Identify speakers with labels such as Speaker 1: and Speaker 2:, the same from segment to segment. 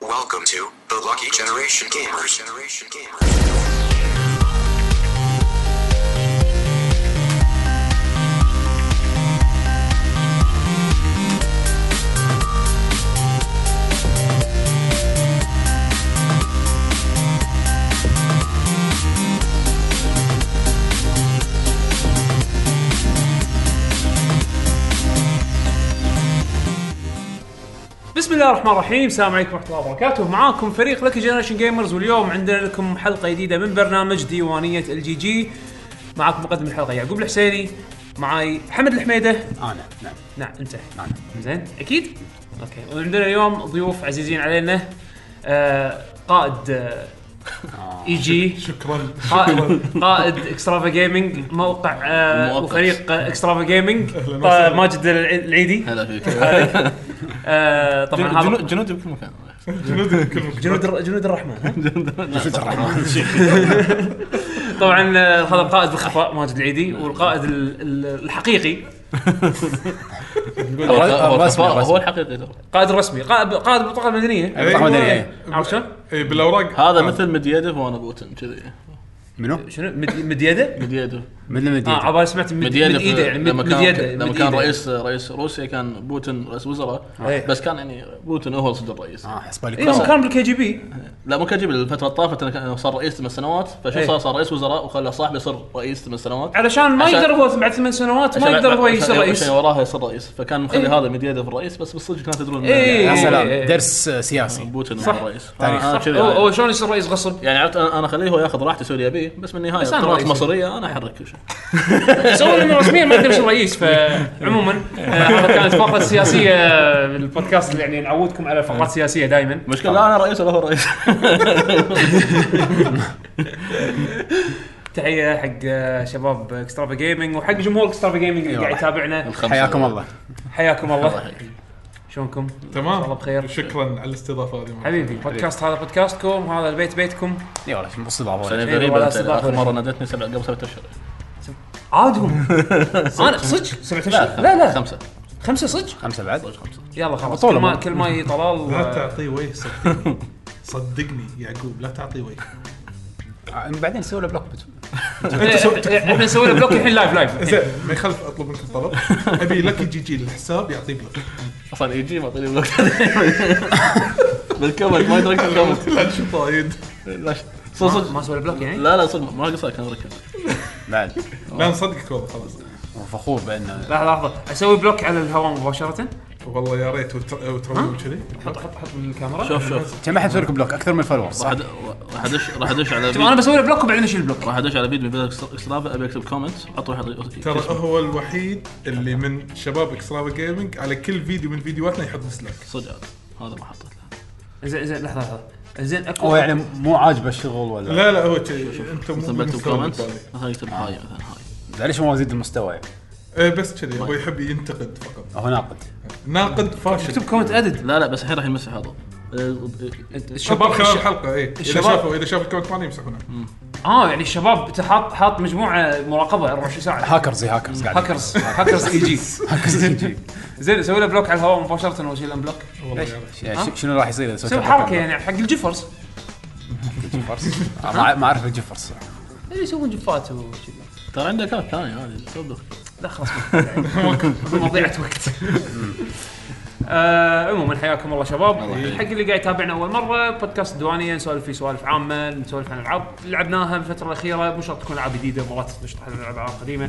Speaker 1: Welcome to the Lucky Generation Gamers. Generation Gamers.
Speaker 2: بسم الله الرحمن الرحيم السلام عليكم ورحمه الله وبركاته معاكم فريق لك جنريشن جيمرز واليوم عندنا لكم حلقه جديده من برنامج ديوانيه الجي جي معاكم مقدم الحلقه يعقوب الحسيني معاي حمد الحميده
Speaker 3: انا نعم
Speaker 2: نعم انت
Speaker 3: انا
Speaker 2: زين اكيد اوكي وعندنا اليوم ضيوف عزيزين علينا آه قائد آه، اي جي
Speaker 4: شكرا
Speaker 2: قائد قائد اكسترافا جيمنج موقع آه
Speaker 5: المؤقت.
Speaker 2: وفريق اكسترافا جيمنج
Speaker 4: أهلاً
Speaker 2: آه،
Speaker 4: وسهلاً.
Speaker 2: ماجد الع- العيدي
Speaker 5: هلا فيك
Speaker 2: آه طبعا
Speaker 5: جنو-
Speaker 2: هذا
Speaker 5: جنو- جنود بكل مكان
Speaker 4: جنود كل مكان
Speaker 2: جنود الر- جنود الرحمن ها؟
Speaker 5: شيء.
Speaker 2: طبعا آه، هذا القائد الخفاء ماجد العيدي والقائد ال- ال- الحقيقي
Speaker 5: هو- هو
Speaker 3: رسمي،
Speaker 5: الخفاء،
Speaker 3: رسمي.
Speaker 5: هو الحقيقي ترى.
Speaker 2: قائد الرسمي قائد قائد البطاقه المدنيه
Speaker 3: أيوة. أحمد علي،
Speaker 2: عرفت شلون؟
Speaker 4: اي بالاوراق
Speaker 5: هذا مثل مديدف وانا بوتن كذي
Speaker 3: منو؟
Speaker 2: شنو مد- مديده؟
Speaker 5: مديدف
Speaker 3: من المدينة
Speaker 2: اه
Speaker 3: آه
Speaker 2: عبالي سمعت مد
Speaker 5: مديدف
Speaker 2: مد ايده يعني مد
Speaker 5: لما كان
Speaker 2: مديده
Speaker 5: لما
Speaker 2: مد
Speaker 5: كان
Speaker 2: إيده.
Speaker 5: رئيس رئيس روسيا كان بوتن رئيس وزراء
Speaker 2: إيه.
Speaker 5: بس كان يعني بوتن هو صدر الرئيس
Speaker 3: احس بالي
Speaker 2: اي هم
Speaker 3: كوسة.
Speaker 2: إيه، كان بالكي جي بي
Speaker 5: لا مو كجيب الفتره الطافت أنا كان- صار رئيس ثمان سنوات فشو
Speaker 2: إيه.
Speaker 5: صار صار رئيس وزراء وخلى صاحبه يصير رئيس ثمان سنوات
Speaker 2: علشان ما
Speaker 5: عشان-
Speaker 2: يقدر هو بعد ثمان سنوات ما
Speaker 5: عشان-
Speaker 2: يقدر هو
Speaker 5: عشان-
Speaker 2: يصير رئيس
Speaker 5: عشان وراه يصير رئيس فكان مخلي
Speaker 2: إيه.
Speaker 5: هذا مديدف الرئيس بس بالصدق كانوا تدرون إنه
Speaker 2: إيه.
Speaker 3: يا
Speaker 5: يعني
Speaker 3: سلام
Speaker 2: إيه.
Speaker 3: درس آه، سياسي
Speaker 5: بوتن هو
Speaker 2: صح.
Speaker 5: الرئيس
Speaker 3: تاريخ.
Speaker 5: أنا- أنا
Speaker 2: صح؟
Speaker 5: كذي
Speaker 2: هو
Speaker 5: يعني.
Speaker 2: هو شلون يصير رئيس غصب؟
Speaker 5: يعني عرفت انا أنا اخليه هو ياخذ راحته يسوي اللي يبيه بس بالنهايه
Speaker 2: بس أنا
Speaker 5: تراث
Speaker 2: رئيس.
Speaker 5: مصريه انا احرك كل شيء
Speaker 2: سوى لانه رسميا ما يقدر يصير رئيس فعموما آه، هذا كانت فقره سياسيه البودكاست اللي يعني نعودكم على فقرات سياسيه دائما
Speaker 5: المشكله لا انا رئيس ولا هو رئيس
Speaker 2: تحيه حق آه، شباب اكسترافا جيمنج وحق جمهور اكسترافا جيمنج اللي
Speaker 3: أيوة.
Speaker 2: قاعد يتابعنا
Speaker 5: الخمسة.
Speaker 3: حياكم الله
Speaker 2: حياكم
Speaker 5: الله
Speaker 2: الله
Speaker 5: يحييك.
Speaker 2: شلونكم؟ إن
Speaker 4: تمام
Speaker 2: شاء الله بخير.
Speaker 4: شكرا على الاستضافه هذه مرة.
Speaker 2: حبيبي بودكاست هذا بودكاستكم هذا البيت بيتكم
Speaker 3: اي والله شو
Speaker 5: سنه
Speaker 3: مصيبة
Speaker 2: إيه،
Speaker 5: غريبه
Speaker 2: ولا
Speaker 5: أنت
Speaker 2: صداقة
Speaker 5: اخر
Speaker 2: ولا
Speaker 5: مره
Speaker 2: شيء.
Speaker 5: نادتني سبع قبل سبعة اشهر
Speaker 2: عادهم انا صدق سبعة اشهر لا لا
Speaker 5: خمسه
Speaker 2: خمسه صدق
Speaker 3: خمسة بعد
Speaker 2: يلا خلاص
Speaker 3: بطولة
Speaker 2: كل ما
Speaker 3: ما.
Speaker 2: كل ما يجي طلال
Speaker 4: لا
Speaker 2: آه،
Speaker 4: تعطي وجه صدقني صدقني يعقوب لا تعطي وجه
Speaker 3: آه، بعدين سووا له بلوك بت-
Speaker 2: إحنا- احنا نسوي له بلوك الحين لايف لايف
Speaker 4: زين ما يخالف اطلب منك الطلب ابي لك يجي يجي الحساب يعطيه بلوك
Speaker 5: اصلا يجي معطيني بلوك بالكومنت ما يدرك الكومنت
Speaker 4: لا شو طايد
Speaker 5: لا ش- صدق
Speaker 2: ما
Speaker 5: صدق
Speaker 2: اسوي له بلوك يعني
Speaker 5: لا لا صدق ما قصر كان ركب
Speaker 3: بعد
Speaker 4: لا نصدقك والله خلاص
Speaker 3: وفخور بانه
Speaker 2: لحظه لحظه اسوي بلوك على الهواء مباشره
Speaker 4: والله يا ريت وتر- وتروم كذي
Speaker 2: حط حط حط من الكاميرا
Speaker 5: شوف شوف
Speaker 3: كم احد يسوي لك بلوك اكثر من فولور صح؟
Speaker 5: راح أد- راح ادش راح ادش على
Speaker 2: شوف انا
Speaker 5: فيديو-
Speaker 2: بسوي له بلوك وبعدين اشيل البلوك
Speaker 5: راح ادش على فيديو من بدايه اكسترافا ابي اكتب كومنت اطرح
Speaker 4: ترى هو الوحيد اللي من شباب اكسترافا جيمنج على كل فيديو من فيديوهاتنا يحط ديسلايك
Speaker 5: صدق هذا ما حطيت له
Speaker 2: زين زين لحظه لحظه زين اكو
Speaker 3: هو يعني مو عاجبه الشغل ولا
Speaker 4: لا لا هو كذي انت
Speaker 5: مثلا
Speaker 4: مو
Speaker 5: بكتب
Speaker 4: مستوعب
Speaker 5: كومنت
Speaker 4: بالي.
Speaker 5: مثلا يكتب هاي مثلا هاي
Speaker 3: ليش ما يزيد المستوى يعني؟
Speaker 4: إيه، بس كذي هو يحب ينتقد فقط
Speaker 3: هو ناقد
Speaker 4: ناقد فاشل
Speaker 2: اكتب كومنت ادد
Speaker 5: لا لا بس الحين راح يمسح هذا آه،
Speaker 4: شباب
Speaker 2: الشباب
Speaker 4: خلال الحلقه اي اذا
Speaker 2: الشباب-
Speaker 4: شافوا اذا شافوا الكومنت مالي يمسحونه
Speaker 2: اه يعني الشباب حاط حاط مجموعه مراقبه 24 ساعه
Speaker 3: هاكرز هي هاكرز قاعد
Speaker 2: هاكرز هاكرز اي جي
Speaker 3: هاكرز يجي.
Speaker 2: E زين سوي له بلوك على الهواء مباشره واشيل انبلوك
Speaker 4: والله يا ريت.
Speaker 3: يعني ش- شنو راح يصير اذا
Speaker 2: سوي
Speaker 3: سويت
Speaker 2: حركه يعني حق الجفرز
Speaker 3: جيفرز آه، ما ما اعرف الجيفرز
Speaker 2: اللي يسوون جفات وشذي
Speaker 5: ترى عنده كلام ثاني هذه تصدق
Speaker 2: لا خلاص مضيعة وقت آه، عموما حياكم الله شباب حق اللي قاعد يتابعنا اول مره بودكاست دوانيه نسولف فيه سوالف عامه نسولف عن العاب لعبناها بالفتره الاخيره مو شرط تكون العاب جديده مرات نشطح عن العاب قديمه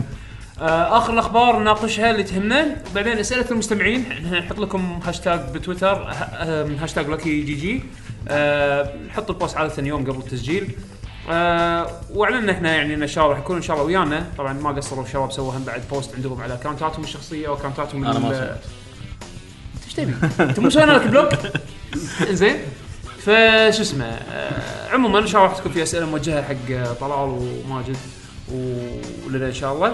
Speaker 2: آه، اخر الاخبار نناقشها اللي تهمنا بعدين اسئله المستمعين احنا نحط لكم هاشتاج بتويتر ه- آه، هاشتاج لوكي جي جي آه، نحط البوست عاده يوم قبل التسجيل آه واعلنا احنا يعني ان إن شاء الله راح يكون ان شاء الله ويانا طبعا ما قصروا الشباب سووا هم بعد بوست عندهم على اكونتاتهم الشخصيه واكونتاتهم
Speaker 5: انا ما
Speaker 2: ال-
Speaker 5: سمعت
Speaker 2: ايش تبي؟ انت مو مسوينا لك بلوك؟ زين فشو اسمه آه، عموما ان شاء الله راح تكون في اسئله موجهه حق آه، طلال وماجد ولنا ان شاء الله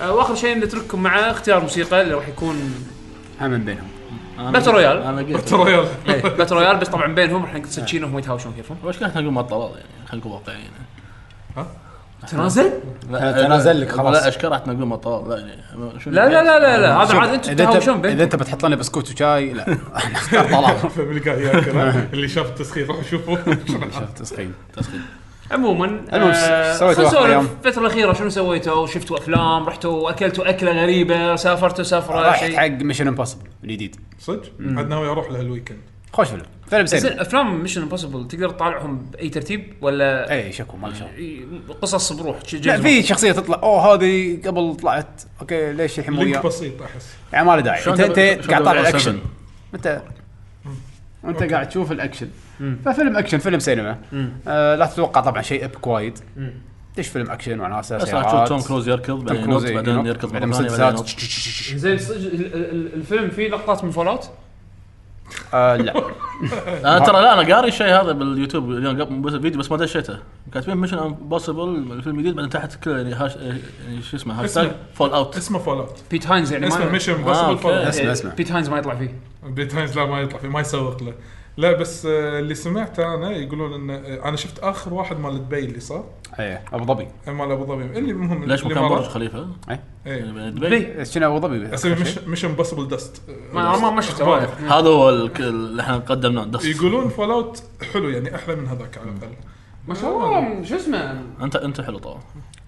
Speaker 2: آه، واخر شيء نترككم مع اختيار موسيقى اللي راح يكون
Speaker 3: هم بينهم
Speaker 5: أنا-
Speaker 2: باتل رويال.
Speaker 5: انا قلت
Speaker 4: ترى يلا
Speaker 2: باتل رويال بس طبعا بينهم راح نقصد شينو هم يتهاوشون كيفهم
Speaker 5: وش كان نقول مع الطلال يعني خلينا نكون واقعيين
Speaker 4: ها؟
Speaker 2: تنازل؟
Speaker 3: تنازل لك خلاص.
Speaker 5: لا اشكرها تنقلون مطار لا يعني شو
Speaker 2: لا لا لا لا, لا. هذا
Speaker 3: شوف،
Speaker 2: عاد انتم
Speaker 3: إذا أنت-
Speaker 2: تهاوشون
Speaker 3: اذا
Speaker 2: به
Speaker 3: انت بتحط لنا بسكوت وشاي لا أنا اختار طلال
Speaker 4: فاميلي جاي ياكل اللي شاف التسخير روحوا شوفوا
Speaker 3: شفت تسخين
Speaker 2: عموما
Speaker 3: المهم،
Speaker 2: آه،
Speaker 3: سويتوا
Speaker 2: خلنا
Speaker 3: آخر
Speaker 2: نسولف.
Speaker 3: يوم.
Speaker 2: الفتره الاخيره شنو سويتوا؟ شفتوا افلام؟ رحتوا اكلتوا اكله غريبه؟ سافرتوا سفره؟
Speaker 3: رحت
Speaker 2: شيء
Speaker 3: حق ميشن امبوسيبل الجديد
Speaker 4: صدق عاد ناوي اروح له الويكند
Speaker 3: خوش فيلم فيلم
Speaker 2: زين
Speaker 3: سيء
Speaker 2: افلام ميشن امبوسيبل تقدر تطالعهم باي ترتيب ولا
Speaker 3: اي إيه، شكو ما شاء
Speaker 2: قصص بروح شي
Speaker 3: لا
Speaker 2: جايز
Speaker 3: في شخصيه تطلع اوه هذه قبل طلعت اوكي ليش الحين مو
Speaker 4: لينك
Speaker 3: وياه؟
Speaker 4: بسيط احس
Speaker 3: يعني ما له داعي
Speaker 5: شلون
Speaker 3: انت
Speaker 5: قبل-
Speaker 3: انت
Speaker 5: شلون
Speaker 3: قاعد
Speaker 5: قبل
Speaker 3: طالع
Speaker 5: Seven؟
Speaker 3: اكشن انت انت قاعد تشوف الاكشن ففيلم اكشن فيلم سينما آه لا تتوقع طبعا شيء اب وايد تدش فيلم اكشن وناسه
Speaker 5: بس راح
Speaker 3: سيارات.
Speaker 5: تشوف توم كروز يركض بعدين
Speaker 3: كروز يعني
Speaker 5: ينط بعدين يركض
Speaker 3: بعدين
Speaker 5: مره ثانيه بعدين
Speaker 3: مسدسات.
Speaker 5: ينط
Speaker 2: زين صج- ال- ال- الفيلم فيه لقطات من فولات
Speaker 3: آه لا
Speaker 5: انا آه، ترى لا انا قاري الشيء هذا باليوتيوب اليوم قبل بس فيديو بس ما دشيته كاتبين ميشن امبوسيبل الفيلم الجديد بعدين تحت كله يعني هاش يعني شو اسمه هاشتاج
Speaker 4: اسمه.
Speaker 5: فول اوت
Speaker 4: اسمه فول اوت
Speaker 2: بيت هاينز يعني
Speaker 4: اسمه
Speaker 2: ما
Speaker 4: ميشن
Speaker 5: آه،
Speaker 4: امبوسيبل
Speaker 5: أوكي.
Speaker 4: فول اوت
Speaker 3: اسمع اسمع
Speaker 2: بيت هاينز ما يطلع فيه
Speaker 4: بيت هاينز لا ما يطلع فيه ما يسوق له لا بس آه، اللي سمعته انا يقولون ان آه، انا شفت اخر واحد مال دبي اللي صار
Speaker 3: ايه ابو ظبي
Speaker 4: مال ابو ظبي اللي المهم
Speaker 5: ليش
Speaker 4: اللي
Speaker 5: مكان
Speaker 4: مرة.
Speaker 5: برج خليفه؟
Speaker 3: إيه.
Speaker 4: إيه.
Speaker 5: يعني
Speaker 2: ليه؟
Speaker 5: دبي
Speaker 3: بس شنو ابو ظبي
Speaker 4: اسمه مش مش امبوسيبل دست
Speaker 2: ما ما ما شفته وايد.
Speaker 5: هذا هو الك- اللي احنا قدمناه دست.
Speaker 4: يقولون فول اوت حلو يعني احلى من هذاك على الاقل
Speaker 2: ما شاء الله شو اسمه
Speaker 5: انت انت حلو طبعا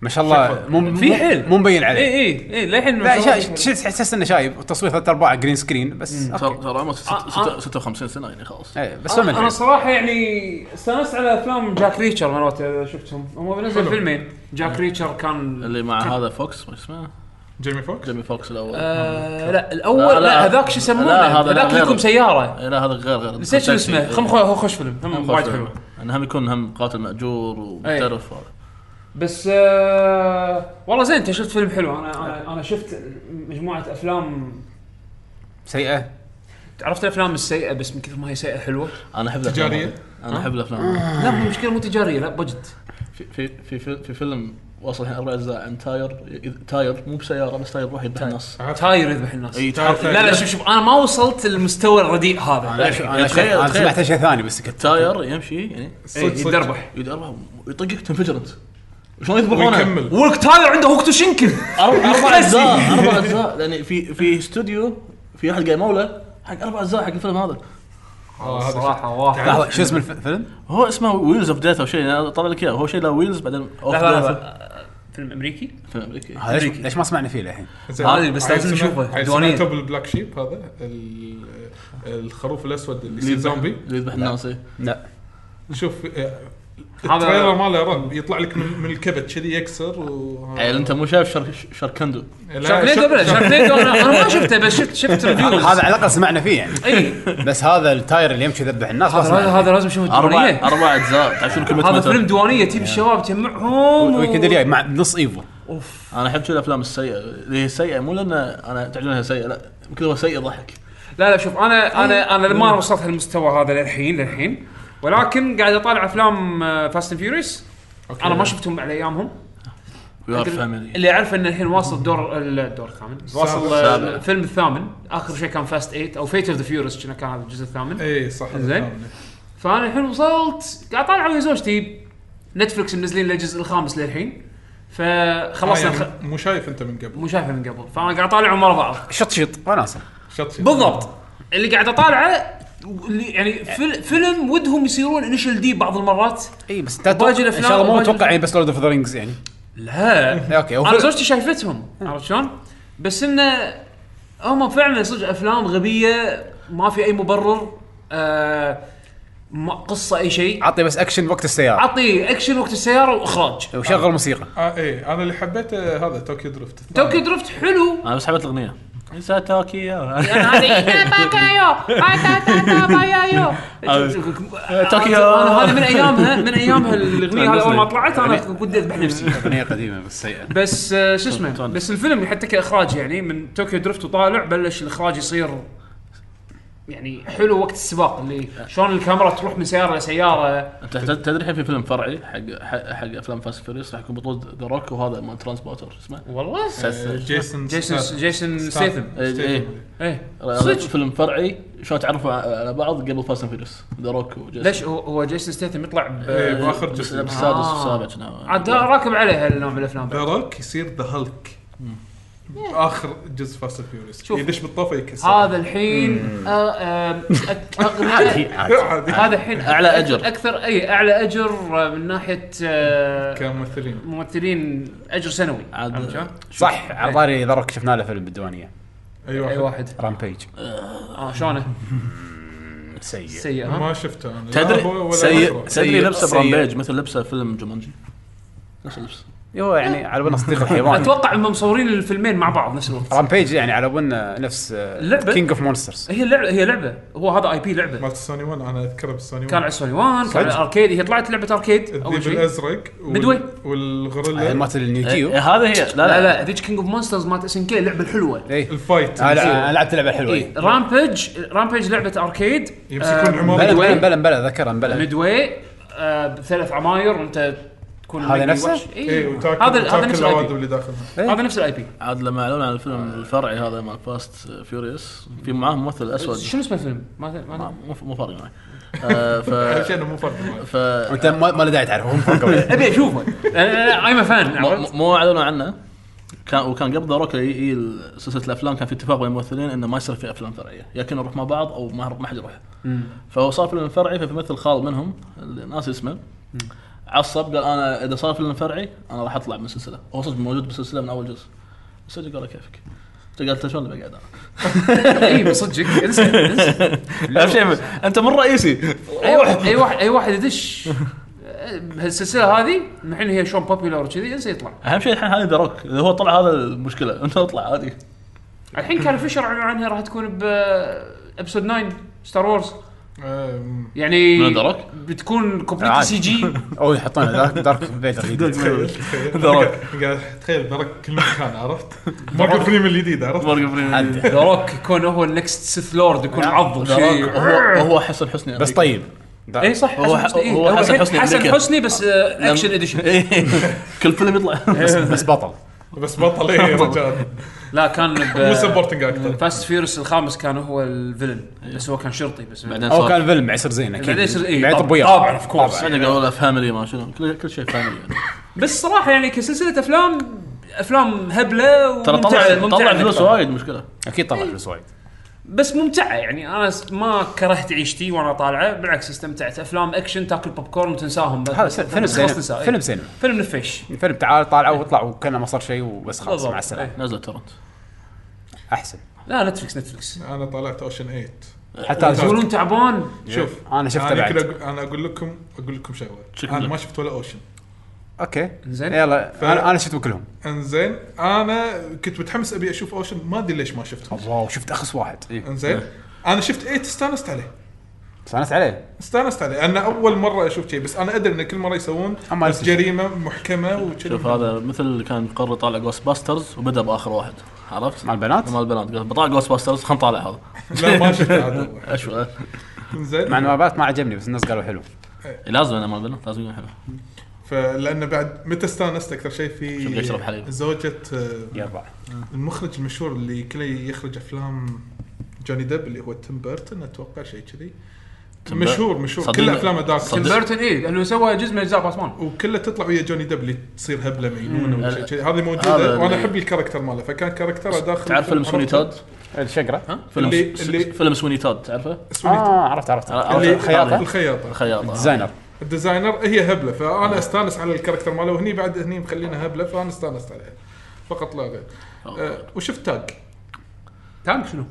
Speaker 3: ما شاء الله مو مو-
Speaker 2: في حيل.
Speaker 3: مو مبين
Speaker 2: اي
Speaker 3: عليه
Speaker 2: اي اي للحين إيه، ما
Speaker 3: لا
Speaker 2: شاء
Speaker 3: شا-
Speaker 2: الله.
Speaker 3: شا- شا- تحس انه شايب والتصوير ثلاث ارباع جرين سكرين بس
Speaker 5: صار
Speaker 3: اوكي
Speaker 5: صار عمره ست-
Speaker 2: آه، إيه.
Speaker 5: ست-
Speaker 2: آه.
Speaker 5: 56 سنه يعني خلاص
Speaker 3: ايه بس فيلم
Speaker 2: انا أنا
Speaker 3: الحين.
Speaker 2: الصراحه يعني استانست على افلام جاك ريتشر مرات إذا شفتهم هم بنزل
Speaker 4: حلو.
Speaker 2: فيلمين جاك ريتشر كان
Speaker 5: اللي مع هذا فوكس ما اسمه
Speaker 4: جيمي فوكس
Speaker 5: جيمي فوكس الاول
Speaker 2: آه لا
Speaker 5: لا،
Speaker 2: الاول
Speaker 5: لا.
Speaker 2: لا هذاك شو يسمونه
Speaker 5: لا، هذا لا،
Speaker 2: هذاك
Speaker 5: غيره.
Speaker 2: لكم سياره
Speaker 5: إيه، لا هذا غير غير
Speaker 2: نسيت شو اسمه
Speaker 5: إيه.
Speaker 2: خم خو- هو خوش فيلم هم
Speaker 5: خوش
Speaker 2: وايد
Speaker 5: فيلم.
Speaker 2: حلو إيه.
Speaker 5: انه يعني هم يكون هم قاتل ماجور ومحترف
Speaker 2: بس آه والله زين انت شفت فيلم حلو انا انا انا شفت مجموعه افلام
Speaker 3: سيئه
Speaker 2: عرفت الافلام السيئه بس من كثر ما هي سيئه حلوه
Speaker 5: انا احب الافلام
Speaker 4: تجارية؟
Speaker 5: هذه. انا
Speaker 2: آه.
Speaker 5: احب الافلام هذه.
Speaker 2: لا مو مشكله مو تجاريه لا بجت
Speaker 5: في في في, في, في فيلم واصل الحين اربع اجزاء عن تاير إذ- تاير مو بسياره بس تاير روح يذبح الناس
Speaker 2: تاير يذبح الناس
Speaker 5: اي
Speaker 4: تاير-
Speaker 5: تحط- يعني
Speaker 4: تاير. آه،
Speaker 2: لا لا شوف شوف انا ما وصلت للمستوى الرديء هذا
Speaker 3: انا
Speaker 2: للحين.
Speaker 3: انا
Speaker 5: تخيل-
Speaker 3: أنا
Speaker 5: تخيل.
Speaker 3: سمعت شيء ثاني بس قلت
Speaker 5: تاير يمشي يعني
Speaker 2: إيه، يدربح
Speaker 5: يذبح يطقك تنفجر انت شلون يذبحونه؟
Speaker 4: ويكمل
Speaker 2: ولك تاير عنده هوكتو شنكن
Speaker 5: أربع, اربع اجزاء اربع اجزاء لان في في استوديو في احد قايم موله حق اربع اجزاء حق الفيلم هذا
Speaker 4: آه، هذا شيء.
Speaker 2: صراحه واحد
Speaker 3: لحظه شو اسم الف- الفيلم؟
Speaker 5: هو اسمه ويلز اوف ديث او شيء أنا طلع لك اياه هو شيء له ويلز بعدين اوف
Speaker 2: لحظة، لحظة.
Speaker 5: ديث
Speaker 2: فيلم امريكي
Speaker 5: فيلم امريكي
Speaker 3: هذا ليش ليش ما سمعنا فيه للحين؟
Speaker 4: زين.
Speaker 2: هذه بس
Speaker 4: عايز
Speaker 2: لازم
Speaker 4: سمع-
Speaker 2: نشوفه.
Speaker 4: عايز
Speaker 2: ديوانية.
Speaker 4: سمعته بالبلاك شيب هذا ال- الخروف الاسود اللي
Speaker 5: اللي
Speaker 4: يصير
Speaker 5: يذبح-
Speaker 4: زومبي
Speaker 5: اللي يذبح الناس إيه.
Speaker 3: لا
Speaker 4: شوف آه، التريلر ماله رعب يطلع لك من من الكبد كذي يكسر و
Speaker 5: عيل انت إيه، مو شايف شر- شركندو
Speaker 4: لا،
Speaker 2: شاركنيدو
Speaker 4: شوف-
Speaker 2: بلا
Speaker 4: شوف-
Speaker 2: شاركنيدو انا أنا ما شفته بس شفت شفت ريفيوز
Speaker 3: هذا على الاقل سمعنا فيه يعني
Speaker 2: اي
Speaker 3: بس هذا التاير اللي يمشي يذبح الناس ما
Speaker 2: هذا هذا-
Speaker 3: سمعنا
Speaker 2: هذا لازم اشوفه
Speaker 5: اربع
Speaker 2: الديوانيه
Speaker 5: اربع اجزاء تعرف شنو كلمه
Speaker 2: هذا فيلم ديوانيه تجيب الشباب تجمعهم و-
Speaker 3: ويكند الجاي مع نص ايفو
Speaker 5: انا احب شو الافلام السيئه اللي هي سيئه مو لان انا تعجبني سيئه لا يمكن هو سيء ضحك
Speaker 2: لا لا شوف انا انا انا ما وصلت هالمستوى هذا للحين للحين ولكن قاعد آه، اطالع افلام فاست اند فيوريس انا ما شفتهم على ايامهم
Speaker 5: وي ار
Speaker 2: لكن
Speaker 5: فاميلي
Speaker 2: اللي اعرفه انه الحين واصل دور الدور الثامن واصل آه،
Speaker 5: السابع.
Speaker 2: الفيلم الثامن اخر شيء كان فاست 8 او فيت اوف ذا فيوريس كان هذا الجزء الثامن
Speaker 4: اي إيه، صح آه، يعني هذا
Speaker 2: زين.
Speaker 4: كامل.
Speaker 2: فانا الحين وصلت قاعد اطالع ويا زوجتي نتفلكس منزلين له الجزء الخامس للحين
Speaker 4: آه،
Speaker 2: فخلصنا
Speaker 4: يعني
Speaker 2: الخ...
Speaker 4: مو شايف انت من قبل
Speaker 2: مو شايفه من قبل فانا قاعد اطالعهم ورا بعض
Speaker 3: شط شط وناسه
Speaker 4: شط شط.
Speaker 2: بالضبط اللي قاعد اطالعه اللي يعني فيل- فيلم ودهم يصيرون انيشل دي بعض المرات
Speaker 3: اي بس
Speaker 2: وباقي
Speaker 3: ان شاء
Speaker 2: الأفلام-
Speaker 3: الله مو
Speaker 2: وباقي
Speaker 3: متوقع
Speaker 2: الأفلام.
Speaker 3: يعني بس لورد اوف ذا رينجز يعني إيه،
Speaker 2: لا
Speaker 3: اوكي هو
Speaker 2: انا
Speaker 3: فيلم-
Speaker 2: زوجتي شايفتهم عرفت شلون؟ بس انه هم فعلا صدق افلام غبيه ما في اي مبرر آه ما قصه اي شيء
Speaker 3: عطي بس اكشن وقت السياره
Speaker 2: عطي اكشن وقت السياره واخراج
Speaker 3: وشغل موسيقى
Speaker 4: اه ايه انا اللي حبيته هذا توكيو درفت الثاني.
Speaker 2: توكي درفت حلو
Speaker 5: انا بس حبيت الاغنيه انسى توكيو
Speaker 2: أنا هذه إيه، إيتا باكايو، آتا تاتا بايايو.
Speaker 5: طوكيو.
Speaker 2: انا هذه من ايامها من ايامها الاغنيه هذه اول ما طلعت انا
Speaker 3: يعني-
Speaker 2: كنت اذبح نفسي
Speaker 3: اغنيه قديمه بس سيئه
Speaker 2: بس آه، شو اسمه
Speaker 5: تونس.
Speaker 2: بس الفيلم حتى كاخراج يعني من توكيو درفت وطالع بلش الاخراج يصير يعني حلو وقت السباق اللي شلون الكاميرا تروح من سياره لسياره
Speaker 5: انت تد- تدري الحين في فيلم فرعي حق حق, حق افلام فاست فيريس راح يكون بطوله ذا روك وهذا مال ترانسبورتر شو اسمه؟
Speaker 2: والله
Speaker 4: آه،
Speaker 5: سلسلة.
Speaker 4: جيسون
Speaker 2: جيسون
Speaker 4: ستاثام.
Speaker 2: جيسون ستيثم
Speaker 5: إيه.
Speaker 2: ايه
Speaker 5: هذا
Speaker 2: صدق
Speaker 5: فيلم فرعي شلون تعرفوا على بعض قبل فاست فيريس ذا روك وجيسون
Speaker 2: ليش هو هو جيسون ستيثم يطلع ب
Speaker 4: إيه، باخر
Speaker 5: بس
Speaker 4: جزء
Speaker 5: السادس
Speaker 2: آه.
Speaker 5: والسابع كنا-
Speaker 2: عاد راكب عليه هالنوع من الافلام
Speaker 4: ذا
Speaker 2: بعد.
Speaker 4: روك يصير ذا هالك اخر جزء فاست فيوريس
Speaker 2: شوف.
Speaker 4: يدش بالطوفه يكسر
Speaker 2: هذا الحين آه، آه، أك- أغنى
Speaker 4: عادي.
Speaker 2: هذا الحين
Speaker 5: أعلى أجر.
Speaker 2: اكثر اي اعلى اجر آه، من ناحيه آه،
Speaker 4: كممثلين
Speaker 2: ممثلين اجر سنوي
Speaker 5: عاد-
Speaker 2: عرفت شلون؟
Speaker 3: صح على ظهري ذا روك شفنا له فيلم بالديوانيه
Speaker 4: اي واحد,
Speaker 2: اي واحد
Speaker 3: رامبيج
Speaker 2: اه شلونه؟
Speaker 3: سيء
Speaker 2: سيء ها؟
Speaker 4: ما شفته انا لا
Speaker 5: تدري
Speaker 4: هو ولا
Speaker 5: سيء
Speaker 4: غيره.
Speaker 5: تدري
Speaker 3: سيء-
Speaker 5: لبسه
Speaker 3: سيء.
Speaker 5: برامبيج مثل لبسه فيلم جومانجي نفس اللبس
Speaker 3: هو يعني على بنا صديق الحيوان
Speaker 2: اتوقع هم مصورين الفيلمين مع بعض نفس الوقت
Speaker 3: رامبيج يعني على بنا نفس آه,
Speaker 2: لعبة.
Speaker 3: كينج اوف مونسترز
Speaker 2: هي لعبه هي لعبه هو هذا اي بي لعبه
Speaker 4: مالت السوني 1 انا اذكره بالسوني 1
Speaker 2: كان على سوني 1 كان على
Speaker 3: صدق؟
Speaker 2: الاركيد هي طلعت لعبه اركيد اول
Speaker 4: الذيب
Speaker 2: شيء
Speaker 4: الازرق وال-
Speaker 2: مدوي.
Speaker 4: والغوريلا
Speaker 3: مالت النيوكيو
Speaker 2: آه،
Speaker 5: إيه، هذا هي لا
Speaker 2: لا
Speaker 5: لا
Speaker 2: لا هذيك كينج اوف مونسترز مالت اس ان كي لعبه الحلوه
Speaker 3: اي
Speaker 4: الفايت
Speaker 3: آه، لا، انا لعبت لعبه حلوه إيه.
Speaker 2: رامبج رامبج لعبه اركيد
Speaker 4: يمسكون
Speaker 2: آه،
Speaker 4: عمارة.
Speaker 3: بلا
Speaker 2: ميدوي.
Speaker 3: بلا بلا بلا ذكرها بلا
Speaker 2: ميدواي آه، بثلاث عماير وانت تكون
Speaker 3: هذا
Speaker 2: مقي
Speaker 3: نفسه؟
Speaker 2: وحش.
Speaker 4: اي
Speaker 2: إيه.
Speaker 4: وتاكل
Speaker 2: هذا هذا
Speaker 4: تاكل
Speaker 2: نفس الاي
Speaker 4: العوادم
Speaker 2: بي
Speaker 4: اللي داخلها
Speaker 3: إيه.
Speaker 2: هذا نفس الاي بي
Speaker 5: عاد لما اعلنوا عن الفيلم الفرعي هذا مال فاست فيوريوس في معاه ممثل اسود
Speaker 2: شنو اسم الفيلم؟ ما ما-
Speaker 5: ما-
Speaker 2: ما
Speaker 5: مو مو فارق معي آه،
Speaker 4: اهم
Speaker 5: ف
Speaker 4: شيء انه مو فرق معي.
Speaker 5: ف
Speaker 3: وانت ما ما له داعي تعرفه هم فوق
Speaker 2: ابي اشوفه ايم فان
Speaker 5: مو- مو- مو اعلنوا عنه كان وكان قبل ذا روك ي- ي- سلسله الافلام كان في اتفاق بين الممثلين انه ما يصير في افلام فرعيه، يا كنا نروح مع بعض او ما ما حد يروح. فهو صار فيلم فرعي ففي مثل خال منهم اللي ناسي اسمه عصب قال انا اذا صار فيلم فرعي انا راح اطلع من السلسله، هو صدق موجود بالسلسله من اول جزء. بس صدق قال له كيفك. قلت له شلون اللي بقعد انا؟
Speaker 2: اي بس صدقك انسى انسى.
Speaker 5: اهم شيء انت من رئيسي
Speaker 2: اي واحد اي واحد اي واحد يدش هالسلسله هذه الحين هي شلون بوبيلر وكذي انسى يطلع
Speaker 5: اهم شيء الحين هذا ذا روك، اذا هو طلع هذا المشكله، انت اطلع عادي.
Speaker 2: الحين كان فيشر اعلنوا عنها راح تكون ب ابسود 9 ستار وورز
Speaker 4: آه، مم.
Speaker 2: يعني
Speaker 5: من ذا روك؟
Speaker 2: بتكون كومبليت
Speaker 3: عادي.
Speaker 2: سي جي
Speaker 3: او يحطون دارك دارك فيدر
Speaker 5: ذا روك
Speaker 4: قاعد تخيل ذرك كل مكان عرفت؟ ماركو فريم الجديد عرفت؟
Speaker 5: مورجان فريمان
Speaker 3: عدى.
Speaker 2: ذا روك يكون هو النكست سيث لورد يكون عض
Speaker 5: ذا
Speaker 2: شيء
Speaker 5: روك نعم. هو هو حسن
Speaker 3: بس
Speaker 5: حسني أمريكي.
Speaker 3: طيب
Speaker 2: اي صح
Speaker 5: هو
Speaker 2: حسن حسني إيه.
Speaker 5: هو حسن
Speaker 2: الحين
Speaker 5: حسني
Speaker 2: حسن
Speaker 5: أمريكا.
Speaker 2: حسني بس آه، اكشن اديشن
Speaker 5: إيه. كل فيلم يطلع
Speaker 3: بس, بس بطل
Speaker 4: بس بطل اي رجال
Speaker 2: لا كان
Speaker 4: مو
Speaker 2: ب
Speaker 4: سبورتنج اكتر
Speaker 2: فاست فيورس الخامس كان هو الفيلن بس هو كان شرطي بس
Speaker 5: بعدين
Speaker 3: او
Speaker 5: صار
Speaker 3: كان فيلم معسر زين اكيد
Speaker 2: بعدين يصير- إيه،
Speaker 3: بعدين
Speaker 2: طب-
Speaker 3: طب وياه.
Speaker 2: طبعاً، of course.
Speaker 3: طبعاً.
Speaker 5: بعدين قالوا له فاميلي ما شنو كل كل شيء فاميلي يعني.
Speaker 2: بس صراحه يعني كسلسله افلام افلام هبله
Speaker 5: ترى
Speaker 2: وممتعه
Speaker 5: طلع
Speaker 2: ممتعه
Speaker 5: طلع فلوس
Speaker 2: إنك-
Speaker 5: وايد مشكله
Speaker 3: اكيد
Speaker 2: إيه.
Speaker 3: طلع فلوس وايد
Speaker 2: بس ممتعه يعني انا س- ما كرهت عيشتي وانا طالعه بالعكس استمتعت افلام اكشن تاكل بوب كورن وتنساهم بس
Speaker 3: هذا س- فيلم
Speaker 2: بس خلاص تنساه
Speaker 3: سينما
Speaker 2: إيه.
Speaker 3: فيلم سينما
Speaker 2: فيلم نفيش
Speaker 3: الفيلم تعال طالعه وطلع وكنا ما صار شيء وبس خلاص
Speaker 2: بالضبط.
Speaker 3: مع السلامه
Speaker 2: إيه.
Speaker 5: نزل تورنت
Speaker 3: احسن
Speaker 2: لا نتفلكس نتفلكس
Speaker 4: انا طلعت اوشن 8
Speaker 3: حتى هذا شفت-
Speaker 2: يقولون تعبان
Speaker 4: شوف
Speaker 3: أنا شفته
Speaker 4: انا
Speaker 3: بعد.
Speaker 4: كذا أقول- انا اقول لكم اقول لكم شغله
Speaker 5: شكلك.
Speaker 4: انا ما شفت ولا اوشن
Speaker 3: اوكي
Speaker 2: إيه. زين.
Speaker 3: يلا
Speaker 4: ف-
Speaker 3: انا انا شفتهم كلهم
Speaker 4: انزين انا كنت متحمس ابي اشوف اوشن ما ادري ليش ما شفته
Speaker 3: واو شفت اخس واحد
Speaker 4: انزين انا شفت 8 استانست عليه
Speaker 3: استانست عليه
Speaker 4: استانست عليه انا اول مره اشوف شيء بس انا ادري ان كل مره يسوون
Speaker 3: أما
Speaker 4: بس
Speaker 3: نفس الشيء.
Speaker 4: جريمه محكمه وكذا
Speaker 5: شوف هذا مثل اللي كان قرر طالع جوست باسترز وبدا باخر واحد عرفت؟
Speaker 3: مع البنات
Speaker 5: مال البنات قال بطلع جوست باسترز خلنا نطالع هذا إيه،
Speaker 4: لا ما شفته عاد والله.
Speaker 5: اشو
Speaker 4: انزين
Speaker 3: مع انه مع البنات ما عجبني بس الناس قالوا حلو
Speaker 5: لازم انا مال البنات لازم يكون حلو
Speaker 4: فلانه بعد متى استانست اكثر شيء
Speaker 5: شوف
Speaker 4: في
Speaker 5: يشرب حليب.
Speaker 4: زوجة آه،
Speaker 3: يربع
Speaker 4: المخرج المشهور اللي كله يخرج افلام جوني ديب اللي هو تيم بيرتون اتوقع شيء كذي
Speaker 5: تيم بيرتون.
Speaker 4: مشهور مشهور
Speaker 5: صدق-
Speaker 4: كل افلامه
Speaker 5: صدق.
Speaker 4: دارك
Speaker 2: بيرتون اي لانه إيه، سوى جزء من اجزاء باتمان
Speaker 4: وكله تطلع ويا جوني ديب اللي تصير هبله مجنونه
Speaker 5: هذا-
Speaker 4: وشي- شي. هذه
Speaker 5: هذا
Speaker 4: موجوده وانا
Speaker 5: اللي-
Speaker 4: احب الكاركتر ماله فكان كاركتره داخل
Speaker 5: تعرف فيلم سوني تاد؟
Speaker 3: الشقره
Speaker 5: فيلم
Speaker 4: اللي-
Speaker 5: س-
Speaker 4: اللي-
Speaker 5: فيلم سوني تاد تعرفه؟
Speaker 4: سوني تاد.
Speaker 3: اه عرفت عرفت
Speaker 5: عرفت.
Speaker 4: اللي
Speaker 3: الخياطة؟
Speaker 4: الخياطه
Speaker 5: الخياطه
Speaker 3: ديزاينر
Speaker 4: الديزاينر هي هبله فانا استانس على الكاركتر ماله وهني بعد هني مخلينا هبله فانا استانست عليها فقط لا غير أه وشفت تاج
Speaker 2: تعال شنو؟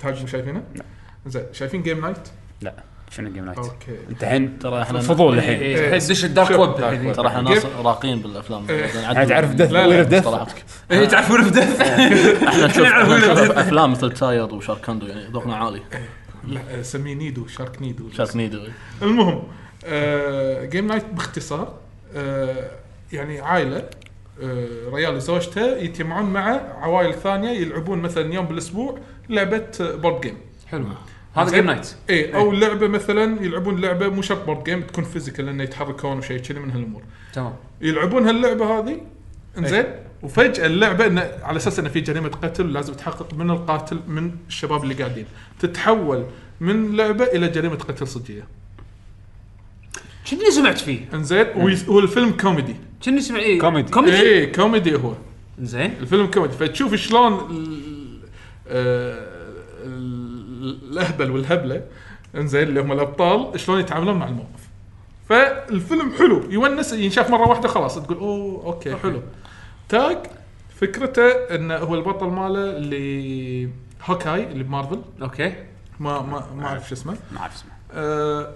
Speaker 4: تاج مو شايفينه؟ زين شايفين جيم نايت؟
Speaker 3: لا شنو جيم نايت
Speaker 4: اوكي
Speaker 3: انت الحين
Speaker 5: ترى احنا
Speaker 2: إيه،
Speaker 3: فضول الحين
Speaker 2: إيه، تدش الدارك
Speaker 4: شوف،
Speaker 2: ويب
Speaker 4: دارك
Speaker 2: يعني.
Speaker 4: ويب.
Speaker 5: ترى احنا
Speaker 4: جيم-
Speaker 5: ناس راقين بالافلام
Speaker 3: يعني تعرف دث
Speaker 4: لا، لا،
Speaker 3: وير دث
Speaker 5: صراحتك
Speaker 2: إيه، تعرف
Speaker 4: آه،
Speaker 2: وين بدف
Speaker 5: احنا نشوف احنا نشوف افلام مثل تاير وشاركاندو يعني ذوقنا عالي
Speaker 4: لا آه، سميه نيدو شارك نيدو
Speaker 5: شارك نيدو
Speaker 4: المهم آه، جيم نايت باختصار آه، يعني عائله آه، ريال وزوجته يتجمعون مع عوائل ثانيه يلعبون مثلا يوم بالاسبوع لعبه آه، بورد جيم
Speaker 2: حلو هذا جيم نايت
Speaker 4: اي او لعبه مثلا يلعبون لعبه مو شرط بورد جيم تكون فيزيكال لانه يتحركون وشيء كذي من هالامور
Speaker 2: تمام
Speaker 4: يلعبون هاللعبه هذه انزين وفجاه اللعبه إنه على اساس انه في جريمه قتل لازم تحقق من القاتل من الشباب اللي قاعدين تتحول من لعبه الى جريمه قتل صجيه
Speaker 2: كني سمعت فيه
Speaker 4: انزين ويس- والفيلم كوميدي
Speaker 2: كني سمعت ايه
Speaker 3: كوميدي.
Speaker 2: كوميدي
Speaker 4: اي إيه، كوميدي هو
Speaker 2: زين
Speaker 4: الفيلم كوميدي فتشوف شلون ال- آه، ال- الاهبل والهبله انزين اللي هم الابطال شلون يتعاملون مع الموقف فالفيلم حلو يونس ينشاف مره واحده خلاص تقول اوه اوكي حلو تاج فكرته انه هو البطل ماله اللي هوكاي اللي بمارفل
Speaker 2: اوكي
Speaker 4: ما ما ما اعرف شو اسمه
Speaker 3: ما اعرف اسمه
Speaker 4: آه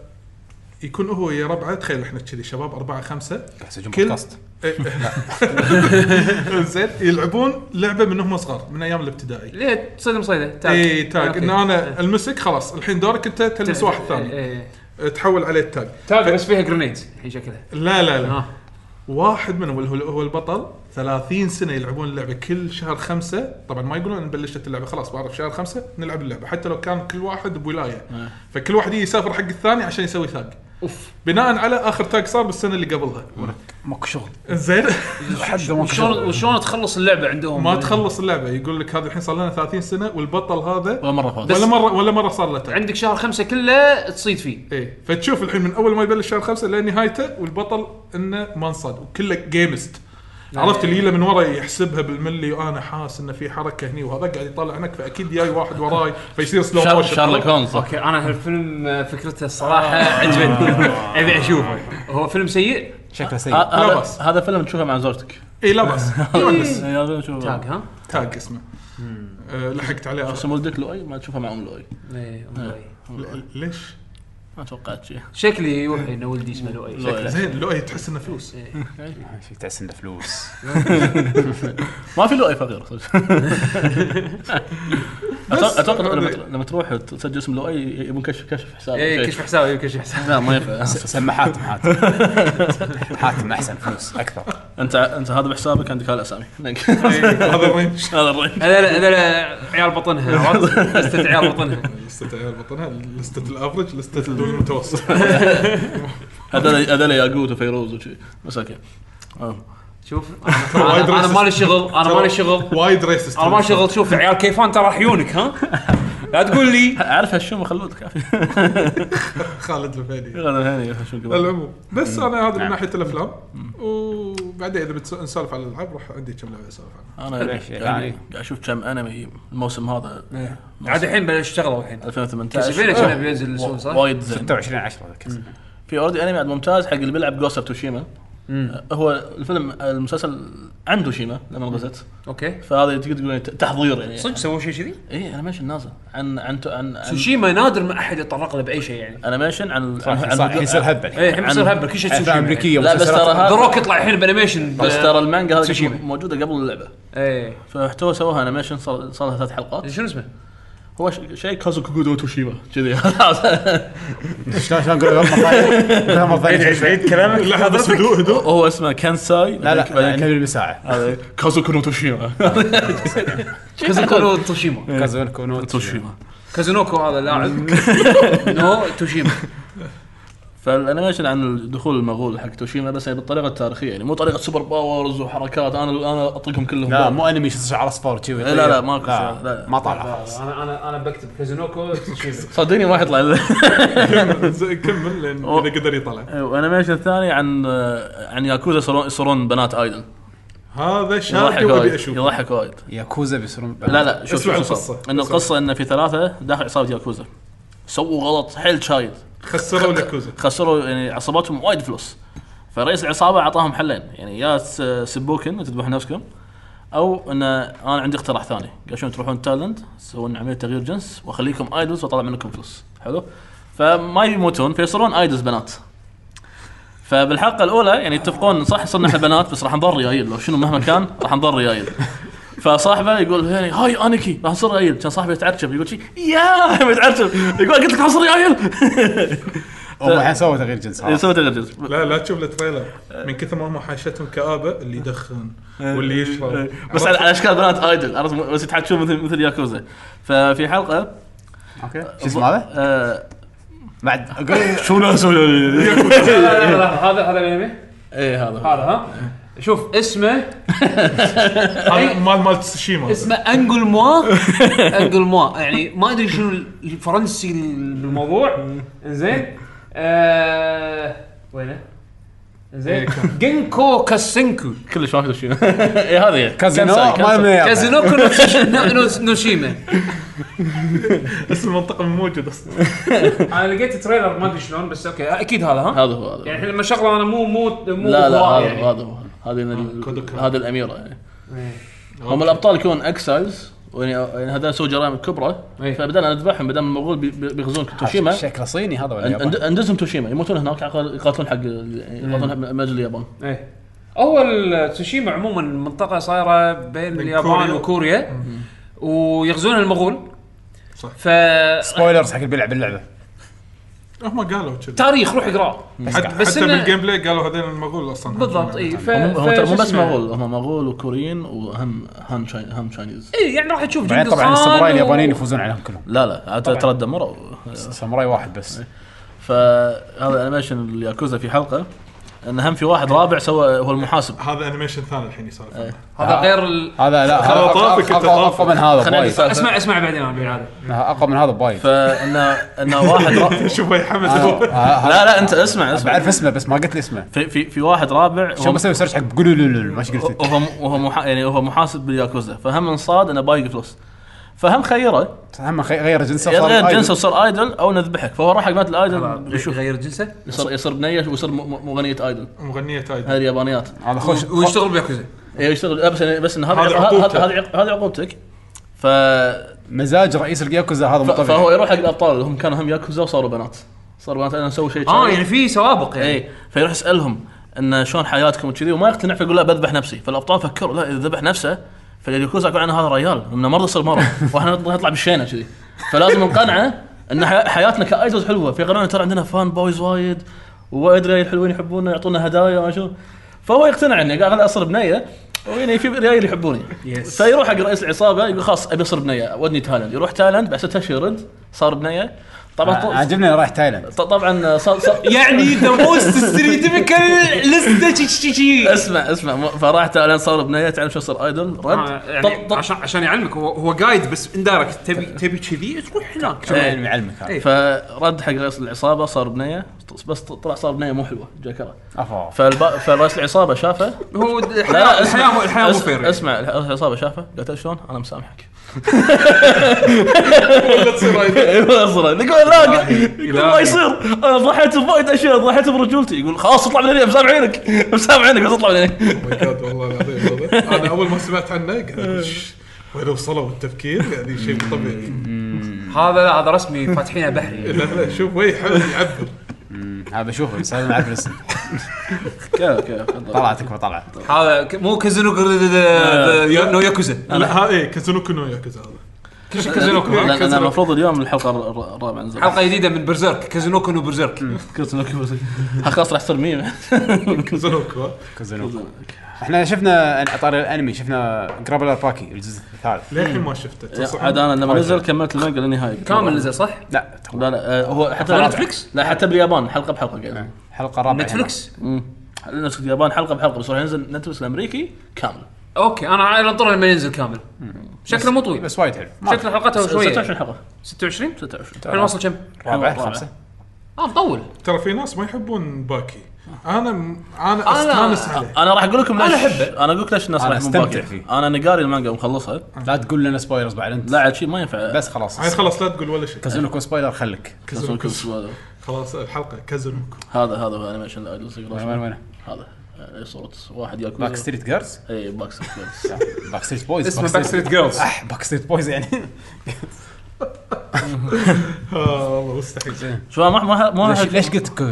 Speaker 4: يكون هو يا ربعه تخيل احنا كذي شباب اربعه خمسه
Speaker 3: سجن
Speaker 4: كل- إيه.
Speaker 3: بودكاست
Speaker 4: زين يلعبون لعبه من هم صغار من ايام الابتدائي إيه،
Speaker 2: ليه تصدم صيده تاج
Speaker 5: إيه،
Speaker 4: اي تاج
Speaker 2: أوكي.
Speaker 4: ان انا المسك خلاص الحين دورك انت تلمس واحد ثاني
Speaker 2: إيه، إيه.
Speaker 4: تحول عليه التاج
Speaker 2: تاج بس فيها جرينيد الحين شكلها آه.
Speaker 4: لا لا لا
Speaker 2: ها
Speaker 4: واحد منهم اللي هو- هو البطل 30 سنه يلعبون اللعبه كل شهر خمسة طبعا ما يقولون ان بلشت اللعبه خلاص بعرف شهر خمسة نلعب اللعبه حتى لو كان كل واحد بولايه فكل واحد يجي يسافر حق الثاني عشان يسوي تاج
Speaker 2: اوف
Speaker 4: بناء على اخر تاج صار بالسنه اللي قبلها
Speaker 3: ماكو شغل
Speaker 4: زين
Speaker 3: حد ماكو
Speaker 2: وشلون
Speaker 3: شغل
Speaker 2: وشلون تخلص اللعبه عندهم
Speaker 4: ما تخلص اللعبه يقول لك هذا الحين صار لنا 30 سنه والبطل هذا
Speaker 5: ولا مره فاز
Speaker 4: ولا مره ولا مره صار له تاج
Speaker 2: عندك شهر خمسة كله تصيد فيه
Speaker 4: ايه فتشوف الحين من اول ما يبلش شهر خمسه لنهايته والبطل انه ما انصاد وكله جيمست
Speaker 5: إيه.
Speaker 4: عرفت اللي يله من ورا يحسبها بالملي وانا حاس انه في حركه هني وهذا قاعد يطالع هناك فاكيد جاي واحد وراي فيصير سلو
Speaker 5: شار-
Speaker 4: موشن.
Speaker 5: شارلوك هولمز
Speaker 2: اوكي انا هالفيلم آه، فكرته الصراحه عجبتني ابي اشوفه آه. هو فيلم سيء
Speaker 3: شكله سيء
Speaker 5: ه- آه، هذا-
Speaker 4: بأس.
Speaker 5: هذا فيلم تشوفه مع زوجتك
Speaker 4: اي إيه، لا بس يونس
Speaker 5: إيه، هذا فيلم تشوفه.
Speaker 2: تاج ها؟
Speaker 4: تاج اسمه أه لحقت عليه اخر
Speaker 5: اسم ولدك لؤي ما تشوفه مع ام لؤي
Speaker 2: إيه، والله.
Speaker 4: ل- ليش؟
Speaker 5: ما توقعت شيء
Speaker 2: شكلي يوحي ان ولدي اسمه لؤي شكله.
Speaker 5: لؤي.
Speaker 4: زين لؤي تحس انه فلوس
Speaker 3: في تعس عنده فلوس
Speaker 5: ما في لؤي فقير صدق. أتوقع- اتوقع لما تر- لما تروح تسجل اسم لؤي يبون كشف كشف حساب
Speaker 2: ايه كشف حسابي كشف حسابي
Speaker 5: لا ما ينفع
Speaker 3: سمى حاتم حاتم حاتم احسن فلوس اكثر
Speaker 5: انت انت هذا بحسابك عندك هالاسامي
Speaker 4: إيه، هذا الرينج
Speaker 5: هذا الرينج
Speaker 2: هذول هذول عيال بطنها عرفت؟ لستة عيال بطنها
Speaker 4: لسته عيال بطنها لسته الافرج لسته الدول المتوسط
Speaker 5: هذول هذول ياقوت وفيروز وشي مساكين آه.
Speaker 2: شوف أنا- انا أنا مالي شغل انا مالي شغل
Speaker 4: وايد ريسست
Speaker 2: انا مالي شغل شوف عيال كيفان ترى عيونك ها لا تقول لي
Speaker 5: اعرف هالشوم خلود كافي
Speaker 4: خالد الفيلي
Speaker 5: هذا هني هالشوم كبير.
Speaker 4: العموم بس انا
Speaker 2: نعم.
Speaker 4: هذا من ناحيه الافلام وبعدين اذا بتس- نسولف على الالعاب راح عندي كم لعبه اسولف عنها
Speaker 5: انا
Speaker 3: ليش؟
Speaker 5: قاعد-
Speaker 3: يعني- إيه.
Speaker 5: قاعد اشوف كم انمي الموسم هذا
Speaker 2: عاد الحين بلش اشتغل الحين
Speaker 5: 2018
Speaker 2: تسفينا كنا بينزل سون
Speaker 5: و-
Speaker 2: صح؟
Speaker 5: وايد زين
Speaker 3: 26 10 ذاك
Speaker 5: في اوريدي انمي عاد ممتاز حق اللي بيلعب جوست اوف توشيما آه، هو الفيلم المسلسل عن توشيما لما نزلت
Speaker 2: اوكي
Speaker 5: فهذا تقدر تقول تحضير يعني
Speaker 2: صدق سووا شيء كذي؟
Speaker 5: اي انيميشن نازل عن عن عن, عن
Speaker 2: سوشيما نادر ما احد يتطرق له باي شيء يعني
Speaker 5: انيميشن عن عن- عن-
Speaker 3: طيب، صح الحين يصير
Speaker 2: ايه
Speaker 3: هبه الحين
Speaker 2: الحين بيصير هبل كل شيء
Speaker 3: افلام امريكيه
Speaker 5: لا بس
Speaker 3: ومسلسلات.
Speaker 5: ترى هذا-
Speaker 2: ذروك يطلع الحين بانيميشن
Speaker 5: بس ترى المانجا هذه
Speaker 2: سوشيما.
Speaker 5: كانت موجوده قبل اللعبه
Speaker 2: ايه
Speaker 5: فاحتوى سووها انيميشن صار صار لها ثلاث حلقات
Speaker 2: شنو اسمه؟
Speaker 5: هو ش- شيء كازوكو دو توشيما كذي
Speaker 3: شلون شلون نقول يلا طيب. يلا طيب.
Speaker 6: عيد كلامك
Speaker 4: لا بس هدوء هدوء
Speaker 5: هو اسمه كانساي
Speaker 3: لا يعني
Speaker 5: بعدين-
Speaker 3: لا
Speaker 5: بعدين
Speaker 3: نبي المساعه
Speaker 5: هذا كازوكو نو توشيما
Speaker 2: كازوكو توشيما
Speaker 3: كازوين كونو
Speaker 5: توشيما
Speaker 2: كازونوكو هذا اللاعب نو توشيما
Speaker 5: فالانيميشن عن دخول المغول حق توشيما بس يعني بالطريقه التاريخيه يعني مو طريقه سوبر باورز وحركات انا انا اطقهم كلهم
Speaker 3: لا
Speaker 4: نعم.
Speaker 5: بعض.
Speaker 3: مو انمي شو على صفار كذي
Speaker 5: نعم. لا، لا، ماكو شيء. لا،
Speaker 3: لا
Speaker 5: لا.
Speaker 3: ما طالع خلاص
Speaker 2: انا انا انا بكتب كازونوكو توشيما
Speaker 5: صدقني ما يطلع إلا-
Speaker 4: زين، كمل لان اذا قدر يطلع
Speaker 5: وانيميشن الثاني عن عن ياكوزا يصيرون يصيرون بنات ايدل
Speaker 4: هذا شاهد
Speaker 5: يضحك
Speaker 4: ابي
Speaker 5: وايد
Speaker 4: اشوفه
Speaker 5: يضحك وايد
Speaker 3: ياكوزا بيصيرون
Speaker 5: لا لا شوف
Speaker 4: اسمع
Speaker 5: شوف
Speaker 4: نعم. القصة.
Speaker 5: القصه ان القصه ان في ثلاثه داخل عصابه ياكوزا سووا غلط حيل شايد
Speaker 4: خسروا لاكوزا
Speaker 5: خسروا يعني عصاباتهم وايد فلوس فرئيس العصابه اعطاهم حلين يعني يا تسبوكن تذبحون نفسكم او ان انا عندي اقتراح ثاني قال شلون تروحون تايلاند تسوون عمليه تغيير جنس واخليكم ايدلز واطلع منكم فلوس حلو فما يموتون فيصيرون ايدلز بنات فبالحلقه الاولى يعني يتفقون صح صرنا احنا بنات بس راح نضر ريايل لو شنو مهما كان راح نضر ريايل فصاحبه يقول يعني هاي انكي راح نصير ريايل كان صاحبه يتعرشف يقول شي يا يتعرشف يقول قلت لك راح نصير ريايل
Speaker 3: هم الحين سووا تغيير جنس خلاص.
Speaker 5: يسوي تغيير
Speaker 4: لا لا تشوف التريلر
Speaker 2: أه.
Speaker 4: من كثر ما هم حاشتهم كابه اللي يدخن واللي
Speaker 2: أه.
Speaker 4: يشرب
Speaker 5: بس على على اشكال بنات ايدل عرفت بس يتحكون مثل مثل ياكوزا ففي حلقه
Speaker 3: اوكي شو اسمه هذا؟
Speaker 5: آه،
Speaker 3: بعد شو شو
Speaker 2: لا، لا، لا، هذا هذا الانمي
Speaker 5: ايه هذا هو.
Speaker 2: هذا ها شوف اسمه
Speaker 4: هذا مال مال تسوشيما
Speaker 2: اسمه انجل موا انجل موا يعني ما ادري شنو الفرنسي بالموضوع زين آه وينه؟ زين جينكو كاسينكو
Speaker 5: كلش ما في شيء ايه هذه هي.
Speaker 3: كازينو
Speaker 5: كنسل، كنسل.
Speaker 3: ما يمنع.
Speaker 2: كازينوكو نوشيما
Speaker 4: اسم المنطقه مو موجود اصلا
Speaker 2: انا لقيت تريلر ما ادري شلون بس اوكي اكيد هذا ها
Speaker 5: هذا هو هذا
Speaker 2: يعني
Speaker 5: هو.
Speaker 2: احنا لما شغله انا مو مو مو يعني. آه،
Speaker 5: لا لا
Speaker 2: هواية
Speaker 5: هذا هو هذا هو هذه ال-
Speaker 4: كودوكا.
Speaker 5: هذه الاميره يعني
Speaker 2: إيه.
Speaker 5: هم الابطال يكون اكسايز يعني يعني هذول سووا جرائم كبرى
Speaker 2: إيه.
Speaker 5: فبدل ان نذبحهم بدل ما المغول بي- بي- بيغزون توشيما
Speaker 3: شكله صيني هذا ولا
Speaker 5: عند- عند-
Speaker 3: ياباني؟
Speaker 5: عندهم توشيما يموتون هناك عقل- يقاتلون حق ال- يقاتلون حق من اجل اليابان
Speaker 2: ايه اول تسوشيما عموما منطقه صايره بين اليابان
Speaker 4: كوريا.
Speaker 2: وكوريا ويغزون المغول
Speaker 4: صح.
Speaker 2: ف
Speaker 3: سبويلرز حق اللي بيلعب اللعبه
Speaker 4: هم قالوا كذا
Speaker 2: تاريخ روح اقراه
Speaker 4: حتى
Speaker 2: طيب، بس
Speaker 4: حتى
Speaker 2: إنه-
Speaker 4: بالجيم بلاي قالوا هذين المغول اصلا
Speaker 2: بالضبط
Speaker 4: يعني.
Speaker 2: اي ف
Speaker 5: هم هم
Speaker 2: ف-
Speaker 5: ترى
Speaker 2: شو
Speaker 5: مو بس
Speaker 2: اسمه؟
Speaker 5: مغول هم مغول وكوريين وهم هم شاي- هم تشاينيز
Speaker 2: اي يعني راح تشوف
Speaker 3: بعدين
Speaker 2: جنكيز
Speaker 3: طبعا
Speaker 2: خان
Speaker 3: الساموراي
Speaker 2: و-
Speaker 3: اليابانيين يفوزون عليهم كلهم
Speaker 5: لا لا عاد ترى دمروا
Speaker 3: ساموراي واحد بس
Speaker 5: فهذا الانيميشن الياكوزا في حلقه ان هم في واحد رابع سوى هو المحاسب
Speaker 4: هذا انيميشن ثاني الحين يسولف
Speaker 2: هذا غير ال...
Speaker 3: هذا لا هذا
Speaker 4: خلاص، طافك
Speaker 3: أقوى-
Speaker 4: أنت،
Speaker 3: أقوى- اقوى من هذا
Speaker 5: خلينا
Speaker 3: بايد
Speaker 5: نسأل.
Speaker 2: اسمع اسمع بعدين انا بعد هذا
Speaker 3: اقوى من هذا بايد
Speaker 5: فان ان واحد را...
Speaker 4: شوف يا حمد
Speaker 3: آه،
Speaker 2: أه.
Speaker 4: هو-
Speaker 3: آه،
Speaker 5: لا لا انت اسمع اسمع
Speaker 3: بعرف اسمه بس ما قلت لي اسمه
Speaker 5: في في, في واحد رابع
Speaker 3: شو
Speaker 5: هو
Speaker 3: بسوي سيرش حق قولولولول ما ايش قلت لي.
Speaker 5: وهو وهو محا... يعني هو محاسب بالياكوزا فهم انصاد انه بايق فلوس فهم خيره
Speaker 3: هم خي- غير جنسه
Speaker 5: يا
Speaker 3: صار
Speaker 5: تغير
Speaker 3: آيدول.
Speaker 5: جنسه وصير ايدل او نذبحك فهو راح حق مات الايدل
Speaker 2: شوف
Speaker 5: يشوف
Speaker 2: غير جنسه
Speaker 5: يصير يصير بنيه ويصير م- م- مغنيه ايدل
Speaker 4: مغنيه
Speaker 5: هذه
Speaker 4: تايد
Speaker 5: اليابانيات
Speaker 3: هذا خوش
Speaker 2: ويشتغل بياكوزا
Speaker 5: إيه، يشتغل لا، بس بس ان هذا
Speaker 4: هذه
Speaker 5: هذا
Speaker 4: عقوبته.
Speaker 5: هذا- هذا- هذا عقوبتك ف
Speaker 3: مزاج رئيس الياكوزا هذا مو
Speaker 5: فهو
Speaker 3: طبيعي
Speaker 5: يروح حق الابطال اللي هم كانوا هم ياكوزا وصاروا بنات صاروا بنات انا نسوي شيء
Speaker 2: اه
Speaker 5: شي.
Speaker 2: يعني في سوابق يعني
Speaker 4: إيه.
Speaker 5: اي إيه. فيروح يسالهم ان شلون حياتكم وكذي وما يقتنع فيقول لا بذبح نفسي فالابطال فكروا لا اذا ذبح نفسه فاليوكوزا يقول انا هذا ريال انه مرض يصير مرض واحنا نطلع نطلع بالشينه كذي فلازم نقنعه ان حي- حياتنا كايدولز حلوه في قناه ترى عندنا فان بويز وايد وادري الحلوين يحبونا يعطونا هدايا وما شو فهو يقتنع اني قاعد اصير بنيه ويعني في ريال يحبوني
Speaker 2: Yes.
Speaker 5: فيروح حق رئيس العصابه يقول خلاص ابي اصير بنيه ودني تايلاند يروح تايلاند بعد ست اشهر يرد صار بنيه
Speaker 3: آه،
Speaker 5: طبعا
Speaker 3: عاجبني إنه رايح تايلاند
Speaker 5: طبعا صار صار-
Speaker 2: يعني ذا موست ستريتيفيكال لسته
Speaker 5: اسمع اسمع م- فراح تعلن صار بنيه تعرف شو صار ايدول رد
Speaker 2: يعني عشان عشان يعلمك هو هو جايد بس اندايركت تبي تبي كذي تروح هناك
Speaker 3: شو
Speaker 5: إيه.
Speaker 3: يعني يعلمك هذا
Speaker 2: إيه.
Speaker 5: فرد حق رئيس العصابه صار بنيه ط- بس ط- طلع صار بنيه مو حلوه جاكرا
Speaker 3: أفا.
Speaker 5: فالب... فرئيس العصابه شافه
Speaker 2: هو الحياه الحياه الحياه مو فير يعني.
Speaker 5: اسمع رئيس العصابه شافه قالت له شلون انا مسامحك ايوه اصلا يقول لا ق- يقول ما يصير انا ضحيت بوايد اشياء ضحيت برجولتي يقول خلاص اطلع من هنا مسامحينك مسامحينك بس اطلع من هنا
Speaker 4: Oh والله العظيم هذا. انا اول ما سمعت عنه قاعد أقول، "شش، وين وصلوا التفكير يعني شيء مو طبيعي
Speaker 2: هذا لا هذا رسمي فاتحينه بحري
Speaker 4: لا لا شوف وين حلو يعبر
Speaker 3: هذا بشوفه بس هذا ما اعرف الاسم
Speaker 5: كيف كيف
Speaker 3: طلعت كبر طلعت
Speaker 2: هذا ك- مو كازينو نو ياكوزا
Speaker 4: لا ها ايه كازونو كونو ياكوزا هذا
Speaker 2: كل شيء كازينو
Speaker 5: لأن-
Speaker 2: كونو.
Speaker 5: لان المفروض اليوم الحلقه الر- الر- الرابعه نزلت
Speaker 2: حلقه جديده من برزيرك كازينو كونو برزيرك
Speaker 5: خلاص راح يصير ميم
Speaker 4: كازونو كونو
Speaker 3: كازينو احنا شفنا عن طار الانمي شفنا جرابلر باكي الجزء الثالث
Speaker 4: للحين ما شفته تصح
Speaker 5: عاد انا لما نزل كملت المانجا للنهايه
Speaker 2: كامل نزل صح؟
Speaker 3: لا
Speaker 5: لا لا آه، هو حتى
Speaker 2: على نتفليكس؟
Speaker 5: لا حتى باليابان حلقه بحلقه قاعد
Speaker 3: حلقه رابعه
Speaker 2: نتفلكس
Speaker 5: امم نسخه اليابان حلقه بحلقه بس راح ينزل نتفلكس الامريكي كامل
Speaker 2: اوكي انا عاد انطر لما ينزل كامل شكله مو طويل
Speaker 3: بس وايد حلو ما-
Speaker 2: شكله حلقته شويه
Speaker 5: 26 حلقه
Speaker 2: 26
Speaker 5: 26
Speaker 2: الحين واصل كم؟
Speaker 3: رابعه
Speaker 5: رابعة.
Speaker 3: خمسه
Speaker 2: اه مطول
Speaker 4: ترى في ناس ما يحبون باكي انا انا
Speaker 2: أنا-
Speaker 4: استانس عليه
Speaker 5: انا راح اقول لكم ليش
Speaker 2: أنا أحبه.
Speaker 5: انا اقول لك ليش الناس
Speaker 3: أنا
Speaker 5: راح
Speaker 3: أستمتع
Speaker 5: مباكر
Speaker 3: فيه.
Speaker 5: انا نقاري المانجا ومخلصها
Speaker 3: لا تقول لنا سبويلرز بعد انت
Speaker 5: لا عاد شيء ما ينفع
Speaker 3: بس خلاص
Speaker 4: هاي خلاص لا تقول ولا شيء
Speaker 3: كازينو كو سبويلر خلك
Speaker 4: كازونو
Speaker 5: كازونو
Speaker 4: كونو.
Speaker 5: كوس هذا
Speaker 4: خلاص الحلقه كازونو كونو.
Speaker 5: هذا هذا هو انيميشن الايدلز
Speaker 3: وين وين وين
Speaker 5: هذا آه، اي صوره واحد إيه، ياكل
Speaker 3: باك ستريت جيرلز
Speaker 5: اي باك ستريت
Speaker 3: باك ستريت بويز
Speaker 2: اسمه باك ستريت جيرلز
Speaker 3: اح باك ستريت بويز يعني
Speaker 4: اه والله مستحيل
Speaker 5: شو ما ما ما
Speaker 3: ليش ليش قلت ك-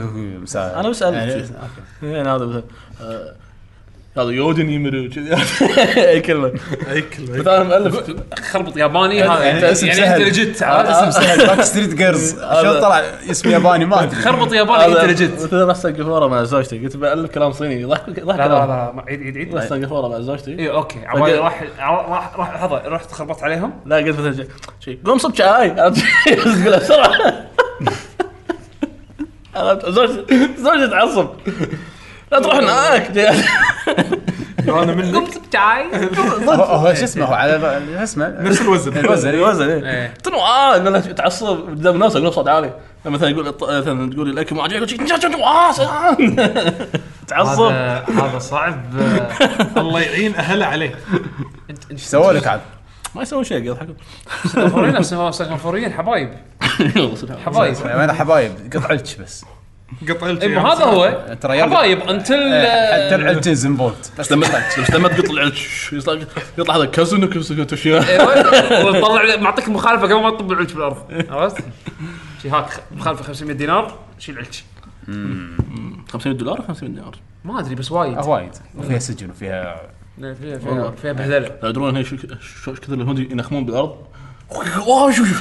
Speaker 3: مساء
Speaker 5: انا بسالك
Speaker 3: يعني-
Speaker 5: يعني هذا مثلا آه، هذا يودن يمرو كذي اي كلمه
Speaker 4: اي كلمه
Speaker 5: بس انا مؤلف
Speaker 2: خربط ياباني هذا
Speaker 3: يعني
Speaker 2: يعني,
Speaker 3: اسم
Speaker 2: يعني
Speaker 3: سهل. آه،
Speaker 2: انت لجت
Speaker 3: هذا اسم سهل باك ستريت جيرلز شلون طلع اسم ياباني ما ادري
Speaker 2: خربط ياباني انت لجت
Speaker 5: مثل راسا قفوره مع زوجتي قلت بألف كلام صيني ضحك ضحك
Speaker 2: لا لا إيوه. لا ما- عيد عيد
Speaker 5: راسا
Speaker 3: طيب.
Speaker 2: عيد
Speaker 5: قفوره مع زوجتي
Speaker 2: اي اوكي عبالي راح راح راح لحظه رحت خربطت عليهم
Speaker 5: لا قلت مثلا شي- شي قوم صب شاي عرفت شي؟ بس قولها بسرعه عرفت؟ زوجتي زوجتي تعصب لا تروح هناك
Speaker 4: انا منك
Speaker 2: قمت بتاعي
Speaker 3: هو هو شو اسمه هو على بال- شو اسمه
Speaker 4: نفس الوزن
Speaker 3: الوزن
Speaker 5: اي
Speaker 3: الوزن
Speaker 5: وزن اي
Speaker 2: إيه.
Speaker 5: تنو اه إن أنا تعصب قدام الناس اقول بصوت عالي لما مثلا يعني يقول مثلا تقول لي الاكل ما عجبك يقول شي- شي- شي- آه، سلام. تعصب
Speaker 2: هذا هذا صعب آه،
Speaker 4: الله يعين اهله عليه
Speaker 2: انت انت
Speaker 3: سووا لك عاد
Speaker 5: ما يسوون شيء يضحكون
Speaker 2: سنغافوريين نفس سنغافوريين حبايب حبايب
Speaker 3: وين يعني حبايب قطع الج بس
Speaker 4: قطع الجياع.
Speaker 2: اما إيه، هذا هو
Speaker 3: ترى يلا. إيه،
Speaker 2: حبايب آه، انتل
Speaker 3: حتى العلج انفولد بس
Speaker 5: بس لما بس لما تقط العلش شو يطلع يطلع هذا كازونو كازونو توشينا
Speaker 2: إيوه. وطلع معطيك مخالفه قبل ما تطب العلش بالارض عرفت؟ شي هاك مخالفه 500 دينار شيل العلش
Speaker 5: 500 دولار 500 دينار
Speaker 2: ما ادري بس وايد
Speaker 3: آه، وايد وفيها سجن وفيها
Speaker 2: فيها فيها, فيها بهدله
Speaker 5: لا يدرون هي شو شو شو كثر الهنود ينخمون بالارض اوه شو شو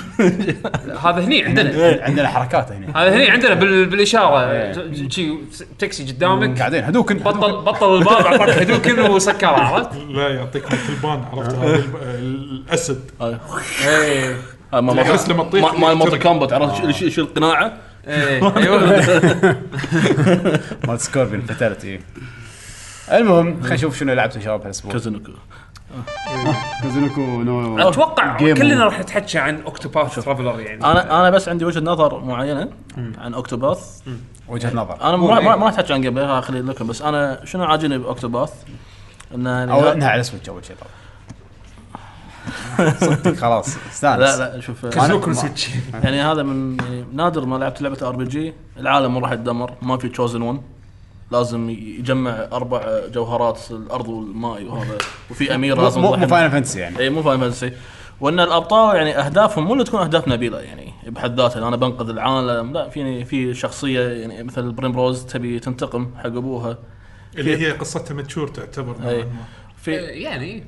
Speaker 2: هذا هني عندنا
Speaker 3: عندنا حركات هنا
Speaker 2: هذا هني عندنا بال... بالاشاره
Speaker 3: إيه.
Speaker 2: ج- شي تاكسي قدامك
Speaker 3: قاعدين هدوكن
Speaker 2: بطل بطل الباب اعطاك هدوكن وسكره عرفت؟
Speaker 4: لا يعطيك مثل البان عرفت هذا ال- الاسد
Speaker 5: هاي.
Speaker 3: إيه.
Speaker 2: ايه
Speaker 5: هاي آه، ما- ما-
Speaker 4: تحس لما تطيح
Speaker 5: ما- ما الموتر كومبات عرفت شيل- شيل شيل القناعه
Speaker 2: ايه
Speaker 3: أيوه.
Speaker 2: ايوه
Speaker 3: مال سكوربين فتالتي المهم خلينا نشوف شنو لعبت يا شباب هالاسبوع
Speaker 5: كازونوكو
Speaker 3: كازونوكو نو
Speaker 2: اتوقع
Speaker 3: Game آه.
Speaker 2: كلنا
Speaker 3: over.
Speaker 2: راح نتحكى عن اوكتوباث ترافلر يعني
Speaker 5: انا انا بس عندي وجهه نظر معينه عن اوكتوباث
Speaker 3: وجهه نظر
Speaker 5: انا ما ما- ما راح احكي عن جيم بلاي خلي لكم بس انا شنو عاجبني يعني باوكتوباث انه
Speaker 3: او انها على سويتش اول شيء طبعا صدق خلاص استانس
Speaker 5: لا لا شوف
Speaker 3: كازونوكو
Speaker 2: سويتش
Speaker 5: يعني هذا من يعني نادر ما لعبت لعبه ار بي جي العالم راح يتدمر ما في تشوزن 1 لازم يجمع اربع جوهرات الارض والماء وهذا وفي امير لازم
Speaker 3: مو
Speaker 5: يضحي
Speaker 3: مو
Speaker 5: معه.
Speaker 3: فاينل فانتسي يعني
Speaker 5: اي مو فاهم هالشيء وان الابطال يعني اهدافهم مو اللي تكون اهداف نبيله يعني بحد ذاتها انا بنقذ العالم لا فيني في شخصيه يعني مثل بريمروز تبي تنتقم حق ابوها
Speaker 4: اللي هي قصتها متشور تعتبر نوعاً
Speaker 5: اي
Speaker 4: ما.
Speaker 5: في
Speaker 2: يعني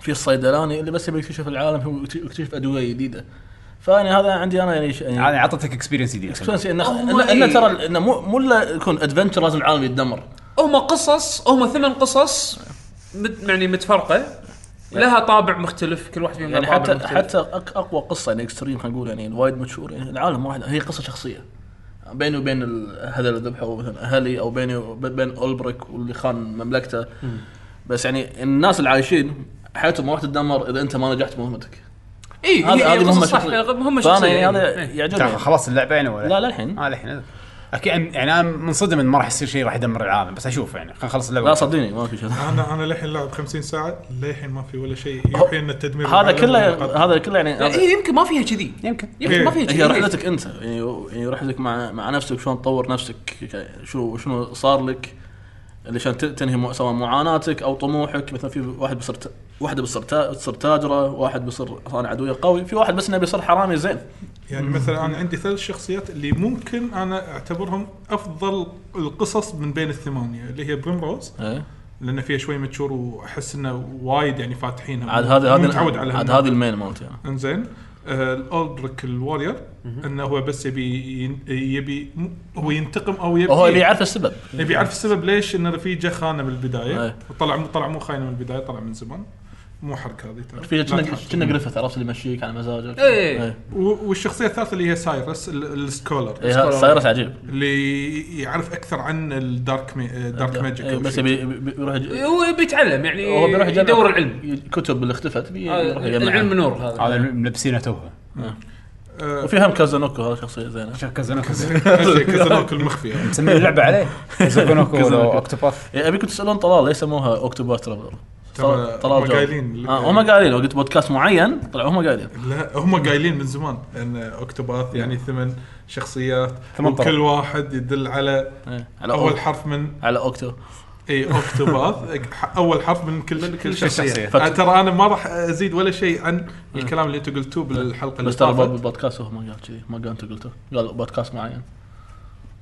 Speaker 5: في الصيدلاني اللي بس يبي يكتشف العالم ويكتشف ادويه جديده فيعني هذا عندي انا يعني, ش- يعني
Speaker 3: يعني اعطتك اكسبيرينس جديد
Speaker 5: اكسبيرينس انه
Speaker 2: هم
Speaker 5: انه
Speaker 2: إيه.
Speaker 5: إنه ترى انه مو مو الا يكون ادفنتشر لازم العالم يتدمر
Speaker 2: هم قصص هم ثمان قصص مت يعني متفرقه لها طابع مختلف كل واحد فيهم
Speaker 5: يعني
Speaker 2: له طابع
Speaker 5: حتى
Speaker 2: مختلف.
Speaker 5: حتى أق- اقوى قصه يعني اكستريم خلينا نقول يعني وايد مشهور يعني العالم واحد هي قصه شخصيه بيني وبين ال- هذا اللي ذبحه مثلا اهلي او بيني وبين اولبريك واللي خان مملكته بس يعني الناس اللي عايشين حياتهم ما راح تتدمر اذا انت ما نجحت بمهمتك
Speaker 2: اي إيه، هي-
Speaker 5: هذه
Speaker 2: هي
Speaker 5: هذه
Speaker 2: قصص
Speaker 5: مهمه
Speaker 2: صح
Speaker 5: شخصيه
Speaker 2: مهمه
Speaker 5: فأنا
Speaker 2: شخصيه
Speaker 5: يعني هذا
Speaker 2: إيه.
Speaker 5: يعجبني
Speaker 3: خلاص اللعبه يعني ولا
Speaker 5: لا لا الحين
Speaker 3: اه الحين اكيد يعني انا منصدم انه ما راح يصير شيء راح يدمر العالم بس اشوف يعني خلينا نخلص اللعبه
Speaker 5: لا صدقني ما في شيء
Speaker 4: انا انا للحين لاعب 50 ساعه للحين ما في ولا شيء يوحي ان التدمير
Speaker 5: هذا
Speaker 4: العالمي
Speaker 5: كله
Speaker 4: قد-
Speaker 5: هذا كله يعني
Speaker 2: لا، إيه، يمكن ما فيها كذي
Speaker 3: يمكن
Speaker 2: يمكن ما فيها
Speaker 5: هي
Speaker 2: كذي
Speaker 5: رحلتك انت يعني يعني رحلتك مع مع نفسك شلون تطور نفسك ك- شو شنو صار لك اللي عشان ت- تنهي مو- سواء معاناتك او طموحك مثلا في واحد بيصير ت- واحده بتصير تا- تصير تاجره، واحد بيصير صانع ادويه قوي، في واحد بس انه بيصير حرامي زين.
Speaker 4: يعني مثلا انا عندي ثلاث شخصيات اللي ممكن انا اعتبرهم افضل القصص من بين الثمانيه اللي هي بريمروز لان فيها شوي متشور واحس انه وايد يعني فاتحينها
Speaker 5: عاد هذه
Speaker 4: مو
Speaker 5: هذه
Speaker 4: متعود على
Speaker 5: عاد
Speaker 4: هالنوع.
Speaker 5: هذه المين يعني. مالتي انا.
Speaker 4: انزين آه، الاولدريك الوارير انه هو بس يبي ين- يبي مو- هو ينتقم او يبي
Speaker 5: وهو اللي يعرف السبب.
Speaker 4: يبي يعرف السبب ليش ان رفيجه خانه من
Speaker 5: أي.
Speaker 4: البدايه طلع مو طلع مو خاينه من البدايه طلع من زمان مو حركه هذه ترى
Speaker 5: في
Speaker 4: لا
Speaker 5: كنا
Speaker 4: تحرك.
Speaker 5: كنا جريفث عرفت اللي يمشيك على مزاجك.
Speaker 2: إيه.
Speaker 5: إيه.
Speaker 4: و- والشخصيه الثالثه اللي هي سايرس ال- السكولر
Speaker 5: إيه، هذا سايرس عجيب.
Speaker 4: اللي يعرف اكثر عن الدارك مي... دارك ماجيك
Speaker 5: إيه،
Speaker 4: أو
Speaker 5: بس
Speaker 4: شيء.
Speaker 5: يبي يبي- يروح يج-
Speaker 2: هو بيتعلم يعني
Speaker 5: هو بيروح يجمع
Speaker 2: يدور العلم
Speaker 5: كتب اللي اختفت بي- يروح
Speaker 2: هذا
Speaker 5: يجمعها.
Speaker 2: العلم نور هذا
Speaker 3: هذا ملبسينه توها
Speaker 4: آه،
Speaker 5: وفي هم كازانوكو هذا شخصيه زينه.
Speaker 3: شوف كازونوكو
Speaker 4: كذا- كذا المخفي يعني.
Speaker 3: مسمين اللعبه عليه كازونوكو ولا اوكتوباث
Speaker 5: إيه، ابيكم تسالون طلال ليه سموها اوكتوباث ترافلر؟
Speaker 4: ترى هم
Speaker 5: جاوب.
Speaker 4: قايلين.
Speaker 5: آه هم قايلين لو قلت بودكاست معين طلعوا هم قايلين
Speaker 4: لا هم قايلين من زمان ان اوكتوباث يعني
Speaker 5: إيه.
Speaker 4: ثمان شخصيات
Speaker 3: ثمان طرق.
Speaker 4: وكل واحد يدل على
Speaker 5: إيه، على
Speaker 4: اول
Speaker 5: اول
Speaker 4: حرف من
Speaker 5: على اوكتو
Speaker 4: اي اوكتوباث ح- اول حرف من كل كل شخصيه
Speaker 3: شخصية.
Speaker 4: آه، ترى انا ما راح ازيد ولا شيء عن الكلام اللي انتم قلتوه بالحلقه اللي
Speaker 5: بس ترى
Speaker 4: طافت
Speaker 5: بالبودكاست هو ما قال كذي ما قال انت قلته قال بودكاست معين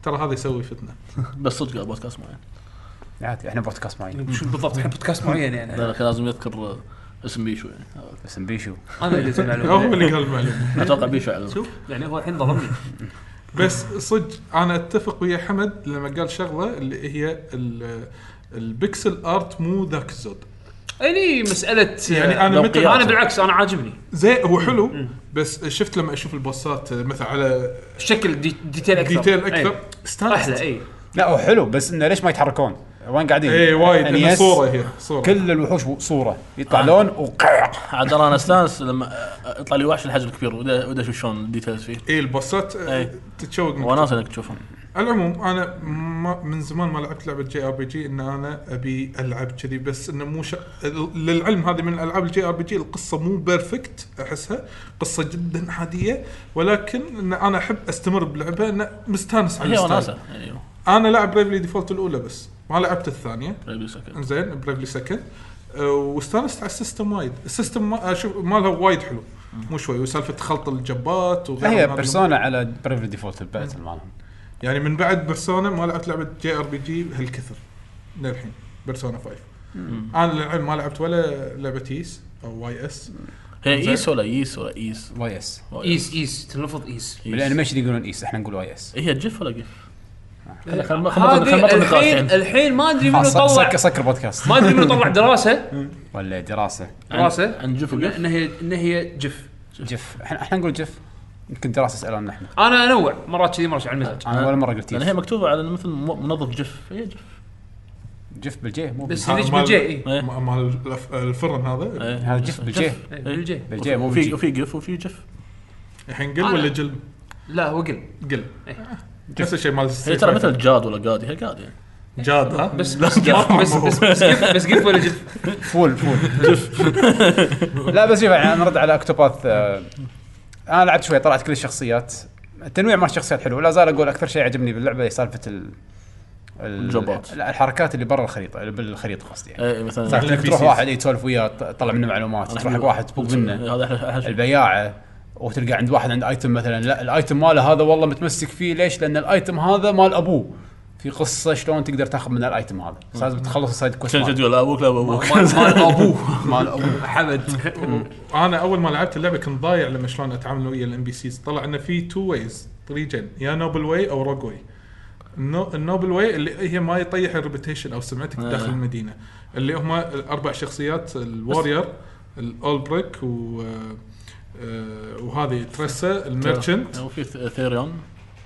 Speaker 4: ترى هذا يسوي فتنه
Speaker 5: بس صدق قال بودكاست معين
Speaker 3: عادي احنا بودكاست معين
Speaker 2: شو بالضبط الحين بودكاست معين يعني
Speaker 4: إيه.
Speaker 5: لا، لكن لازم يذكر آه، اسم بيشو يعني
Speaker 3: بس نبيشو
Speaker 2: انا اللي زين
Speaker 4: هو
Speaker 2: على
Speaker 4: اللي قال المعلومه
Speaker 5: اتوقع بيشو على
Speaker 2: شوف يعني هو الحين ظلمني
Speaker 4: بس صدق انا اتفق ويا حمد لما قال شغله اللي هي ال- البكسل ارت مو ذاك الزود
Speaker 2: اني مساله
Speaker 4: يعني انا
Speaker 5: لو
Speaker 4: متى
Speaker 5: قياس.
Speaker 2: انا بالعكس انا عاجبني
Speaker 4: زي هو حلو بس شفت لما اشوف البوسات مثلا على
Speaker 2: الشكل دي إيه. ديتيل اكثر
Speaker 4: ديتيل
Speaker 2: أي.
Speaker 4: اكثر
Speaker 2: احلى
Speaker 4: استانست
Speaker 2: اي
Speaker 3: لا هو حلو بس انه ليش ما يتحركون؟ وين قاعدين؟
Speaker 4: اي إيه، وايد
Speaker 3: يعني
Speaker 4: لأن
Speaker 3: يس،
Speaker 4: صوره هي صوره
Speaker 3: كل الوحوش صوره يطلع
Speaker 5: آه.
Speaker 3: لون وقع
Speaker 5: عاد انا استانس لما آه، يطلع لي وحش الحجم الكبير ودي ودي اشوف شلون الديتيلز فيه
Speaker 4: اي البوسات آه،
Speaker 5: إي.
Speaker 4: تتشوق منك
Speaker 5: وناس انك تشوفهم
Speaker 4: على العموم انا ما من زمان ما لعبت لعبه جي ار بي جي ان انا ابي العب كذي بس انه مو شا... للعلم هذه من الالعاب الجي ار بي جي القصه مو بيرفكت احسها قصه جدا عاديه ولكن ان انا احب استمر بلعبه انه مستانس على
Speaker 5: هي
Speaker 4: الستايل
Speaker 5: وناسه يعني
Speaker 4: انا لعب بريفلي ديفولت الاولى بس ما لعبت الثانيه
Speaker 5: ريبي سكن.
Speaker 4: زين بريفلي سكند أه، واستانست على السيستم وايد السيستم ما... أه، شوف مالها وايد حلو مو شوي وسالفه خلط الجبات وغيرها من
Speaker 3: هي
Speaker 4: هذه الأمور.
Speaker 3: بيرسونا على بريفل ديفولت الباتل مالهم
Speaker 4: يعني من بعد بيرسونا ما لعبت لعبه جي ار بي جي هالكثر للحين بيرسونا 5 انا للعلم ما لعبت ولا لعبه ييس او واي اس
Speaker 5: هي ايس إيه، ولا ييس ولا ايس
Speaker 3: واي اس
Speaker 2: ايس ايس تلفظ ايس
Speaker 5: إيس.
Speaker 3: بالانيميشن يقولون ايس احنا نقول واي اس
Speaker 5: هي جيف ولا جيف؟ خل- خل- خل- خل- خل-
Speaker 2: هذه
Speaker 5: خل-
Speaker 2: الحين
Speaker 5: خل-
Speaker 2: الحين ما ادري منو
Speaker 3: يعني. خلاص،
Speaker 2: طلع
Speaker 3: سكر سكر بودكاست
Speaker 2: ما ادري منو طلع دراسه
Speaker 3: ولا دراسه
Speaker 2: دراسه
Speaker 5: عن- عن جيف وجيف؟
Speaker 2: ان هي ان هي جف
Speaker 3: جف احنا احنا نقول جف يمكن دراسه اسالنا احنا
Speaker 2: انا انوع مرات كذي مرات على المزاج
Speaker 3: انا ولا مره قلت
Speaker 5: لان هي
Speaker 3: يف.
Speaker 5: مكتوبه على مثل م- منظف جيف هي جيف
Speaker 3: جف بالجي مو
Speaker 2: بس
Speaker 3: بس
Speaker 2: ليش بالجي اي
Speaker 5: إيه.
Speaker 4: مع مع الف- الفرن هذا
Speaker 5: إيه.
Speaker 3: هذا جيف بالجي.
Speaker 5: جيف. إيه.
Speaker 2: بالجي
Speaker 3: بالجي مو
Speaker 5: في
Speaker 3: بالجي
Speaker 5: في جيف وفي جيف
Speaker 4: الحين قل
Speaker 2: أنا-
Speaker 4: ولا جل
Speaker 2: لا هو قل
Speaker 4: قل
Speaker 2: إيه.
Speaker 4: نفس الشيء مال
Speaker 5: هي
Speaker 4: Street
Speaker 5: ترى
Speaker 4: Fighter.
Speaker 5: مثل جاد ولا قادي هي قادي يعني.
Speaker 4: جاد ها
Speaker 3: آه.
Speaker 2: بس بس قف بس بس بس قف- بس قف ولا جف
Speaker 3: فول فول لا بس شوف يعني نرد على اكتوباث آه، انا لعبت شوي طلعت كل الشخصيات التنويع مال الشخصيات حلو لا زال اقول اكثر شيء عجبني باللعبه هي سالفه ال ال-
Speaker 5: الجبات.
Speaker 3: لا الحركات اللي برا الخريطه اللي بالخريطه قصدي يعني
Speaker 5: إيه، مثلا
Speaker 3: سالفه
Speaker 4: اللي
Speaker 3: إنك تروح
Speaker 4: NPCs.
Speaker 3: واحد إيه، تسولف وياه ت- تطلع منه
Speaker 5: آه.
Speaker 3: معلومات تروح حق واحد تبوق منه
Speaker 5: هذا أحلى- أحلى شيء.
Speaker 3: البياعه وتلقى عند واحد عند ايتم مثلا لا الايتم ماله هذا والله متمسك فيه ليش؟ لان الايتم هذا مال ابوه في قصه شلون تقدر تاخذ من الايتم هذا بس لازم تخلص السايد كويست
Speaker 5: شنو
Speaker 3: ماله.
Speaker 5: جدول لا ابوك لا ابوك
Speaker 2: مال ابوه
Speaker 3: مال ابوه
Speaker 2: حمد
Speaker 4: انا اول ما لعبت اللعبه كنت ضايع لما شلون اتعامل ويا الام بي سيز طلع انه في تو ويز طريقين يا نوبل واي او روج واي النو- النوبل واي اللي هي ما يطيح الريبوتيشن او سمعتك
Speaker 5: آه.
Speaker 4: داخل المدينه اللي هم الاربع شخصيات الوارير الاولبريك و آه، وهذه تريسا الميرشنت
Speaker 5: وفي ث- ثيريون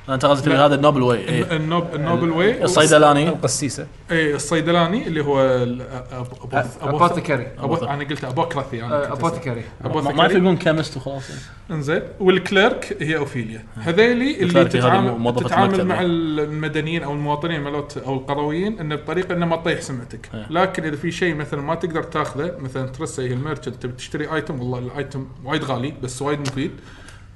Speaker 5: انا انت قصدك هذا النوبل واي إيه.
Speaker 4: النوب النوبل واي
Speaker 5: الصيدلاني
Speaker 3: القسيسه
Speaker 4: اي إيه، الصيدلاني اللي هو ال- أب- أبوث-
Speaker 2: أبوثيكاري.
Speaker 4: أبوث- انا قلت ابوكراثي انا
Speaker 3: آه،
Speaker 4: كنت أسميه.
Speaker 2: ابوثيكاري
Speaker 5: ما ما يقولون كيمست وخلاص يعني.
Speaker 4: انزين والكليرك هي اوفيليا هذيلي اللي
Speaker 5: الكليرك هذه
Speaker 4: تتعامل
Speaker 5: موظفة
Speaker 4: تتعامل
Speaker 5: المكتب.
Speaker 4: مع المدنيين او المواطنين مالوت او القرويين انه بطريقه انه ما تطيح سمعتك
Speaker 5: إيه.
Speaker 4: لكن اذا في شيء مثلا ما تقدر تاخذه مثلا ترسى هي الميرشنت تبي تشتري ايتم والله الايتم وايد غالي بس وايد مفيد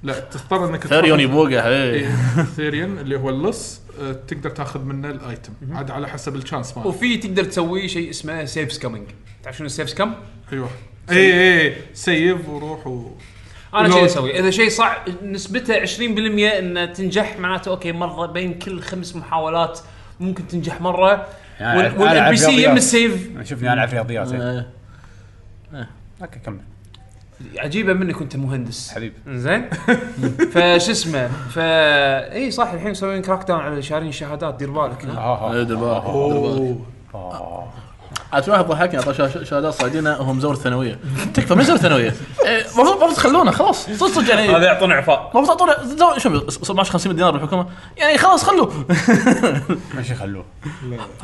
Speaker 4: لا تضطر انك
Speaker 5: ثيريون
Speaker 4: تروح-
Speaker 5: يبوقه حبيبي
Speaker 4: إيه، ثيريون اللي هو اللص آه، تقدر تاخذ منه الايتم عاد على حسب الشانس مالك
Speaker 2: وفي تقدر تسوي شيء اسمه سيف سكامينج تعرف شنو السيف سكام؟
Speaker 4: ايوه اي اي إيه. سيف وروح و
Speaker 2: انا
Speaker 4: ولو-
Speaker 2: شي اسوي اذا شيء صعب نسبته 20% انه تنجح معناته اوكي مره بين كل خمس محاولات ممكن تنجح مره
Speaker 3: يعني ألعب-
Speaker 2: والام بي
Speaker 3: ألعب
Speaker 2: سي يم
Speaker 3: رياضيات.
Speaker 2: السيف
Speaker 3: شوفني انا العب رياضيات يعني.
Speaker 5: إيه.
Speaker 3: اوكي كمل
Speaker 2: عجيبه منك انت مهندس
Speaker 3: حبيب
Speaker 2: زين فش اسمه فا اي صح الحين مسويين كراك داون على اللي شارين شهادات دير بالك ها.
Speaker 3: ها ها
Speaker 5: إيه، دير بالك، دير بالك.
Speaker 4: أوه.
Speaker 5: عاد في واحد ضحكني اعطاه شا- شا- شهادات صيدينه وهم زور الثانويه تكفى من زور الثانويه إيه، المفروض المفروض تخلونه خلاص صدق صدق يعني
Speaker 2: هذا يعطون عفاء
Speaker 5: المفروض اعطونا زور شوف ص- 17 50 دينار بالحكومه يعني خلاص خلوه
Speaker 3: ماشي خلوه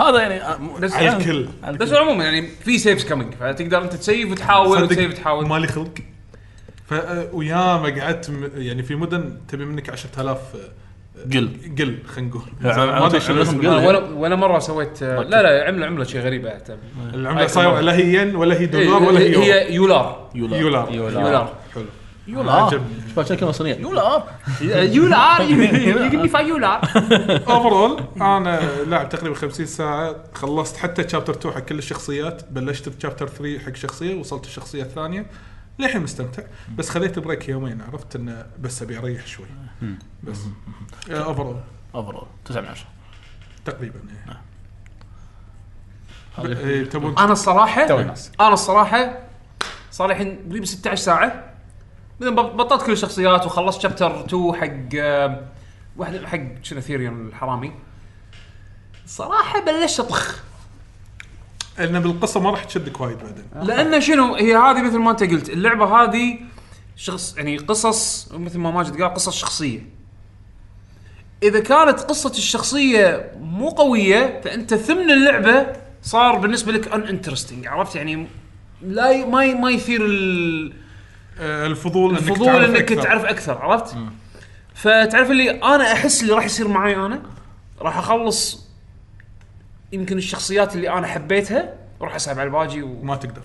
Speaker 5: هذا يعني آه، م-
Speaker 2: بس
Speaker 4: على الكل
Speaker 5: على
Speaker 2: بس
Speaker 5: الكل.
Speaker 2: عموما يعني في سيفز كامينج فتقدر انت تسيف وتحاول
Speaker 4: صدق
Speaker 2: وتسيف تحاول
Speaker 4: مالي خلق ف وياما قعدت م- يعني في مدن تبي منك 10000
Speaker 5: قل
Speaker 4: قل خلينا نقول
Speaker 5: يعني
Speaker 4: ما أدري شنو
Speaker 5: لازم
Speaker 4: الاسم.
Speaker 5: قل.
Speaker 2: أنا آه، ولا ولا مره سويت آه، لا لا عمله عمله شيء غريبه حتى إيه،
Speaker 4: العمله صايره لا هي ين ولا هي دولار ولا
Speaker 2: هي,
Speaker 4: هي
Speaker 2: هي يولار
Speaker 5: يولا
Speaker 4: يورو. يولار
Speaker 3: يولار.
Speaker 2: يولار
Speaker 4: حلو
Speaker 5: يولا
Speaker 4: عجبني.
Speaker 5: شوف شكل مصريه يولا
Speaker 2: يولار يقول لي فا يولار
Speaker 4: اوفرول انا لاعب تقريبا 50 ساعه خلصت حتى تشابتر 2 حق كل الشخصيات بلشت بتشابتر 3 حق شخصيه وصلت الشخصيه الثانيه للحين مستمتع بس خذيت بريك يومين عرفت انه بس ابي اريح شوي بس آه، اوفرول
Speaker 5: اوفرول 9 من 10
Speaker 4: تقريبا يعني.
Speaker 5: هذه
Speaker 4: إيه، تبون
Speaker 2: انا الصراحه
Speaker 3: توي ناس.
Speaker 2: انا الصراحه صار لي الحين قريب 16 ساعه بعدين بط- بطلت كل الشخصيات وخلصت شابتر 2 حق آه، واحد حق شنو ثيريون الحرامي صراحه بلشت اطخ
Speaker 4: لان بالقصه ما راح تشدك وايد بعدين
Speaker 2: لان شنو هي هذه مثل ما انت قلت اللعبه هذه شخص يعني قصص مثل ما ماجد قال قصص شخصيه اذا كانت قصه الشخصيه مو قويه فانت ثمن اللعبه صار بالنسبه لك ان انترستنج عرفت يعني لا ي- ما ي- ما يثير ال-
Speaker 4: آه، الفضول انك
Speaker 2: الفضول
Speaker 4: تعرف
Speaker 2: انك
Speaker 4: أكثر.
Speaker 2: تعرف اكثر عرفت فتعرف اللي انا احس اللي راح يصير معي انا راح اخلص يمكن الشخصيات اللي انا حبيتها وراح اسحب على الباجي و...
Speaker 4: ما تقدر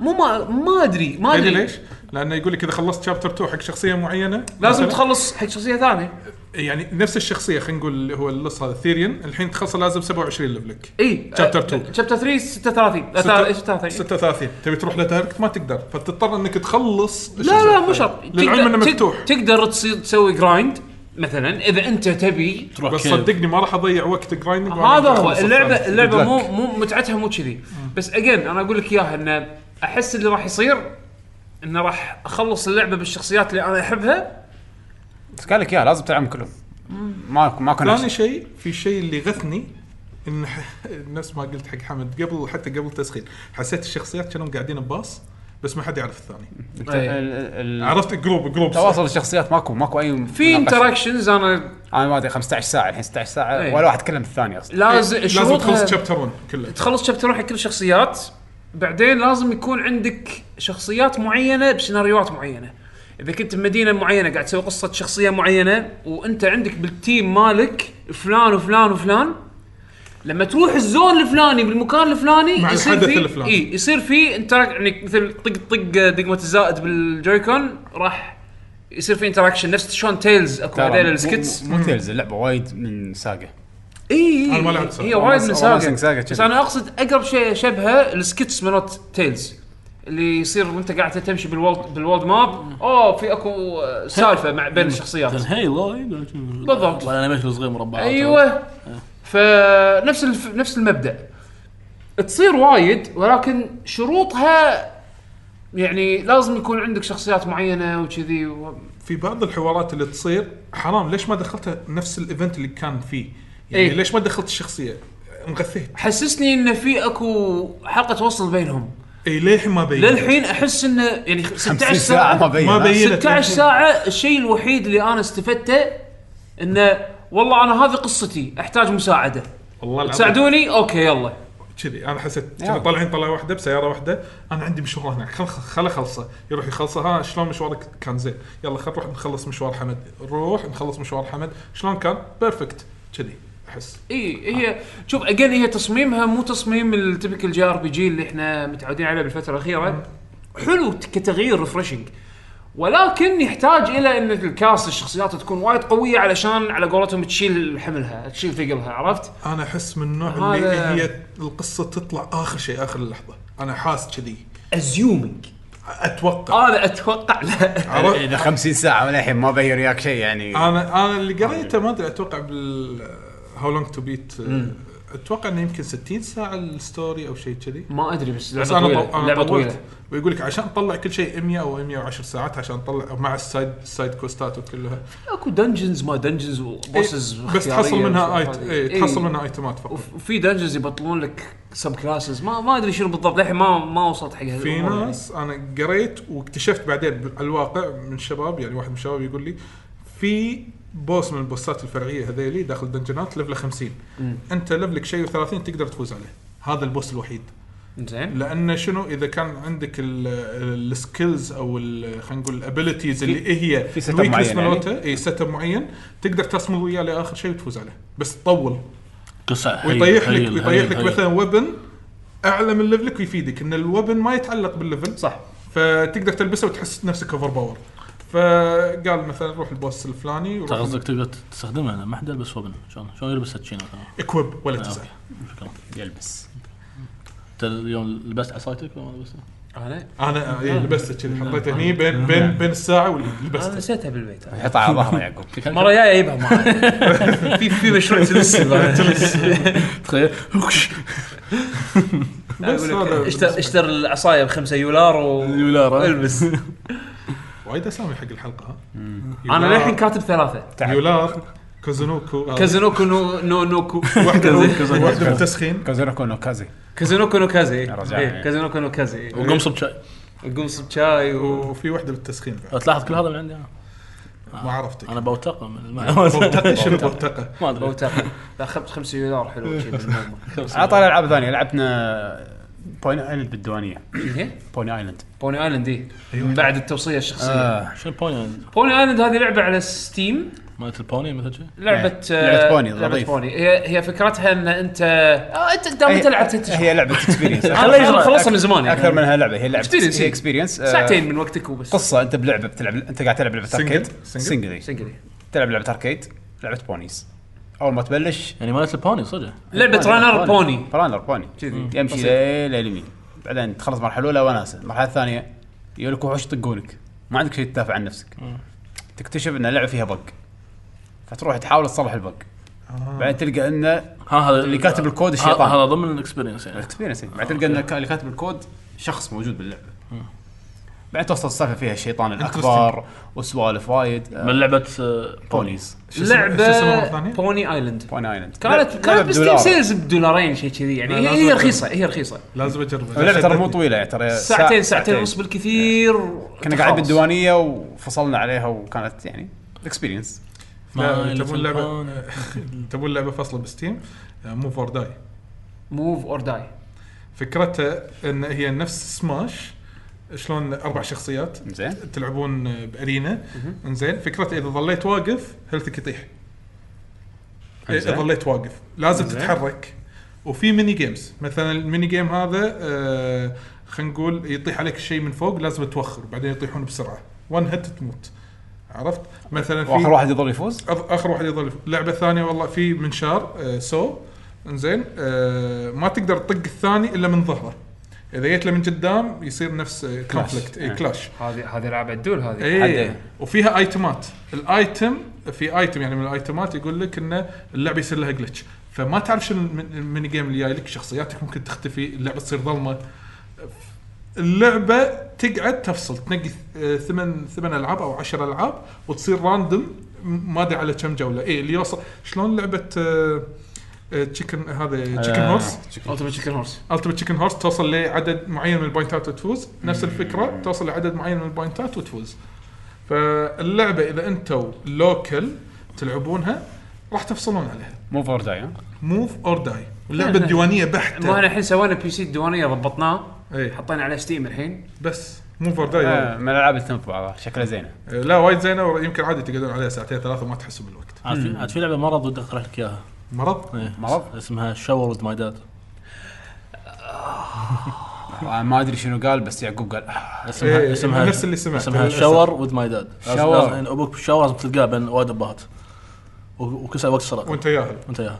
Speaker 2: مو ما ما ادري ما
Speaker 4: تدري
Speaker 2: ادري
Speaker 4: يعني ليش؟ لانه يقول لك اذا خلصت شابتر 2 حق شخصيه معينه
Speaker 2: لازم
Speaker 4: مثلاً،
Speaker 2: تخلص حق شخصيه ثانيه
Speaker 4: يعني نفس الشخصيه خلينا نقول اللي هو اللص هذا ثيريون الحين تخلصه لازم 27 لفلك
Speaker 2: اي
Speaker 4: Chapter two.
Speaker 2: شابتر 3 36 آه، 36
Speaker 4: 36 تبي تروح لدايركت ما تقدر فتضطر انك تخلص
Speaker 2: لا لا
Speaker 4: الشخصية.
Speaker 2: مو شرط
Speaker 4: للعلم انه
Speaker 2: تقدر-
Speaker 4: مفتوح
Speaker 2: تقدر تصير تسوي جرايند مثلا اذا انت تبي
Speaker 5: تروح
Speaker 4: بس
Speaker 5: كيف.
Speaker 4: صدقني ما راح اضيع وقت جرايندنج
Speaker 2: هذا هو اللعبه اللعبه مو مو متعتها مو كذي بس اجين انا اقول لك اياها ان احس اللي راح يصير انه راح اخلص اللعبه بالشخصيات اللي انا احبها
Speaker 3: بس قال لك اياها لازم تلعبهم كلهم ماكو ماكو
Speaker 4: ثاني
Speaker 3: نفس
Speaker 4: شيء في شيء اللي غثني ان ح- نفس ما قلت حق حمد قبل حتى قبل التسخين حسيت الشخصيات كانوا قاعدين بباص بس ما حد يعرف الثاني
Speaker 2: أه.
Speaker 4: عرفت جروب جروب
Speaker 3: تواصل الشخصيات ماكو ماكو اي
Speaker 2: في
Speaker 3: مناقشة.
Speaker 2: انتراكشنز انا
Speaker 3: انا ما ادري 15 ساعه الحين 16 ساعه
Speaker 2: إيه.
Speaker 3: ولا واحد كلم الثاني اصلا
Speaker 2: لازم
Speaker 4: إيه، لازم
Speaker 2: شروطها-
Speaker 4: تخلص شابتر 1 كله
Speaker 2: تخلص شابتر واحد كل الشخصيات بعدين لازم يكون عندك شخصيات معينه بسيناريوهات معينه اذا كنت بمدينه معينه قاعد تسوي قصه شخصيه معينه وانت عندك بالتيم مالك فلان وفلان وفلان لما تروح الزون الفلاني بالمكان الفلاني
Speaker 4: مع
Speaker 2: يصير
Speaker 4: الحدث
Speaker 2: في
Speaker 4: الفلاني.
Speaker 2: اي يصير في انتراك يعني مثل طق طق دقمه الزائد بالجويكون راح يصير في انتراكشن نفس شلون تيلز اكو
Speaker 3: ترى
Speaker 2: هذيل
Speaker 3: مو-
Speaker 2: السكتس
Speaker 3: مو تيلز اللعبه وايد من ساقه
Speaker 2: اي
Speaker 4: أنا ما لعبت ساقة.
Speaker 2: هي وايد
Speaker 3: أنا
Speaker 2: من
Speaker 3: بس-
Speaker 2: ساقة
Speaker 3: أنا ساقة
Speaker 2: بس
Speaker 3: كذي.
Speaker 2: انا اقصد اقرب شيء شبهه السكتس مالت تيلز اللي يصير وانت قاعد تمشي بالولد بالولد ماب اوه في اكو آه، سالفه مع بين الشخصيات
Speaker 5: هي
Speaker 2: بالضبط.
Speaker 5: بالضبط الانيميشن صغير مربعات
Speaker 2: ايوه فنفس الف... نفس المبدا تصير وايد ولكن شروطها يعني لازم يكون عندك شخصيات معينه وكذي و...
Speaker 4: في بعض الحوارات اللي تصير حرام ليش ما دخلتها نفس الايفنت اللي كان فيه يعني
Speaker 2: إيه.
Speaker 4: إيه؟ ليش ما دخلت الشخصيه انغثيت
Speaker 2: حسسني ان في اكو حلقه توصل بينهم
Speaker 4: اي للحين إيه، ما بين
Speaker 2: للحين احس انه يعني 16
Speaker 3: 50 ساعه ما بين
Speaker 4: ما
Speaker 3: ها؟
Speaker 4: بين. ليلة
Speaker 2: 16
Speaker 4: للحين.
Speaker 2: ساعة الشيء الوحيد اللي انا استفدته انه والله انا هذه قصتي احتاج مساعدة
Speaker 4: والله العظيم
Speaker 2: تساعدوني اوكي يلا
Speaker 4: كذي انا حسيت كنا طالعين طلعه واحده بسياره واحده انا عندي مشوار هناك خل خل خلصه يروح يخلصه ها شلون مشوارك كان زين يلا خل نروح نخلص مشوار حمد نروح نخلص مشوار حمد شلون كان بيرفكت كذي احس
Speaker 2: اي هي شوف اجين هي تصميمها مو تصميم التبكل جي ار بي جي اللي احنا متعودين عليه بالفترة الأخيرة حلو ت- كتغيير ريفرشنج ولكن يحتاج الى ان الكاست الشخصيات تكون وايد قويه علشان على قولتهم تشيل حملها تشيل ثقلها عرفت؟
Speaker 4: انا احس من النوع اللي
Speaker 2: هذا-
Speaker 4: هي القصه تطلع اخر شيء اخر اللحظه انا حاس كذي
Speaker 2: ازيومينج
Speaker 4: اتوقع
Speaker 2: انا اتوقع لا
Speaker 4: عرفت؟
Speaker 3: اذا 50 ساعه وللحين ما بين وياك شيء يعني
Speaker 4: انا انا اللي قريته ما ادري اتوقع بال هاو لونج تو بيت اتوقع انه يمكن 60 ساعه الستوري او شيء كذي
Speaker 2: ما ادري بس
Speaker 4: بس
Speaker 2: لعبه
Speaker 4: انا
Speaker 2: طويله
Speaker 4: طو... انا
Speaker 2: لعبه طويله
Speaker 4: طولت ويقول لك عشان تطلع كل شيء 100 او 110 ساعات عشان تطلع مع السايد سايد كوستات وكلها
Speaker 2: اكو دنجنز ما دنجنز وبوسز
Speaker 4: إيه، بس تحصل منها ايت إيه. تحصل منها ايتمات فقط
Speaker 2: وفي دنجنز يبطلون لك سب كلاسز ما ما ادري شنو بالضبط للحين ما ما وصلت حق هالأمور
Speaker 4: في
Speaker 2: يعني.
Speaker 4: ناس انا قريت واكتشفت بعدين على الواقع من الشباب يعني واحد من الشباب يقول لي في بوس من البوسات الفرعيه هذيلي داخل دنجنات ليفله 50 انت ليفلك شيء و30 تقدر تفوز عليه هذا البوس الوحيد
Speaker 2: زين
Speaker 4: لان شنو اذا كان عندك السكيلز او ال- خلينا نقول الابيلتيز اللي إيه هي
Speaker 3: في setup معين يعني؟
Speaker 4: مالته اي سيت اب معين تقدر تصمد وياه لاخر شيء وتفوز عليه بس تطول
Speaker 5: قصه
Speaker 4: ويطيح لك ويطيح لك مثلا وبن اعلى من ليفلك ويفيدك ان الوبن ما يتعلق بالليفل
Speaker 3: صح
Speaker 4: فتقدر تلبسه وتحس نفسك اوفر باور فقال مثلا روح البوس الفلاني
Speaker 5: انت قصدك تقدر تستخدمها لا، ما حد يلبس وبن شلون شلون يلبس هالشي مثلا
Speaker 4: اكويب ولا
Speaker 5: آه،
Speaker 4: تسال
Speaker 5: أوكي. شكراً.
Speaker 3: يلبس
Speaker 5: انت اليوم لبست عصايتك ولا ما لبستها؟
Speaker 2: انا
Speaker 4: انا
Speaker 3: نعم.
Speaker 4: إيه، لبسته كذي حطيته هني بين بين بين الساعه واللي
Speaker 2: انا
Speaker 4: لبسته
Speaker 2: نسيتها بالبيت
Speaker 3: يحطها على ظهره يعقوب
Speaker 2: مره جايه اجيبها معي في في مشروع تلسل
Speaker 5: تخيل
Speaker 4: بس هذا
Speaker 6: اشتر اشتر العصايه ب 5 يولار و
Speaker 5: اليولار،
Speaker 4: إيه.
Speaker 5: ها؟
Speaker 6: البس
Speaker 4: وايد اسامي حق الحلقه ها
Speaker 2: انا للحين كاتب
Speaker 4: طيب.
Speaker 2: ثلاثه
Speaker 4: يولار كوزونوكو آه،
Speaker 2: كازونوكو نو نو نوكو
Speaker 4: واحده
Speaker 5: كازو-
Speaker 4: واحده بالتسخين
Speaker 3: كازينوكو نو كازي
Speaker 2: كازونوكو نو كازي
Speaker 3: رجع.
Speaker 2: إيه، كازونوكو نو كازي
Speaker 5: وقمص شاي
Speaker 2: وقمص بشاي و
Speaker 4: وفي واحده بالتسخين بعد
Speaker 5: تلاحظ كل هذا من عندي انا
Speaker 4: ما عرفتك
Speaker 5: انا بوتقه من المعلومات
Speaker 4: بوتقه شنو بوتقه؟
Speaker 5: ما ادري
Speaker 2: بوتر. لا 5 يولار حلو شي بالمومة.
Speaker 3: على طاري العاب ثانيه لعبنا بوني ايلاند بالديوانيه
Speaker 2: إيه؟
Speaker 3: بوني ايلاند
Speaker 2: بوني ايلاند دي من بعد التوصيه الشخصيه
Speaker 3: آه.
Speaker 5: شنو يعني؟ البوني
Speaker 2: بوني ايلاند هذه لعبه على ستيم
Speaker 5: مالت البوني مثل شيء
Speaker 2: لعبه
Speaker 3: إيه. لعبة بوني،
Speaker 2: لعبه
Speaker 3: لطيف.
Speaker 2: بوني هي هي فكرتها ان انت آه انت دام انت لعبت ست شهور
Speaker 3: هي لعبه اكسبيرينس
Speaker 2: أنا خلصها من زمان
Speaker 3: اكثر
Speaker 2: يعني
Speaker 3: منها لعبه هي آه، لعبه
Speaker 2: Experience، إيه.
Speaker 3: اكسبيرينس
Speaker 2: ساعتين من وقتك وبس
Speaker 3: قصه انت بلعبه بتلعب انت قاعد تلعب لعبه
Speaker 4: Single؟
Speaker 3: اركيد
Speaker 4: Single؟
Speaker 3: سنجل
Speaker 2: سنجلي
Speaker 3: تلعب لعبه اركيد لعبه بونيز اول ما تبلش
Speaker 5: يعني مالت البوني صدق
Speaker 2: لعبه رانر بوني
Speaker 3: برانر بوني
Speaker 2: كذي
Speaker 3: يمشي ليه لليمين بعدين تخلص مرحله الاولى وناسه المرحله الثانيه يقول لك وحوش يطقونك ما عندك شيء تدافع عن نفسك تكتشف ان اللعبه فيها بق فتروح تحاول تصلح البق
Speaker 2: آه.
Speaker 3: بعدين تلقى انه
Speaker 5: ها هذا
Speaker 3: اللي كاتب الكود
Speaker 5: هذا
Speaker 3: الشيطان.
Speaker 5: هذا ضمن الاكسبيرينس يعني
Speaker 3: اكسبيرينس
Speaker 2: آه،
Speaker 3: بعدين تلقى ان كا- اللي كاتب الكود شخص موجود باللعبه بعدين توصل السالفه فيها الشيطان الاكبر وسوالف وايد آه،
Speaker 5: من لعبه آه،
Speaker 3: بونيز
Speaker 4: شو اسمه- شو اسمه مرة
Speaker 2: لعبه
Speaker 4: ثانية؟
Speaker 2: بوني ايلاند
Speaker 3: بوني ايلاند
Speaker 2: كانت
Speaker 3: لعبة
Speaker 2: كانت بستيم
Speaker 3: بدولار.
Speaker 2: سيلز بدولارين شيء كذي يعني
Speaker 4: لا،
Speaker 2: هي,
Speaker 4: لازم
Speaker 2: هي
Speaker 4: أجرب.
Speaker 2: رخيصه هي رخيصه
Speaker 4: لازم اجربها
Speaker 3: اللعبه ترى مو
Speaker 4: شدتني.
Speaker 3: طويله يعني ترى ساعة-
Speaker 2: ساعتين ساعتين ونص بالكثير
Speaker 3: كنا قاعدين بالديوانيه وفصلنا عليها وكانت يعني اكسبيرينس
Speaker 4: لا،
Speaker 5: ما
Speaker 4: تبون
Speaker 5: اللي في
Speaker 4: لعبه
Speaker 5: البوني.
Speaker 4: تبون لعبه فاصله بستيم آه، مو فور داي
Speaker 2: موف اور داي
Speaker 4: فكرتها ان هي نفس سماش شلون اربع شخصيات
Speaker 3: زين
Speaker 4: تلعبون بارينا انزين فكرته اذا ظليت واقف هيلثك يطيح
Speaker 3: إنزين.
Speaker 4: اذا ظليت واقف لازم تتحرك وفي ميني جيمز مثلا الميني جيم هذا آه خلينا نقول يطيح عليك شيء من فوق لازم توخر بعدين يطيحون بسرعه وان هيت تموت عرفت مثلا في
Speaker 3: واخر واحد يظل يفوز
Speaker 4: أض- اخر واحد يظل لعبه ثانيه والله في منشار آه سو انزين آه ما تقدر تطق الثاني الا من ظهره اذا جيت له من قدام يصير نفس إيه، كونفليكت اي
Speaker 3: آه.
Speaker 4: كلاش
Speaker 2: هذه هذه لعبه الدول هذه
Speaker 4: اي
Speaker 3: حدين.
Speaker 4: إيه. وفيها ايتمات الايتم في ايتم يعني من الايتمات يقول لك ان اللعبه يصير لها جلتش فما تعرف شنو المن- الميني جيم اللي جاي لك شخصياتك ممكن تختفي اللعبه تصير ظلمه اللعبه تقعد تفصل تنقي آه، ثمان ثمان العاب او عشر العاب وتصير راندوم م- ما ادري على كم جوله اي اللي يوصل شلون لعبه تشيكن هذا تشيكن هورس
Speaker 2: التيمت تشيكن هورس
Speaker 4: التيمت تشيكن هورس توصل لعدد معين من البوينتات وتفوز نفس الفكره توصل لعدد معين من البوينتات وتفوز فاللعبه اذا انتم لوكل تلعبونها راح تفصلون عليها
Speaker 3: مو فور داي ها؟
Speaker 4: موف اور داي اللعبه الديوانيه
Speaker 2: ما احنا
Speaker 4: بحته
Speaker 2: الحين سوينا بي سي الديوانيه ضبطناه
Speaker 4: اي
Speaker 2: حطينا عليه ستيم الحين
Speaker 4: إيه، بس موف اور داي
Speaker 3: آه، من الالعاب اللي تنط بعضها شكلها زينه
Speaker 4: لا وايد زينه ويمكن عادي تقعدون عليها ساعتين ثلاثه وما تحسوا بالوقت
Speaker 5: عاد في- عاد في لعبه مرض ودي اقترح لك اياها
Speaker 4: مرض
Speaker 5: إيه.
Speaker 3: مرض؟
Speaker 5: اسمها شاور وذ ماي داد
Speaker 3: أنا آه، ما ادري شنو قال بس يعقوب قال آه،
Speaker 5: اسمها
Speaker 4: إيه،
Speaker 5: اسمها
Speaker 4: نفس اللي سمعته
Speaker 5: اسمها
Speaker 4: للأسف.
Speaker 5: شاور وذ ماي داد
Speaker 3: Shower.
Speaker 5: ابوك بالشاور لازم تلقاه بين وايد ابهات و- وكل ساعه وقت الصلاه
Speaker 4: وانت ياهل
Speaker 5: وانت ياها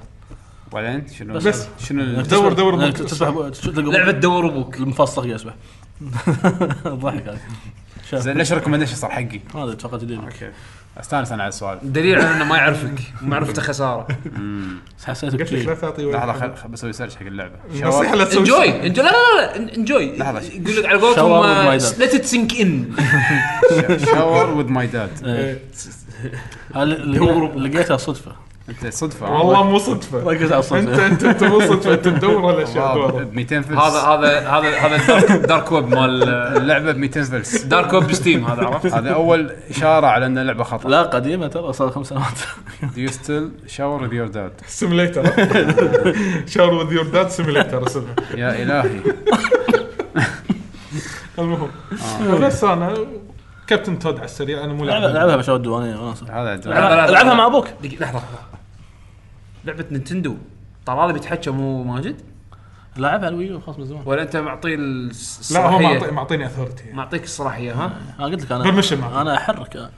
Speaker 3: وبعدين شنو
Speaker 4: بس.
Speaker 3: شنو ال-
Speaker 4: دور- دور
Speaker 5: يعني
Speaker 4: أبوك.
Speaker 5: تسبح أبوك- تش- تلقى أبوك
Speaker 2: لعبه دور ابوك
Speaker 5: المفصخ يسبح الضحك هذا شاف.
Speaker 3: زين ليش ريكومنديشن صار حقي؟
Speaker 5: ما ادري اتوقع جديد
Speaker 3: استانس انا على السؤال
Speaker 2: دليل على انه ما يعرفك ومعرفته خساره
Speaker 5: بس حسيتك
Speaker 4: قلت لك لا
Speaker 5: شيء
Speaker 4: تعطي
Speaker 3: لحظه
Speaker 4: واحد.
Speaker 3: خل- خل بسوي سيرش حق اللعبه
Speaker 4: النصيحه لا تسوي
Speaker 2: انجوي
Speaker 4: شيء.
Speaker 2: انجوي لا لا لا انجوي
Speaker 3: لحظة.
Speaker 2: يقول لك على
Speaker 5: شاور with
Speaker 2: قولتهم آه،
Speaker 5: my dad.
Speaker 2: ليت سينك ان
Speaker 3: شاور وذ ماي داد
Speaker 4: إيه.
Speaker 5: آه، لقيتها صدفه
Speaker 3: انت صدفه
Speaker 4: والله مو صدفه
Speaker 5: ركز على
Speaker 4: انت
Speaker 5: الصدفه
Speaker 4: انت انت مو صدفه انت تدور الاشياء
Speaker 3: والله
Speaker 4: دورة.
Speaker 3: ب 200 فلس
Speaker 2: هذا هذا هذا هذا دارك ويب مال آه،
Speaker 3: اللعبه ب 200 فلس
Speaker 2: دارك ويب ستيم هذا عرفت
Speaker 3: هذا اول اشاره على ان اللعبه خطا
Speaker 5: لا قديمه ترى صار خمس سنوات
Speaker 3: يو ستيل شاور وذ يور داد
Speaker 4: سيميليتر شاور وذ يور داد سيميليتر اسمها
Speaker 3: يا الهي
Speaker 4: المهم بس انا كابتن تود على السريع انا مو
Speaker 5: لعبها
Speaker 4: لاعب
Speaker 5: لعبها بشاور الديوانيه وناسه
Speaker 3: هذا
Speaker 2: لا، لا، لا.
Speaker 5: العبها مع ابوك
Speaker 2: دقيقة، لحظه لحظة. لعبه نينتندو طلال بيتحكى مو ماجد
Speaker 5: لعبها على الويو خلاص من زمان
Speaker 2: ولا انت معطيه الس-
Speaker 4: لا هو معطي-
Speaker 2: الصلاحيه
Speaker 4: معطيني اثورتي
Speaker 2: معطيك الصلاحيه ها
Speaker 5: انا قلت لك انا
Speaker 4: Permission معك.
Speaker 5: انا احرك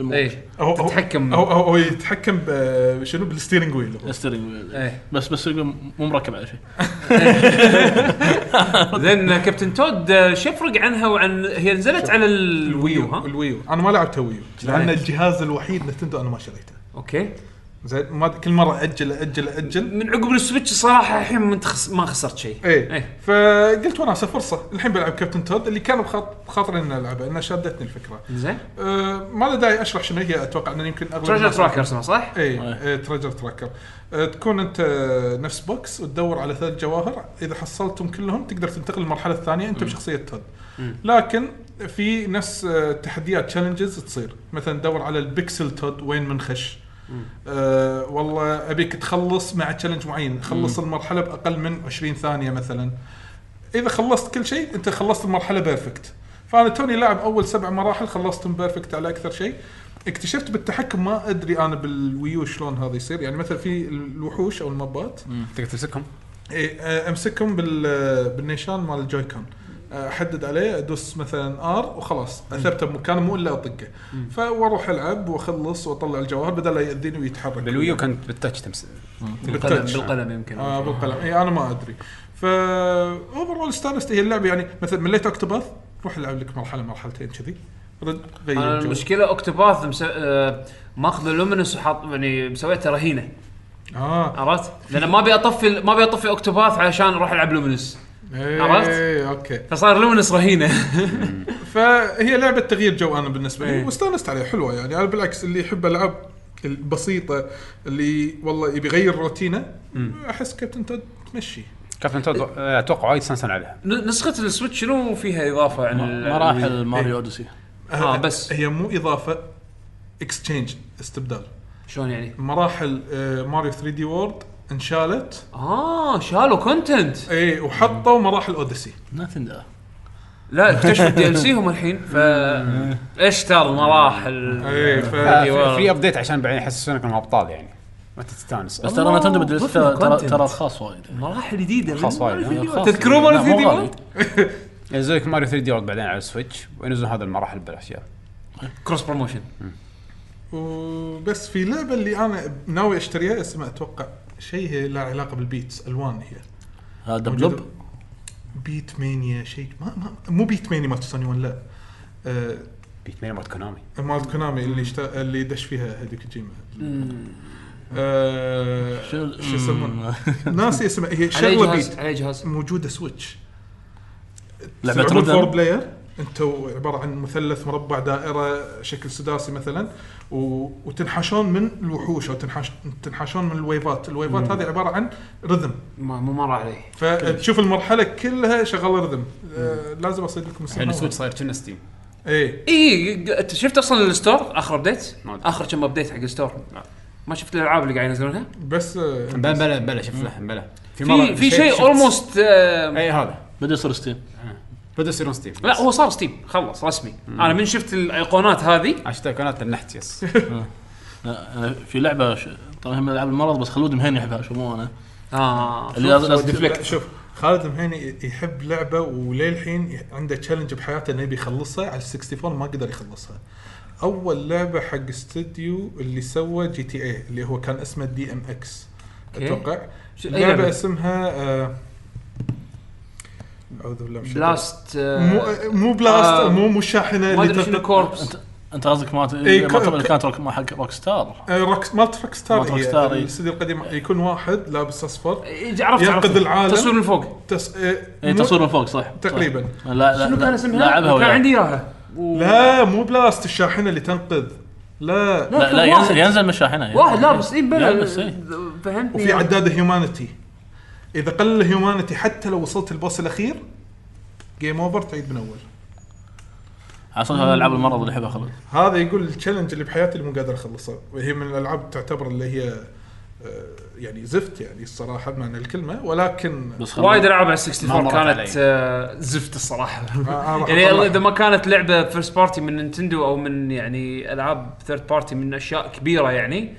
Speaker 2: ايه
Speaker 4: هو هو-
Speaker 2: تتحكم.
Speaker 4: هو هو هو يتحكم ب- شنو بالستيرنج ويل
Speaker 5: الستيرنج
Speaker 2: إيه.
Speaker 5: بس بس يقول مو مركب على شيء
Speaker 2: زين كابتن تود آه، شو يفرق عنها وعن هي نزلت على الويو ها
Speaker 4: الويو انا ما لعبتها ويو لان الجهاز الوحيد نتندو انا ما شريته
Speaker 2: اوكي
Speaker 4: زين ما كل مره اجل اجل اجل
Speaker 2: من عقب السويتش صراحه الحين ما انت خس- ما خسرت شيء إيه.
Speaker 4: ايه فقلت وناسه فرصه الحين بلعب كابتن تود اللي كان بخط- بخاطري اني العبه انها شادتني الفكره
Speaker 2: زين
Speaker 4: أه ما له داعي اشرح شنو هي اتوقع ان يمكن اغلب
Speaker 2: تريجر
Speaker 4: الناس-
Speaker 2: تراكر اسمه صح؟
Speaker 4: ايه إيه، تريجر تراكر أه، تكون انت أه، نفس بوكس وتدور على ثلاث جواهر اذا حصلتهم كلهم تقدر تنتقل للمرحله الثانيه انت بشخصيه تود لكن في نفس أه، تحديات تشالنجز تصير مثلا دور على البكسل تود وين منخش أه والله ابيك تخلص مع تشالنج معين خلص المرحله باقل من 20 ثانيه مثلا اذا خلصت كل شيء انت خلصت المرحله بيرفكت فانا توني لاعب اول سبع مراحل خلصتهم بيرفكت على اكثر شيء اكتشفت بالتحكم ما ادري انا بالويو شلون هذا يصير يعني مثلا في الوحوش او المبات
Speaker 3: تقدر تمسكهم
Speaker 4: إيه آه، امسكهم بال آه، بالنيشان مال الجويكون آه، احدد عليه ادوس مثلا ار وخلاص اثبته بمكانه مو الا اطقه فواروح العب واخلص واطلع الجوهر بدل لا ياذيني ويتحرك
Speaker 3: بالويو كنت بالتاتش تمسك
Speaker 2: بالقلم بالقلم يمكن
Speaker 4: آه بالقلم اي انا ما ادري فا اوفرول استانست هي اللعبه يعني مثلا مليت اكتوباث روح العب لك مرحله مرحلتين كذي رد غير
Speaker 2: انا
Speaker 4: الجو.
Speaker 2: المشكله اوكتوباث مس... آه، ماخذ اللومنس وحاط يعني مسويته رهينه
Speaker 4: اه
Speaker 2: عرفت؟ لان ما ابي اطفي ال- ما ابي اطفي اوكتوباث علشان اروح العب لومنس
Speaker 4: إيه،
Speaker 2: عرفت؟
Speaker 4: اوكي
Speaker 2: فصار لومنس رهينه
Speaker 4: فهي لعبه تغيير جو انا بالنسبه لي
Speaker 2: إيه.
Speaker 4: واستانست عليها حلوه يعني انا بالعكس اللي يحب العاب البسيطه اللي والله يبي يغير روتينه احس كابتن تود تمشي
Speaker 3: كابتن تود آه، اتوقع وايد سنسن عليها
Speaker 2: ن- نسخه السويتش شنو فيها اضافه عن ال-
Speaker 5: مراحل ماريو اوديسي
Speaker 2: آه، بس.
Speaker 4: أه، هي مو اضافه اكستشينج استبدال
Speaker 2: شلون يعني؟
Speaker 4: مراحل آه، ماريو 3 دي وورد انشالت
Speaker 2: اه شالوا كونتنت
Speaker 4: اي وحطوا مراحل اوديسي
Speaker 5: ناثن ذا
Speaker 2: لا اكتشفوا الدي ال سي هم الحين ف اشتر مراحل
Speaker 4: اي
Speaker 3: آه،
Speaker 4: إيه، ف
Speaker 3: في- في ابديت عشان بعدين يحسسونك انهم ابطال يعني ما تستانس
Speaker 5: بس ترى نتندو
Speaker 2: الله،
Speaker 5: بالدلس-
Speaker 2: ضفنا
Speaker 5: ترى ترى
Speaker 2: content.
Speaker 5: ترى خاص وايد
Speaker 2: مراحل جديده
Speaker 3: خاص وايد.
Speaker 2: من-
Speaker 5: خاص.
Speaker 2: تذكرون مال
Speaker 5: لا، مو
Speaker 2: 3 دي
Speaker 5: غالي.
Speaker 2: وورلد؟
Speaker 3: ينزل لك ماريو 3 دي وورد بعدين على السويتش وينزلون هذا المراحل ببلاش يلا.
Speaker 2: كروس بروموشن
Speaker 4: وبس في لعبه اللي انا ناوي اشتريها اسمها اتوقع شيء هي لا علاقه بالبيتس الوان هي
Speaker 5: هذا
Speaker 4: موجودة.
Speaker 5: دبلب
Speaker 4: بيت مانيا شيء ما, ما مو بيت مانيا مالت سوني وان لا آه،
Speaker 3: بيت مين مالت كونامي
Speaker 4: مالت كونامي اللي اشتا... اللي دش فيها هيدي كوجيما آه،
Speaker 5: شنو-
Speaker 4: شو يسمون ناسي اسمها هي
Speaker 2: على
Speaker 4: شغله بيت
Speaker 2: جهاز على جهاز
Speaker 4: موجوده سويتش
Speaker 5: لعبة
Speaker 4: تلعبون
Speaker 5: ردم؟
Speaker 4: فور بلاير انتوا عباره عن مثلث مربع دائره شكل سداسي مثلا و... وتنحاشون من الوحوش او تنحاش تنحاشون من الويفات، الويفات هذه عباره عن رذم
Speaker 2: ما مو مر علي
Speaker 4: فتشوف المرحله كلها شغاله رذم آه لازم اصيد لكم
Speaker 3: يعني
Speaker 4: السماوة. إيه،
Speaker 3: السويتش صاير كنا ستيم
Speaker 4: اي
Speaker 2: اي ق- شفت اصلا الستور اخر ابديت
Speaker 3: ما أدري.
Speaker 2: اخر كم ابديت حق الستور ما شفت الالعاب اللي قاعد ينزلونها
Speaker 4: بس آه
Speaker 3: بلا بلا بلا شوف له بلا مرة
Speaker 2: في في
Speaker 3: شيء- شفت-
Speaker 2: شيء اولموست
Speaker 3: اي هذا
Speaker 5: بدا يصير ستيم
Speaker 3: بدا يصيرون ستيم
Speaker 2: لا هو صار ستيم خلص رسمي انا من شفت الايقونات هذه
Speaker 3: عشان قناه النحت يس
Speaker 5: لا، أنا في لعبه ش... طبعا هي من العاب المرض بس خلود مهني يحبها شو مو انا
Speaker 2: اه
Speaker 5: اللي لازم لازم
Speaker 4: لا، شوف خالد مهيني يحب لعبه وللحين عنده تشالنج بحياته انه يبي يخلصها على ال 64 ما قدر يخلصها. اول لعبه حق استوديو اللي سوى جي تي اي اللي هو كان اسمه دي ام اكس
Speaker 2: أوكي.
Speaker 4: اتوقع
Speaker 2: شو- أي
Speaker 4: لعبه
Speaker 2: لعبة؟
Speaker 4: اسمها آه، اعوذ بالله من الشيطان.
Speaker 2: بلاست آه،
Speaker 4: مو مو بلاست
Speaker 2: آه،
Speaker 4: مو مشاحنه
Speaker 2: ما
Speaker 4: اللي
Speaker 2: ادري شنو
Speaker 4: تفتح-
Speaker 2: كوربس
Speaker 5: انت انت قصدك ما
Speaker 4: إيه،
Speaker 5: ما
Speaker 4: ك-
Speaker 5: تبغى
Speaker 4: ك-
Speaker 5: كانت روك- ما حق روك ستار
Speaker 4: آه، روك مالت روك
Speaker 5: مالت
Speaker 4: ستار
Speaker 5: روك ستار،
Speaker 4: هي
Speaker 5: إي.
Speaker 4: الاستوديو القديم يكون واحد لابس اصفر
Speaker 2: إيه، عرفت
Speaker 4: ينقذ
Speaker 2: عرفت.
Speaker 4: العالم.
Speaker 2: تصوير من فوق
Speaker 4: تس... آه،
Speaker 5: اي
Speaker 4: مو-
Speaker 5: إيه، تصوير من فوق صح
Speaker 4: تقريباً.
Speaker 2: طيب.
Speaker 5: صح. لا لا
Speaker 2: شنو
Speaker 5: لا،
Speaker 2: كان اسمها؟ كان
Speaker 5: لاعبها وياه.
Speaker 2: عندي اياها و-
Speaker 4: لا مو بلاست الشاحنه اللي تنقذ لا
Speaker 5: لا لا
Speaker 2: كان واحد.
Speaker 5: ينزل ينزل من الشاحنه يعني.
Speaker 2: واحد لابس اي بلا
Speaker 5: لابس، إيه.
Speaker 2: فهمتني يعني.
Speaker 4: وفي عداد هيومانيتي اذا قل الهيومانيتي حتى لو وصلت البوس الاخير جيم اوفر تعيد من اول
Speaker 5: على صوت هذا العاب المرض اللي يحبها خلود
Speaker 4: هذا يقول التشالنج اللي بحياتي اللي مو قادر اخلصه وهي من الالعاب تعتبر اللي هي آه، يعني زفت يعني الصراحه بمعنى الكلمه ولكن
Speaker 5: بس خلود
Speaker 2: وايد العاب على
Speaker 3: ما
Speaker 2: 64
Speaker 3: مرت
Speaker 2: كانت
Speaker 3: علي.
Speaker 2: آه، زفت الصراحه
Speaker 4: آه، راح
Speaker 2: يعني
Speaker 4: أطلع.
Speaker 2: اذا ما كانت لعبه فيرست بارتي من نينتندو او من يعني العاب ثيرد بارتي من اشياء كبيره يعني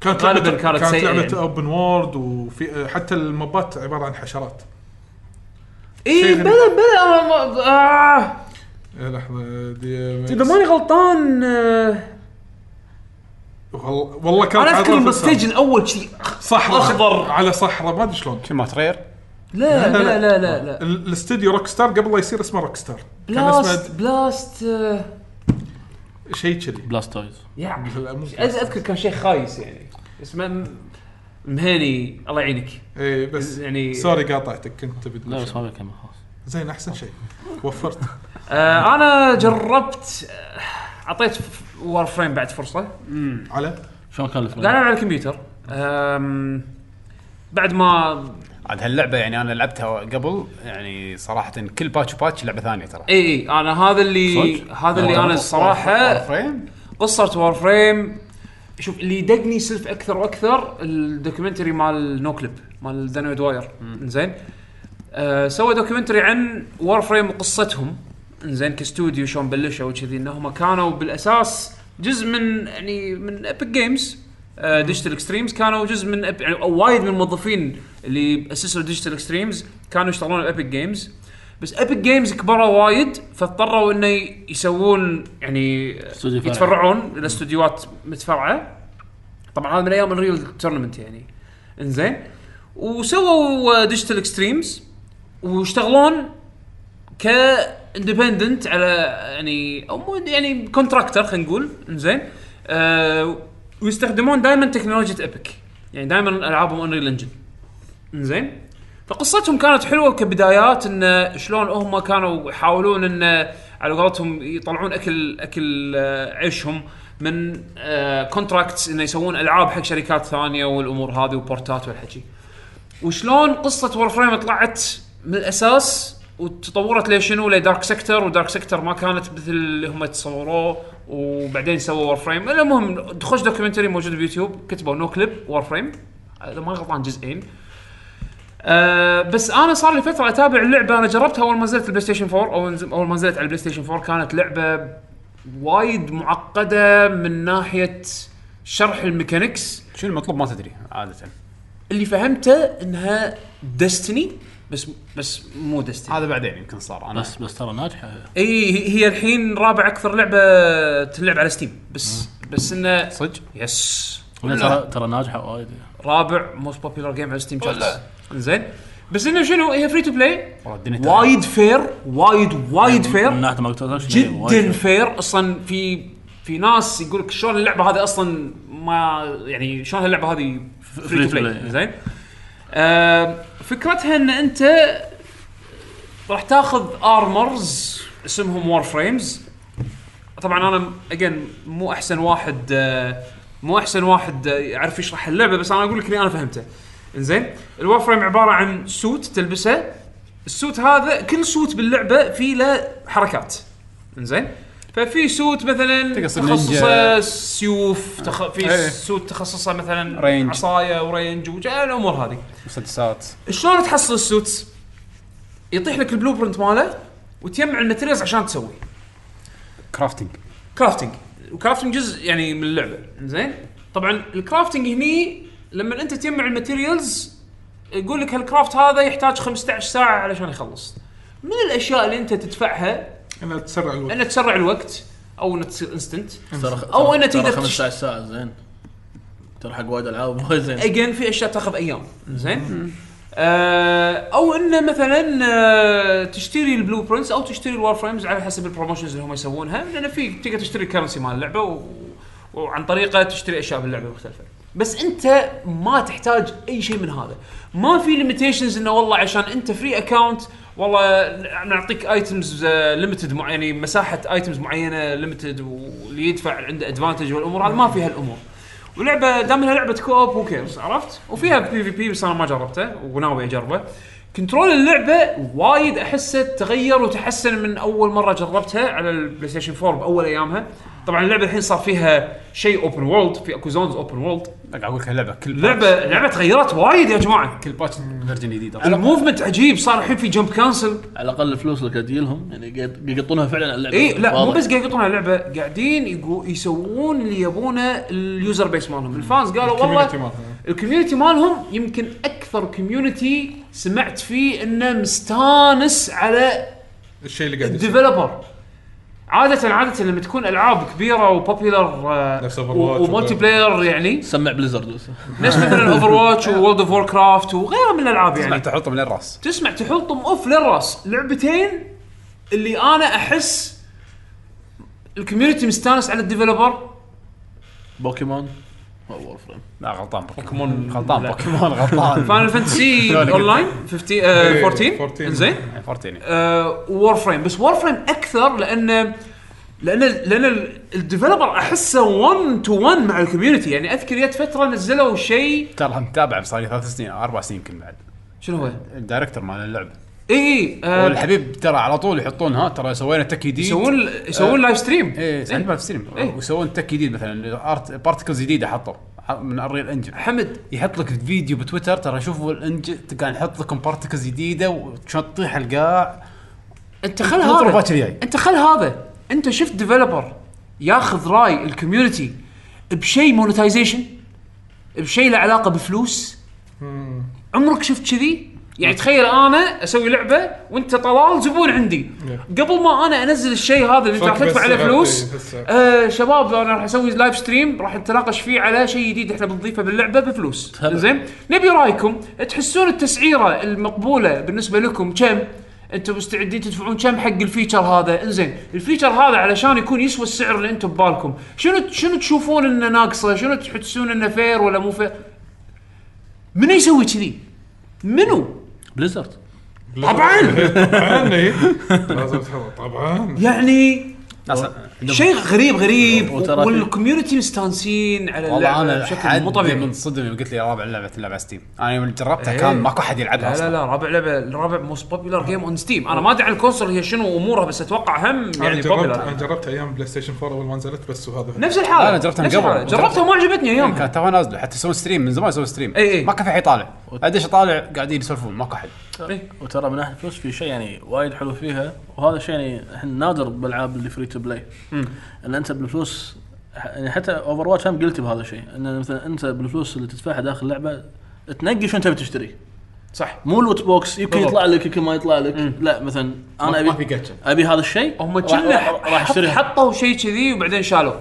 Speaker 4: كانت
Speaker 2: غالباً
Speaker 4: لعبة-
Speaker 2: كانت
Speaker 4: كانت
Speaker 2: سيئة
Speaker 4: لعبه
Speaker 2: يعني.
Speaker 4: اوبن وورد وفي آه، حتى المبات عباره عن حشرات
Speaker 2: اي
Speaker 4: شيء غريب.
Speaker 2: إيه، بلا بلا أنا ما- آه،
Speaker 4: آه، لحظه دي
Speaker 2: اذا ماني غلطان آه،
Speaker 4: والله والله كانت
Speaker 2: انا اذكر
Speaker 4: عرضها في
Speaker 2: الستيج الاول شيء
Speaker 4: صحراء
Speaker 2: أخضر.
Speaker 4: على صحراء ما ادري شلون
Speaker 3: شو ما تغير
Speaker 2: لا
Speaker 4: لا،
Speaker 2: لا
Speaker 4: لا.
Speaker 2: لا لا لا
Speaker 4: ال- الاستديو روك ستار قبل لا يصير اسمه روك ستار كان
Speaker 2: بلاست
Speaker 4: اسمه
Speaker 2: بلاست آه،
Speaker 4: شيء كذي
Speaker 5: بلاستويز
Speaker 2: يا عمي
Speaker 4: لا، مو
Speaker 2: أز- اذكر كان شيء خايس يعني اسمه م- مهيني الله يعينك
Speaker 4: اي إيه، بس
Speaker 2: يعني-
Speaker 4: سوري قاطعتك كنت تبي تقول
Speaker 5: لا
Speaker 4: شيء.
Speaker 5: بس ما بكمل خلاص
Speaker 4: زين احسن شيء وفرت
Speaker 2: آه انا جربت آه، اعطيت وور فريم بعد فرصه
Speaker 4: على
Speaker 5: شلون كان الفيلم؟
Speaker 2: قاعد العب على الكمبيوتر آم، بعد ما
Speaker 3: عاد هاللعبه يعني انا لعبتها قبل يعني صراحه كل باتش وباتش لعبه ثانيه ترى
Speaker 2: اي اي انا إيه، هذا اللي
Speaker 5: صدق؟
Speaker 2: هذا اللي انا الصراحه
Speaker 3: فريم
Speaker 2: قصه وور فريم شوف اللي يدقني سلف اكثر واكثر الدوكيومنتري مال نوكليب مال داني دواير زين آه سوى دوكيومنتري عن وور فريم وقصتهم زين كاستوديو شلون بلشوا وكذي انهم كانوا بالاساس جزء من يعني من ابيك جيمز ديجيتال اكستريمز كانوا جزء من أب... يعني أو وايد من الموظفين اللي اسسوا ديجيتال اكستريمز كانوا يشتغلون بابيك جيمز بس ابيك جيمز كبروا وايد فاضطروا انه ي- يسوون يعني
Speaker 5: استوديو فرعي.
Speaker 2: يتفرعون الى استديوهات متفرعه طبعا هذا من ايام الريل تورنمنت يعني انزين وسووا ديجيتال اكستريمز واشتغلون كاندبندنت على يعني او مو يعني كونتراكتر خلينا نقول زين آه ويستخدمون دائما تكنولوجيا ابيك يعني دائما العابهم انريل انجن زين فقصتهم كانت حلوه كبدايات ان شلون هم كانوا يحاولون ان على قولتهم يطلعون اكل اكل آه، عيشهم من كونتراكتس انه يسوون العاب حق شركات ثانيه والامور هذه وبورتات والحكي. وشلون قصه وور فريم طلعت من الاساس وتطورت لشنو لدارك سيكتر ودارك سيكتر ما كانت مثل اللي هم تصوروه وبعدين سووا وور فريم المهم تخش دوكيومنتري موجود بيوتيوب كتبوا نو كليب وور فريم اذا ما غلطان جزئين أه بس انا صار لي فتره اتابع اللعبه انا جربتها اول ما نزلت البلاي ستيشن 4 او نز- اول ما نزلت على البلاي ستيشن 4 كانت لعبه وايد معقده من ناحيه شرح الميكانكس
Speaker 3: شنو المطلوب ما تدري عاده
Speaker 2: اللي فهمته انها دستني بس بس مو دستني
Speaker 3: هذا بعدين يمكن صار انا
Speaker 5: بس بس ترى ناجحه
Speaker 2: اي هي- هي الحين رابع اكثر لعبه تلعب على ستيم بس بس انه
Speaker 3: صدق
Speaker 2: يس
Speaker 5: ولا ترى ترى ناجحه وايد
Speaker 2: رابع موست بوبيلر جيم على ستيم شارتس زين بس انه شنو هي فري تو بلاي
Speaker 3: والله الدنيا تلعب.
Speaker 2: وايد فير وايد وايد
Speaker 5: من
Speaker 2: فير
Speaker 5: ناحيه ما قلت
Speaker 2: جدا فير اصلا في في ناس يقول لك شلون اللعبه هذه اصلا ما يعني شلون هاللعبه هذه فري
Speaker 5: free
Speaker 2: تو
Speaker 5: to
Speaker 2: بلاي
Speaker 5: play.
Speaker 2: زين آه، فكرتها ان انت راح تاخذ ارمرز اسمهم وور فريمز طبعا انا اجين مو احسن واحد آه، مو احسن واحد آه، يعرف يشرح اللعبه بس انا اقول لك اللي انا فهمته انزين الوور فريم عباره عن سوت تلبسه السوت هذا كل سوت باللعبه فيه له حركات انزين ففي سوت مثلا
Speaker 3: تقدر تصير
Speaker 2: تخصصه
Speaker 3: نينجا.
Speaker 2: سيوف تخ... في
Speaker 3: إيه.
Speaker 2: سوت تخصصه مثلا
Speaker 3: رينج.
Speaker 2: عصايه ورينج والامور هذه
Speaker 3: مسدسات
Speaker 2: شلون تحصل السوتس؟ يطيح لك البلو برنت ماله وتجمع الماتيريالز عشان تسوي
Speaker 3: كرافتنج
Speaker 2: كرافتنج وكرافتنج جزء يعني من اللعبه زين طبعا الكرافتنج هني لما انت تجمع الماتيريالز يقول لك هالكرافت هذا يحتاج 15 ساعه علشان يخلص من الاشياء اللي انت تدفعها
Speaker 4: انا تسرع الوقت
Speaker 2: انها تسرع الوقت او انها تصير انستنت
Speaker 5: او
Speaker 2: أو إنه تقدر تش-
Speaker 5: 15 ساعه زين ترى حق وايد العاب وايد زين
Speaker 2: اجين في اشياء تاخذ ايام زين آه او انه مثلا آه تشتري البلو برنتس او تشتري الوار فريمز على حسب البروموشنز اللي هم يسوونها لان في تقدر تشتري الكرنسي مال اللعبه و... وعن طريقه تشتري اشياء باللعبه مختلفه بس انت ما تحتاج اي شيء من هذا ما في ليميتيشنز انه والله عشان انت فري اكاونت والله نعطيك ايتمز ليمتد يعني مساحه ايتمز معينه ليمتد واللي يدفع عنده ادفانتج والامور هذه ما في هالامور ولعبه دام انها لعبه كوب هو كيرز عرفت؟ وفيها بي في بي بس انا ما جربته وناوي اجربه. كنترول اللعبه وايد احسه تغير وتحسن من اول مره جربتها على البلاي ستيشن 4 باول ايامها. طبعا اللعبه الحين صار فيها شيء اوبن وورلد في اكو زونز اوبن وورلد.
Speaker 3: قاعد اقول لك اللعبه كل
Speaker 2: اللعبه اللعبه تغيرت وايد يا جماعه.
Speaker 3: كل باتش فيرجن جديده
Speaker 2: الموفمنت عجيب صار الحين في جمب كانسل
Speaker 5: على الاقل الفلوس اللي قاعد يجيلهم يعني قاعد يقطونها فعلا على اللعبه
Speaker 2: اي لا مو
Speaker 5: واضح.
Speaker 2: بس قاعد يقطون على اللعبه قاعدين يقو- يسوون اللي يبونه اليوزر بيس مالهم الفانز قالوا والله
Speaker 4: والله مالها
Speaker 2: الكوميونتي مالهم يمكن اكثر كوميونتي سمعت فيه انه مستانس على
Speaker 4: الشيء اللي قاعد يصير.
Speaker 2: الديفلوبر عادة عادة لما تكون العاب كبيرة آه، وبوبيلر
Speaker 4: نفس Overwatch
Speaker 2: ومولتي بلاير يعني
Speaker 5: سمع بليزرد
Speaker 2: نفس مثلا اوفر واتش وورلد اوف وور كرافت وغيرها من الالعاب يعني
Speaker 3: يعني تحط من الراس
Speaker 2: تسمع تحطهم اوف للراس لعبتين اللي انا احس الكوميونتي مستانس على الديفلوبر
Speaker 5: بوكيمون وور فريم
Speaker 3: لا غلطان بوكيمون
Speaker 2: بوكيمون
Speaker 3: غلطان بوكيمون غلطان
Speaker 2: فاينل فانتسي
Speaker 3: شلونك
Speaker 2: اون لاين
Speaker 4: إيه،
Speaker 2: 14
Speaker 4: 14.
Speaker 2: زين
Speaker 3: يعني 14
Speaker 2: وور فريم آه، بس وور فريم اكثر لانه لان لان ال- الديفلوبر احسه 1 تو 1 مع الكوميونتي يعني اذكر جت فتره نزلوا شيء
Speaker 3: ترى متابع صار لي ثلاث سنين أو اربع سنين يمكن بعد
Speaker 2: شنو هو؟
Speaker 3: الدايركتور مال اللعبه
Speaker 2: اي اي آه،
Speaker 3: والحبيب ترى على طول يحطون ها ترى سوينا تك جديد أه.
Speaker 2: يسوون يسوون لايف ستريم
Speaker 3: ايه سعيد ما في ستريم
Speaker 2: إيه.
Speaker 3: ويسوون تك جديد مثلا ارت بارتكلز جديده حطوا ح- من الريل انجن
Speaker 2: حمد
Speaker 3: يحط لك فيديو بتويتر ترى شوفوا الانجن قاعد يحط لكم بارتكلز جديده وشلون تطيح القاع
Speaker 2: انت خل
Speaker 3: انطر
Speaker 2: هذا
Speaker 3: باكر جاي.
Speaker 2: انت خل هذا انت شفت ديفلوبر ياخذ راي الكوميونتي بشيء مونتايزيشن بشيء له علاقه بفلوس عمرك شفت كذي؟ يعني تخيل انا اسوي لعبه وانت طلال زبون عندي قبل ما انا انزل الشيء هذا اللي انت راح
Speaker 4: فك بس
Speaker 2: تدفع عليه
Speaker 4: غطي،
Speaker 2: فلوس
Speaker 4: بس.
Speaker 2: آه شباب انا راح اسوي لايف ستريم راح نتناقش فيه على شيء جديد احنا بنضيفه باللعبه بفلوس زين نبي رايكم تحسون التسعيره المقبوله بالنسبه لكم كم انتم مستعدين تدفعون كم حق الفيتشر هذا انزين الفيتشر هذا علشان يكون يسوى السعر اللي انتم ببالكم شنو شنو تشوفون انه ناقصه شنو تحسون انه فير ولا مو فير منو يسوي كذي منو
Speaker 5: بليزرد
Speaker 4: طبعا طبعا إيه. لازم تحضر طبعا
Speaker 2: يعني
Speaker 3: نعم.
Speaker 2: شيء غريب غريب
Speaker 5: وترى في-
Speaker 2: والكوميونتي مستانسين على
Speaker 3: والله
Speaker 2: اللعبه
Speaker 3: انا
Speaker 2: بشكل مو طبيعي
Speaker 3: من صدم يوم قلت لي رابع لعبه تلعب على ستيم انا يوم جربتها
Speaker 2: إيه.
Speaker 3: كان ماكو احد يلعبها
Speaker 2: لا لا
Speaker 3: اصلا
Speaker 2: لا رابع لعبه الرابع موست بوبيلر جيم اون ستيم انا ما ادري على الكونسول هي شنو امورها بس اتوقع هم
Speaker 4: انا
Speaker 2: يعني
Speaker 4: جربت انا
Speaker 2: بوبيلر
Speaker 4: جربت ايام بلاي ستيشن 4 اول ما نزلت بس وهذا
Speaker 2: نفس الحاله
Speaker 3: لا، أنا جربتها من
Speaker 2: نفس
Speaker 3: قبل. إيه،
Speaker 2: الحالة. جربتها وما عجبتني ايامها
Speaker 3: كانت توها نازله حتى يسوون ستريم من زمان يسوون ستريم
Speaker 2: إي إي.
Speaker 3: ما كان في حد يطالع ادش اطالع قاعدين يسولفون ماكو احد
Speaker 2: إيه.
Speaker 5: وترى من ناحيه الفلوس في شيء يعني وايد حلو فيها وهذا الشيء يعني احنا نادر بالالعاب اللي فري تو بلاي ان انت بالفلوس يعني حتى اوفر واتش هم قلت بهذا الشيء ان مثلا انت بالفلوس اللي تدفعها داخل اللعبه تنقي شو انت بتشتري
Speaker 2: صح
Speaker 5: مو لوت بوكس يمكن
Speaker 2: بالضبط.
Speaker 5: يطلع لك يمكن ما يطلع لك لا مثلا انا
Speaker 3: ما في
Speaker 5: ابي
Speaker 3: جاتشا.
Speaker 5: ابي هذا الشيء
Speaker 2: هم
Speaker 5: راح-
Speaker 2: كنا
Speaker 5: راح راح
Speaker 2: حط-
Speaker 5: اشتريها
Speaker 2: حطوا شيء كذي وبعدين شالوا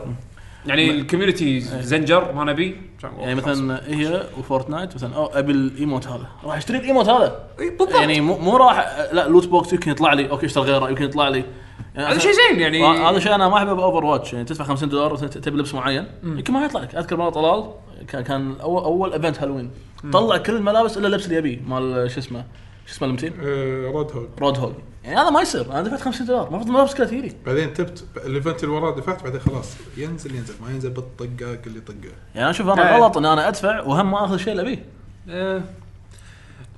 Speaker 2: يعني الكوميونتي زنجر ما نبي
Speaker 5: إيه. يعني مثلا هي وفورتنايت مثلا او ابي الايموت هذا راح اشتري الايموت هذا
Speaker 2: إيه، بالضبط.
Speaker 5: يعني مو مو راح لا لوت بوكس يمكن يطلع لي اوكي اشتري غيره يمكن يطلع لي يعني
Speaker 2: هذا
Speaker 5: مثلاً-
Speaker 2: شيء زين يعني
Speaker 5: آه، هذا شيء انا ما احبه باوفر واتش يعني تدفع 50 دولار مثلاً ت- تبي لبس معين يمكن ما يطلع لك اذكر مره طلال كان كان اول اول ايفنت هالوين طلع كل الملابس الا اللبس اللي يبيه مال شو اسمه شو اسمه المتين
Speaker 4: رود هوج
Speaker 5: رود هوج يعني هذا ما يصير انا دفعت 50 دولار المفروض الملابس كلها تجيني
Speaker 4: بعدين تبت الايفنت اللي وراه دفعت بعدين خلاص ينزل ينزل ما ينزل بالطقاق اللي طقه
Speaker 5: يعني انا اشوف
Speaker 2: نعم.
Speaker 5: انا غلط ان انا ادفع وهم ما اخذ الشيء اللي ابيه
Speaker 2: آه.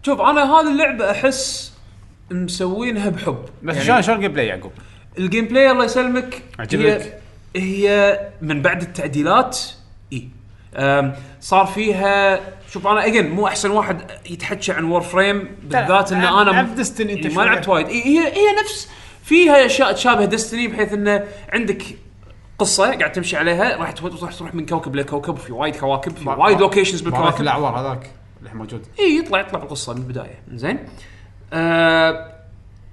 Speaker 2: شوف انا هذه اللعبه احس مسوينها بحب
Speaker 3: بس شلون شلون الجيم بلاي يعقوب؟
Speaker 2: الجيم بلاي الله يسلمك
Speaker 3: عجبك؟
Speaker 2: هي, هي من بعد التعديلات اي أم، صار فيها شوف انا اجن مو احسن واحد يتحكى عن وور فريم بالذات ان
Speaker 3: عن-
Speaker 2: انا
Speaker 3: عن Destiny أنت يعني؟
Speaker 2: إي، ما
Speaker 3: شوية.
Speaker 2: لعبت وايد إي، هي هي نفس فيها اشياء تشابه ديستني بحيث انه عندك قصه قاعد تمشي عليها راح تروح راح تروح من كوكب لكوكب وفي وايد كواكب في وايد لوكيشنز
Speaker 3: هذاك
Speaker 2: بالكواكب
Speaker 3: الاعور هذاك اللي موجود
Speaker 2: اي يطلع يطلع بالقصه من البدايه زين آه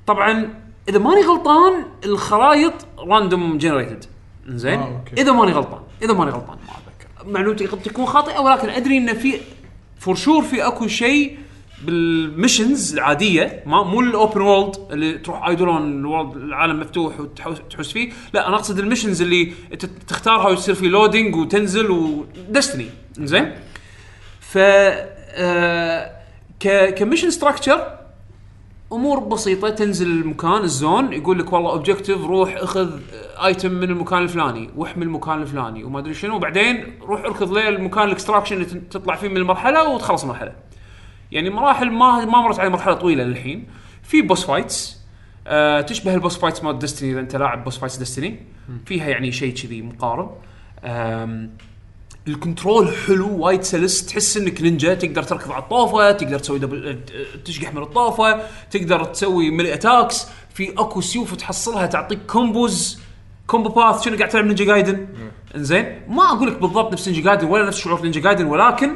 Speaker 2: طبعا اذا ماني غلطان الخرائط راندوم جنريتد زين
Speaker 4: آه، أوكي.
Speaker 2: اذا ماني غلطان اذا ماني غلطان ما اتذكر معلومتي قد تكون خاطئه ولكن ادري ان في فور شور في اكو شيء بالمشنز العاديه ما مو الاوبن وورلد اللي تروح ايدولون الورلد العالم مفتوح وتحوس تحوس فيه لا انا اقصد المشنز اللي انت تختارها ويصير في لودينج وتنزل ودستني زين ف آه، ك كمشن ستراكشر امور بسيطه تنزل المكان الزون يقول لك والله اوبجيكتيف روح اخذ ايتم من المكان الفلاني واحمي المكان الفلاني وما ادري شنو وبعدين روح اركض ليه المكان الاكستراكشن اللي تن- تطلع فيه من المرحله وتخلص المرحله. يعني مراحل ما ما مرت علي مرحله طويله للحين في بوس فايتس آه تشبه البوس فايتس مال ديستني اذا انت لاعب بوس فايتس ديستني فيها يعني شيء كذي مقارب آم، الكنترول حلو وايد سلس تحس انك نينجا تقدر تركض على الطوفه تقدر تسوي دبل أه، تشقح من الطوفه تقدر تسوي ملي اتاكس في اكو سيوف تحصلها تعطيك كومبوز كومبو باث شنو قاعد تلعب نينجا جايدن انزين ما اقول لك بالضبط نفس نينجا جايدن ولا نفس شعور نينجا جايدن ولكن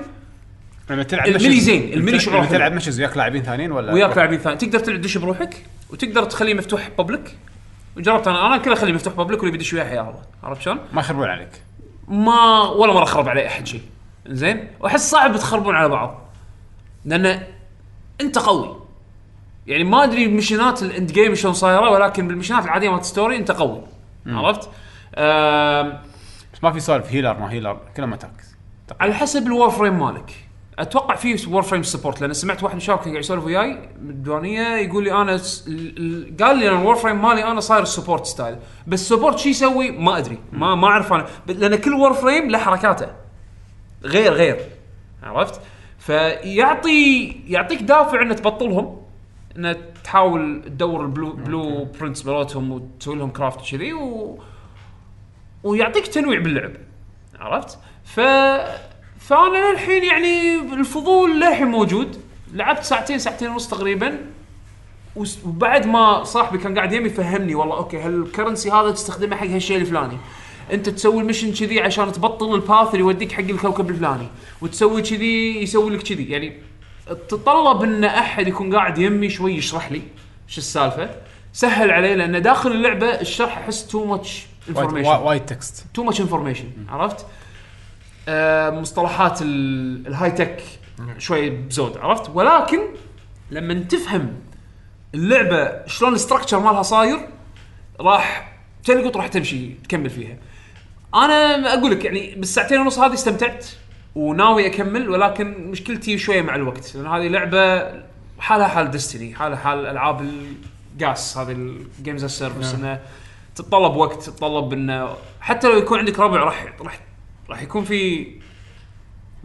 Speaker 3: لما تلعب
Speaker 2: الملي
Speaker 3: مشز-
Speaker 2: زين، الملي
Speaker 3: لما
Speaker 2: شعور حلو.
Speaker 3: تلعب مشز وياك لاعبين ثانيين ولا
Speaker 2: وياك لاعبين ثاني تقدر تدش بروحك وتقدر تخليه مفتوح بابليك وجربت انا انا كله اخليه مفتوح بابليك واللي بيدش وياه حياه الله عرفت شلون؟
Speaker 3: ما يخربون عليك
Speaker 2: ما ولا مره خرب عليه احد شيء زين واحس صعب تخربون على بعض لان انت قوي يعني ما ادري مشينات الاند جيم شلون صايره ولكن بالمشينات العاديه مالت ستوري انت قوي عرفت؟ آم،
Speaker 3: بس ما في سوالف هيلر ما هيلر كلهم اتاكس
Speaker 2: على حسب الور فريم مالك اتوقع في وور فريم سبورت لان سمعت واحد مشارك قاعد يسولف وياي من الديوانيه يقول لي انا س... ال- ال- قال لي انا الور فريم مالي انا صاير سبورت ستايل بس سبورت شو يسوي ما ادري ما ما اعرف انا ب- لان كل وور فريم له حركاته غير غير عرفت فيعطي يعطيك دافع ان تبطلهم ان تحاول تدور البلو بلو برنتس مالتهم وتسوي لهم كرافت وكذي و... ويعطيك تنويع باللعب عرفت؟ ف فانا للحين يعني الفضول للحين موجود لعبت ساعتين ساعتين ونص تقريبا وس- وبعد ما صاحبي كان قاعد يمي فهمني والله اوكي هالكرنسي هذا تستخدمه حق هالشيء الفلاني انت تسوي المشن كذي عشان تبطل الباث اللي يوديك حق الكوكب الفلاني وتسوي كذي يسوي لك كذي يعني تتطلب ان احد يكون قاعد يمي شوي يشرح لي شو السالفه سهل علي لان داخل اللعبه الشرح احس تو ماتش
Speaker 3: وايد-
Speaker 2: انفورميشن
Speaker 3: وا- وايد تكست
Speaker 2: تو ماتش انفورميشن عرفت؟ آه مصطلحات ال- الهاي تك شوي بزود عرفت؟ ولكن لما تفهم اللعبه شلون الاستراكشر مالها صاير راح تلقط راح تمشي تكمل فيها. انا اقول لك يعني بالساعتين ونص هذه استمتعت وناوي اكمل ولكن مشكلتي شويه مع الوقت لان هذه لعبه حالها حال ديستني حالها حال العاب الجاس هذه الجيمز السيرفس انه تتطلب وقت تتطلب انه حتى لو يكون عندك ربع راح راح راح يكون في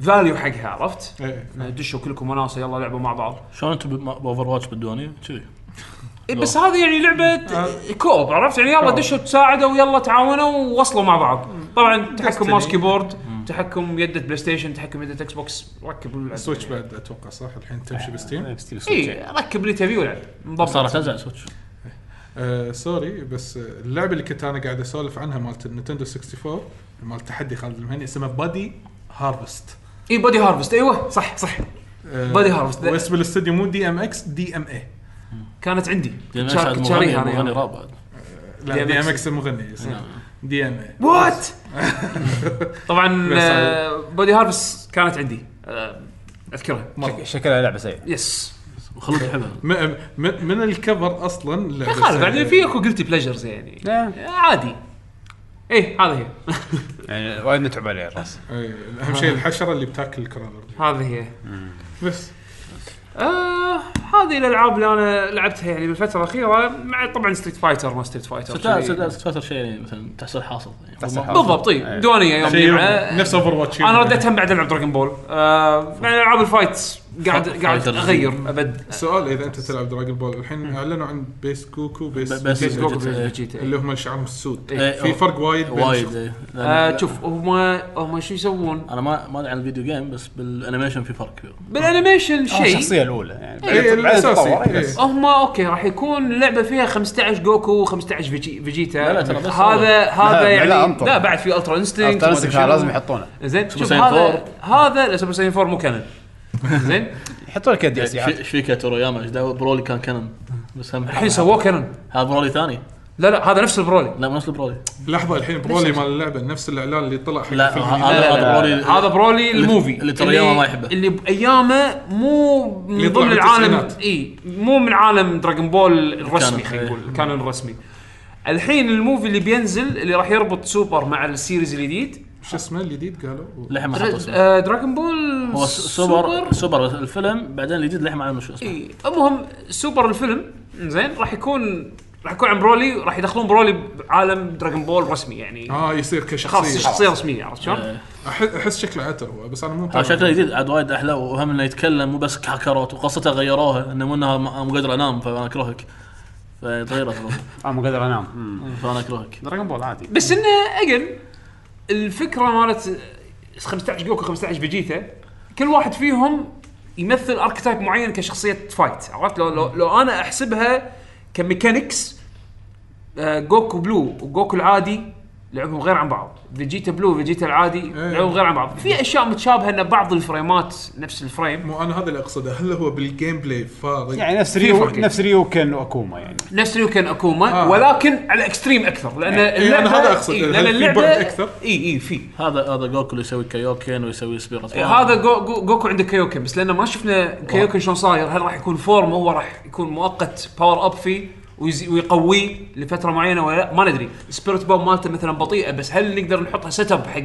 Speaker 2: فاليو حقها عرفت؟
Speaker 4: إيه.
Speaker 2: إنه دشوا كلكم وناسه يلا لعبوا مع بعض
Speaker 5: شلون انتم باوفر واتش بالديوانيه؟ كذي
Speaker 2: إيه بس هذه يعني لعبه كوب عرفت يعني يلا دشوا تساعدوا ويلا تعاونوا ووصلوا مع بعض طبعا تحكم ماوس كيبورد تحكم يده بلاي ستيشن تحكم يده اكس بوكس ركب اللعبة.
Speaker 4: سويتش بعد اتوقع صح الحين تمشي
Speaker 2: إيه،
Speaker 3: إيه.
Speaker 4: بستيم
Speaker 2: اي إيه، ركب اللي تبيه ولعب
Speaker 5: صارت
Speaker 2: مضبط
Speaker 5: ازعل سويتش
Speaker 4: آه سوري بس آه، اللعبه اللي كنت انا قاعد اسولف عنها مالت النينتندو 64 مال تحدي خالد المهني اسمها بادي هارفست
Speaker 2: اي بودي هارفست ايوه صح صح Body Harvest.
Speaker 4: آه، واسم الاستوديو مو دي ام اكس دي ام اي
Speaker 2: كانت عندي
Speaker 5: لان
Speaker 2: شار-
Speaker 5: اسعد يعني مغني
Speaker 2: شاريها أنا. يعني.
Speaker 5: مغني راب بعد
Speaker 4: لا دي ام
Speaker 2: DMX.
Speaker 4: اكس المغني دي ام اي
Speaker 2: وات طبعا
Speaker 4: بس-
Speaker 2: آه، بودي هارفست كانت عندي آه، اذكرها
Speaker 3: شك- شكلها لعبه سيئه
Speaker 2: يس
Speaker 5: خلود يحبها
Speaker 4: م- م- من الكفر اصلا
Speaker 2: ما
Speaker 4: لعبة
Speaker 2: يخالف يعني
Speaker 4: سيئة.
Speaker 2: في اكو قلتي بليجرز يعني
Speaker 3: لا.
Speaker 2: عادي ايه هذه هي
Speaker 3: يعني وايد متعب عليه الراس
Speaker 4: إيه، اهم شيء الحشره اللي بتاكل الكرونر
Speaker 2: هذه هي
Speaker 4: بس
Speaker 2: آه هذه الالعاب اللي انا لعبتها يعني بالفتره الاخيره مع طبعا ستريت فايتر ما ستريت فايتر شيء.
Speaker 5: فتره شيء يعني مثلا تحصل حاصل يعني
Speaker 3: تحصل
Speaker 5: والله-
Speaker 3: حاصل.
Speaker 2: بالضبط اي دونيه يوم
Speaker 4: شيء
Speaker 2: جمعة.
Speaker 4: نفس اوفر واتش
Speaker 2: انا رديت هم بعد العب دراجون بول آه يعني العاب الفايت قاعد
Speaker 5: فا-
Speaker 2: قاعد
Speaker 5: فايترز.
Speaker 2: اغير ابد
Speaker 4: سؤال اذا انت تلعب دراجون بول الحين اعلنوا عن بيس كوكو بيس,
Speaker 5: ب- بيس
Speaker 4: بيس
Speaker 5: كوكو.
Speaker 4: كوكو
Speaker 2: فيجيتا.
Speaker 4: اللي هم اللي شعرهم السود
Speaker 5: إيه.
Speaker 4: في فرق وايد بين
Speaker 5: وايد
Speaker 4: شخص-
Speaker 5: إيه. لأن-
Speaker 2: آه شوف هم هم شو يسوون
Speaker 5: انا ما ما ادري عن الفيديو جيم بس بالانيميشن في فرق كبير
Speaker 2: بالانيميشن
Speaker 3: آه،
Speaker 2: شيء
Speaker 3: الشخصيه الاولى يعني
Speaker 4: إيه،
Speaker 3: بعدين
Speaker 4: الأساسي.
Speaker 3: تطور، إيه، بس.
Speaker 4: إيه.
Speaker 2: هم اوكي راح يكون اللعبه فيها 15 جوكو و15 فيجي فيجيتا
Speaker 5: لا، لا، ترى بس
Speaker 2: هذا هذا
Speaker 3: لا،
Speaker 2: يعني
Speaker 3: لا، أنطر.
Speaker 2: لا بعد في الترا انستنكت
Speaker 3: ألترا إنستنكت هذا لازم يحطونه.
Speaker 2: زين شوف
Speaker 5: ساين
Speaker 2: هذا هذا لا، سوبر ساين 4 مو كانن زين
Speaker 3: يحطوا لك يد
Speaker 5: شو- ايش فيك يا تورياما ايش دعوه برولي كان كانون بس هم
Speaker 2: يعني- الحين سووه كانن
Speaker 5: هذا برولي ثاني
Speaker 2: لا لا هذا نفس البرولي
Speaker 5: لا مو نفس البرولي
Speaker 4: لحظه الحين برولي مال اللعبه نفس الاعلان اللي طلع حق
Speaker 5: لا
Speaker 4: الفيلم.
Speaker 5: ه- هذا
Speaker 2: لا،
Speaker 5: هذا
Speaker 2: لا،
Speaker 5: برولي
Speaker 2: هذا برولي
Speaker 5: اللي-
Speaker 2: الموفي
Speaker 5: اللي ترياما ما يحبه.
Speaker 2: اللي بايامه مو من
Speaker 4: اللي
Speaker 2: ضمن
Speaker 4: طلع
Speaker 2: العالم
Speaker 4: بالتسعينات.
Speaker 2: اي مو من عالم دراجون بول الرسمي
Speaker 5: كانون،
Speaker 2: خلينا
Speaker 5: إيه.
Speaker 2: نقول الكانون الرسمي الحين الموفي اللي بينزل اللي راح يربط سوبر مع السيريز الجديد
Speaker 4: شو اسمه الجديد قالوا
Speaker 5: للحين ما حطوا
Speaker 2: درا-
Speaker 5: اسمه
Speaker 2: آه، دراجون بول
Speaker 5: هو س- سوبر سوبر الفيلم بعدين الجديد للحين ما اعلنوا شو اسمه
Speaker 2: اي المهم سوبر الفيلم زين راح يكون راح يكون عن برولي راح يدخلون برولي بعالم دراجون بول رسمي يعني
Speaker 5: آه،
Speaker 4: اه يصير
Speaker 2: خلاص
Speaker 4: كشخصيه
Speaker 2: شخصيه رسميه عرفت شلون؟
Speaker 5: إيه.
Speaker 4: أح- احس شكله عتر هو بس انا مو
Speaker 5: هذا
Speaker 4: متابع.
Speaker 5: آه، شكله جديد عاد وايد احلى وهم انه يتكلم مو بس كاكروت وقصته غيروها انه مو انها م- مو قادر انام فانا اكرهك فتغيرت الوضع،
Speaker 3: اه مو قادر انام مم.
Speaker 5: فانا اكرهك
Speaker 3: دراجون بول عادي
Speaker 2: بس انه اجن الفكره مالت 15 جوكو 15 فيجيتا كل واحد فيهم يمثل اركتايب معين كشخصيه فايت عرفت لو لو, لو انا احسبها كميكانكس آه، جوكو بلو وجوكو العادي لعبهم غير عن بعض فيجيتا بلو فيجيتا العادي
Speaker 4: إيه.
Speaker 2: لعبهم غير عن بعض في اشياء متشابهه ان بعض الفريمات نفس الفريم
Speaker 4: مو انا هذا اللي اقصده هل هو بالجيم بلاي فارق
Speaker 3: يعني نفس
Speaker 2: في
Speaker 3: ريو
Speaker 2: فرق.
Speaker 3: نفس ريو كان واكوما يعني
Speaker 2: نفس ريوكن اكوما
Speaker 4: آه.
Speaker 2: ولكن على اكستريم اكثر لان
Speaker 4: إيه، أنا هذا أقصد.
Speaker 2: إيه،
Speaker 4: هل
Speaker 2: لان
Speaker 4: في
Speaker 2: اللعبه
Speaker 4: بعد أكثر؟
Speaker 2: اي اي إيه، في
Speaker 5: هذا هذا جوكو اللي يسوي كايوكين ويسوي سبيرت
Speaker 2: إيه، هذا جو جو جوكو عنده كيوكن بس لانه ما شفنا كيوكن شلون صاير هل راح يكون فورم هو راح يكون مؤقت باور اب فيه ويزي- ويقويه لفتره معينه ولا لا ما ندري سبيرت بوم مالته مثلا بطيئه بس هل نقدر نحطها سيت اب حق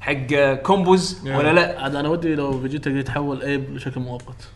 Speaker 2: حق كومبوز ولا لا
Speaker 5: عاد انا ودي لو فيجيتا يتحول ايب إيه بشكل مؤقت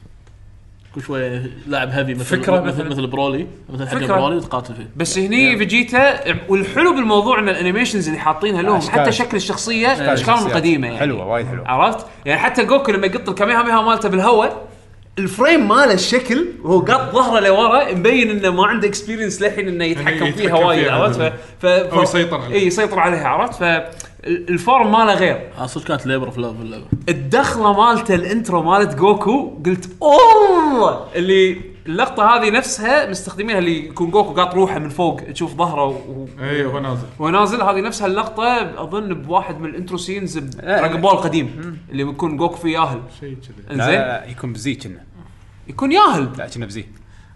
Speaker 5: كل شوي لاعب هيفي مثل
Speaker 2: فكرة
Speaker 5: مثل,
Speaker 2: مثلاً.
Speaker 5: مثل برولي مثل حق
Speaker 2: فكرة.
Speaker 5: برولي وتقاتل فيه
Speaker 2: بس هني فيجيتا والحلو بالموضوع ان الانيميشنز اللي حاطينها لهم
Speaker 3: أشكال.
Speaker 2: حتى شكل الشخصيه اشكالهم
Speaker 3: الشخصيات.
Speaker 2: قديمه يعني
Speaker 3: حلوه وايد حلوه
Speaker 2: عرفت؟ يعني حتى جوكو لما يقط الكاميهاميها مالته بالهواء الفريم ماله الشكل وهو قط ظهره لورا مبين انه ما عنده اكسبيرينس للحين انه يتحكم
Speaker 4: يعني
Speaker 2: فيها
Speaker 4: يتحكم
Speaker 2: وايد
Speaker 4: فيها.
Speaker 2: عرفت؟ ف... ف...
Speaker 4: أو يسيطر عليها.
Speaker 2: اي يسيطر عليها عرفت؟ فالفورم ماله غير
Speaker 5: آه، صدق كانت ليبر اوف لاف اللعبه
Speaker 2: الدخله مالته الانترو مالت جوكو قلت اوه اللي اللقطه هذه نفسها مستخدمينها اللي يكون جوكو قاط روحه من فوق تشوف ظهره و...
Speaker 4: اي إيه، هو نازل
Speaker 2: وهو نازل هذه نفسها اللقطه اظن بواحد من الانترو سينز بدراجون بول قديم اللي يكون جوكو فيه ياهل
Speaker 4: شيء كذي
Speaker 3: لا،
Speaker 2: انزين
Speaker 3: لا، لا، يكون بزي كنا
Speaker 2: يكون ياهل
Speaker 3: لا كنا بزي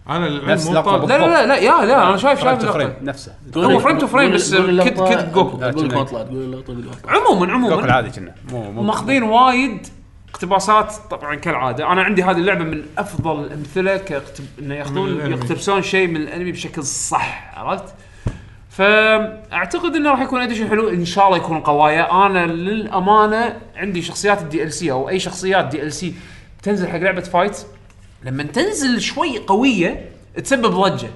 Speaker 4: انا
Speaker 3: نفس
Speaker 4: للعلم مو
Speaker 3: لقطة
Speaker 4: طالع
Speaker 2: لا لا لا لا يا لا انا شايف شايف
Speaker 3: فريم
Speaker 2: اللقطه
Speaker 3: تو فريم نفسه
Speaker 2: هو فريم تو فريم بس كد- كد جوكو.
Speaker 5: اقول لك ما طلعت قول اللقطه قول اللقطة.
Speaker 2: عموما
Speaker 3: جوكو
Speaker 2: عموما
Speaker 3: العادي كنا مو مو
Speaker 2: ماخذين وايد اقتباسات طبعا كالعاده انا عندي هذه اللعبه من افضل الامثله كاقتب... انه
Speaker 4: من
Speaker 2: ياخذون
Speaker 4: الأنمي.
Speaker 2: يقتبسون شيء من الانمي بشكل صح عرفت؟ فاعتقد انه راح يكون اديشن حلو ان شاء الله يكون قوايا انا للامانه عندي شخصيات الدي ال سي او اي شخصيات دي ال سي تنزل حق لعبه فايت لما تنزل شوي قويه تسبب ضجه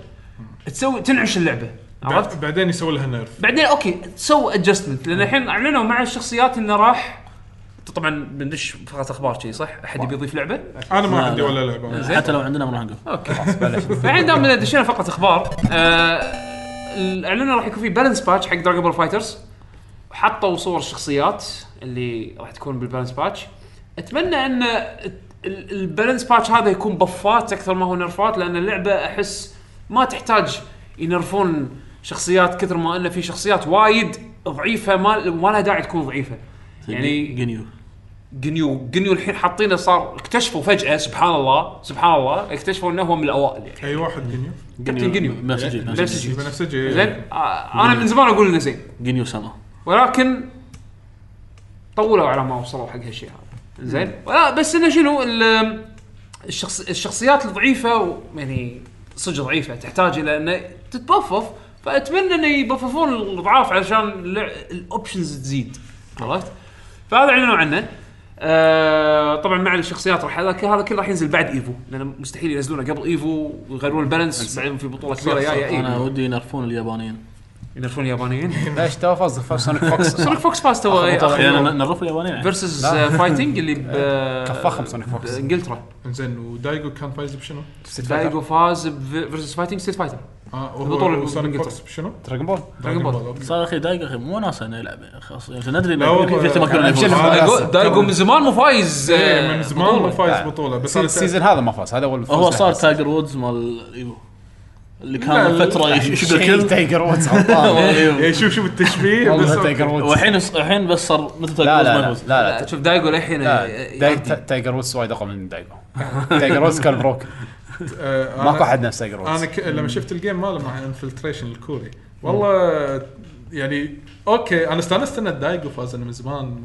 Speaker 2: تسوي تنعش اللعبه عرفت؟
Speaker 4: عرفت بعدين يسوي لها نيرف
Speaker 2: بعدين اوكي سووا ادجستمنت لان الحين اعلنوا مع الشخصيات انه راح طبعا بندش فقط اخبار شي صح؟ احد يبي يضيف لعبه؟
Speaker 4: انا ما
Speaker 5: لا،
Speaker 4: عندي
Speaker 5: لا.
Speaker 4: ولا لعبه
Speaker 5: حتى لو عندنا ما راح نقول
Speaker 2: اوكي فالحين دام إننا دشينا فقط اخبار آه اعلنوا راح يكون في بالانس باتش حق دراجون بول فايترز حطوا صور الشخصيات اللي راح تكون بالبالانس باتش اتمنى ان ال- البالانس باتش هذا يكون بفات اكثر ما هو نرفات لان اللعبه احس ما تحتاج ينرفون شخصيات كثر ما انه في شخصيات وايد ضعيفه ما ما لها داعي تكون ضعيفه يعني
Speaker 5: جنيو
Speaker 2: جنيو جنيو الحين حاطينه صار اكتشفوا فجاه سبحان الله سبحان الله اكتشفوا انه هو من الاوائل يعني
Speaker 4: اي واحد جنيو
Speaker 2: كابتن جنيو
Speaker 5: بنفسجي بنفسجي.
Speaker 2: بنفسجي
Speaker 4: بنفسجي
Speaker 2: زين آه، انا من زمان اقول انه زين
Speaker 5: جنيو سما
Speaker 2: ولكن طولوا على ما وصلوا حق هالشيء هذا زين ولا بس انه شنو ال- الشخص الشخصيات الضعيفه و- يعني صدق ضعيفه تحتاج الى انه تتبفف فاتمنى انه يبففون الاضعاف علشان اللع- الاوبشنز تزيد عرفت؟ فهذا اعلنوا عنه آه طبعا مع الشخصيات راح هذا هذا كله راح ينزل بعد ايفو لان مستحيل ينزلونه قبل ايفو ويغيرون البالانس بعدين في بطوله كبيره
Speaker 4: صح،
Speaker 2: جايه
Speaker 5: انا
Speaker 2: إيه.
Speaker 5: ودي ينرفون اليابانيين
Speaker 2: ينرفون اليابانيين
Speaker 3: ليش تو فاز فاز سونيك فوكس
Speaker 2: سونيك فوكس باس تو
Speaker 5: احيانا نرفوا اليابانيين يعني.
Speaker 2: فيرسز فايتنج uh, اللي ب
Speaker 3: كفخهم سونيك فوكس.
Speaker 2: انجلترا
Speaker 4: زين ودايجو كان فايز بشنو؟
Speaker 2: دايجو فاز بفيرسز فايتنج ستيت فايتر
Speaker 4: اه
Speaker 3: آه،
Speaker 2: البطولة
Speaker 4: وهو سونيك
Speaker 2: بإنجلترا.
Speaker 4: فوكس بشنو؟
Speaker 3: دراجون بول
Speaker 2: دراجون بول.
Speaker 4: أوكي.
Speaker 5: صار اخي دايق اخي مو ناس انه يلعب خلاص يعني ندري
Speaker 4: لا
Speaker 5: انه
Speaker 4: والله.
Speaker 5: في في احتمال كبير إنه
Speaker 3: أبشر.
Speaker 5: يفوز.
Speaker 4: آه،
Speaker 2: دايجو دايجو من زمان مو فايز
Speaker 4: إيه،
Speaker 2: آه،
Speaker 4: من زمان
Speaker 2: بطولة.
Speaker 4: ما فايز بطوله بس أنا
Speaker 3: السيزون هذا ما فاز هذا اول
Speaker 5: هو صار تايجر وودز مال ايفو اللي كان
Speaker 4: لا،
Speaker 5: فتره يش- إيه، يشد
Speaker 3: شيء
Speaker 5: الكل
Speaker 3: تايجر وودز غلطان.
Speaker 5: مال
Speaker 2: إيه،
Speaker 5: إيفو.
Speaker 4: يعني شوف شوف التشبيه بس
Speaker 3: والله تايجر وودز
Speaker 5: والحين الحين بس صار مثل تايجر
Speaker 3: لا
Speaker 5: وودز
Speaker 3: لا
Speaker 5: ما
Speaker 3: لا لا
Speaker 5: يفوز
Speaker 2: آه، شوف دايجو للحين آه،
Speaker 3: لا داي- تا-
Speaker 2: يعدي.
Speaker 3: تايجر وودز وايد اقوى من دايجو تايجر وودز كان بروكن
Speaker 4: آه، أنا-
Speaker 3: ماكو احد نفس تايجر
Speaker 4: انا
Speaker 3: وودز
Speaker 4: ك... لما شفت الجيم ماله مع انفلتريشن الكوري والله يعني اوكي انا استانست ان دايجو فاز أنا من زمان ما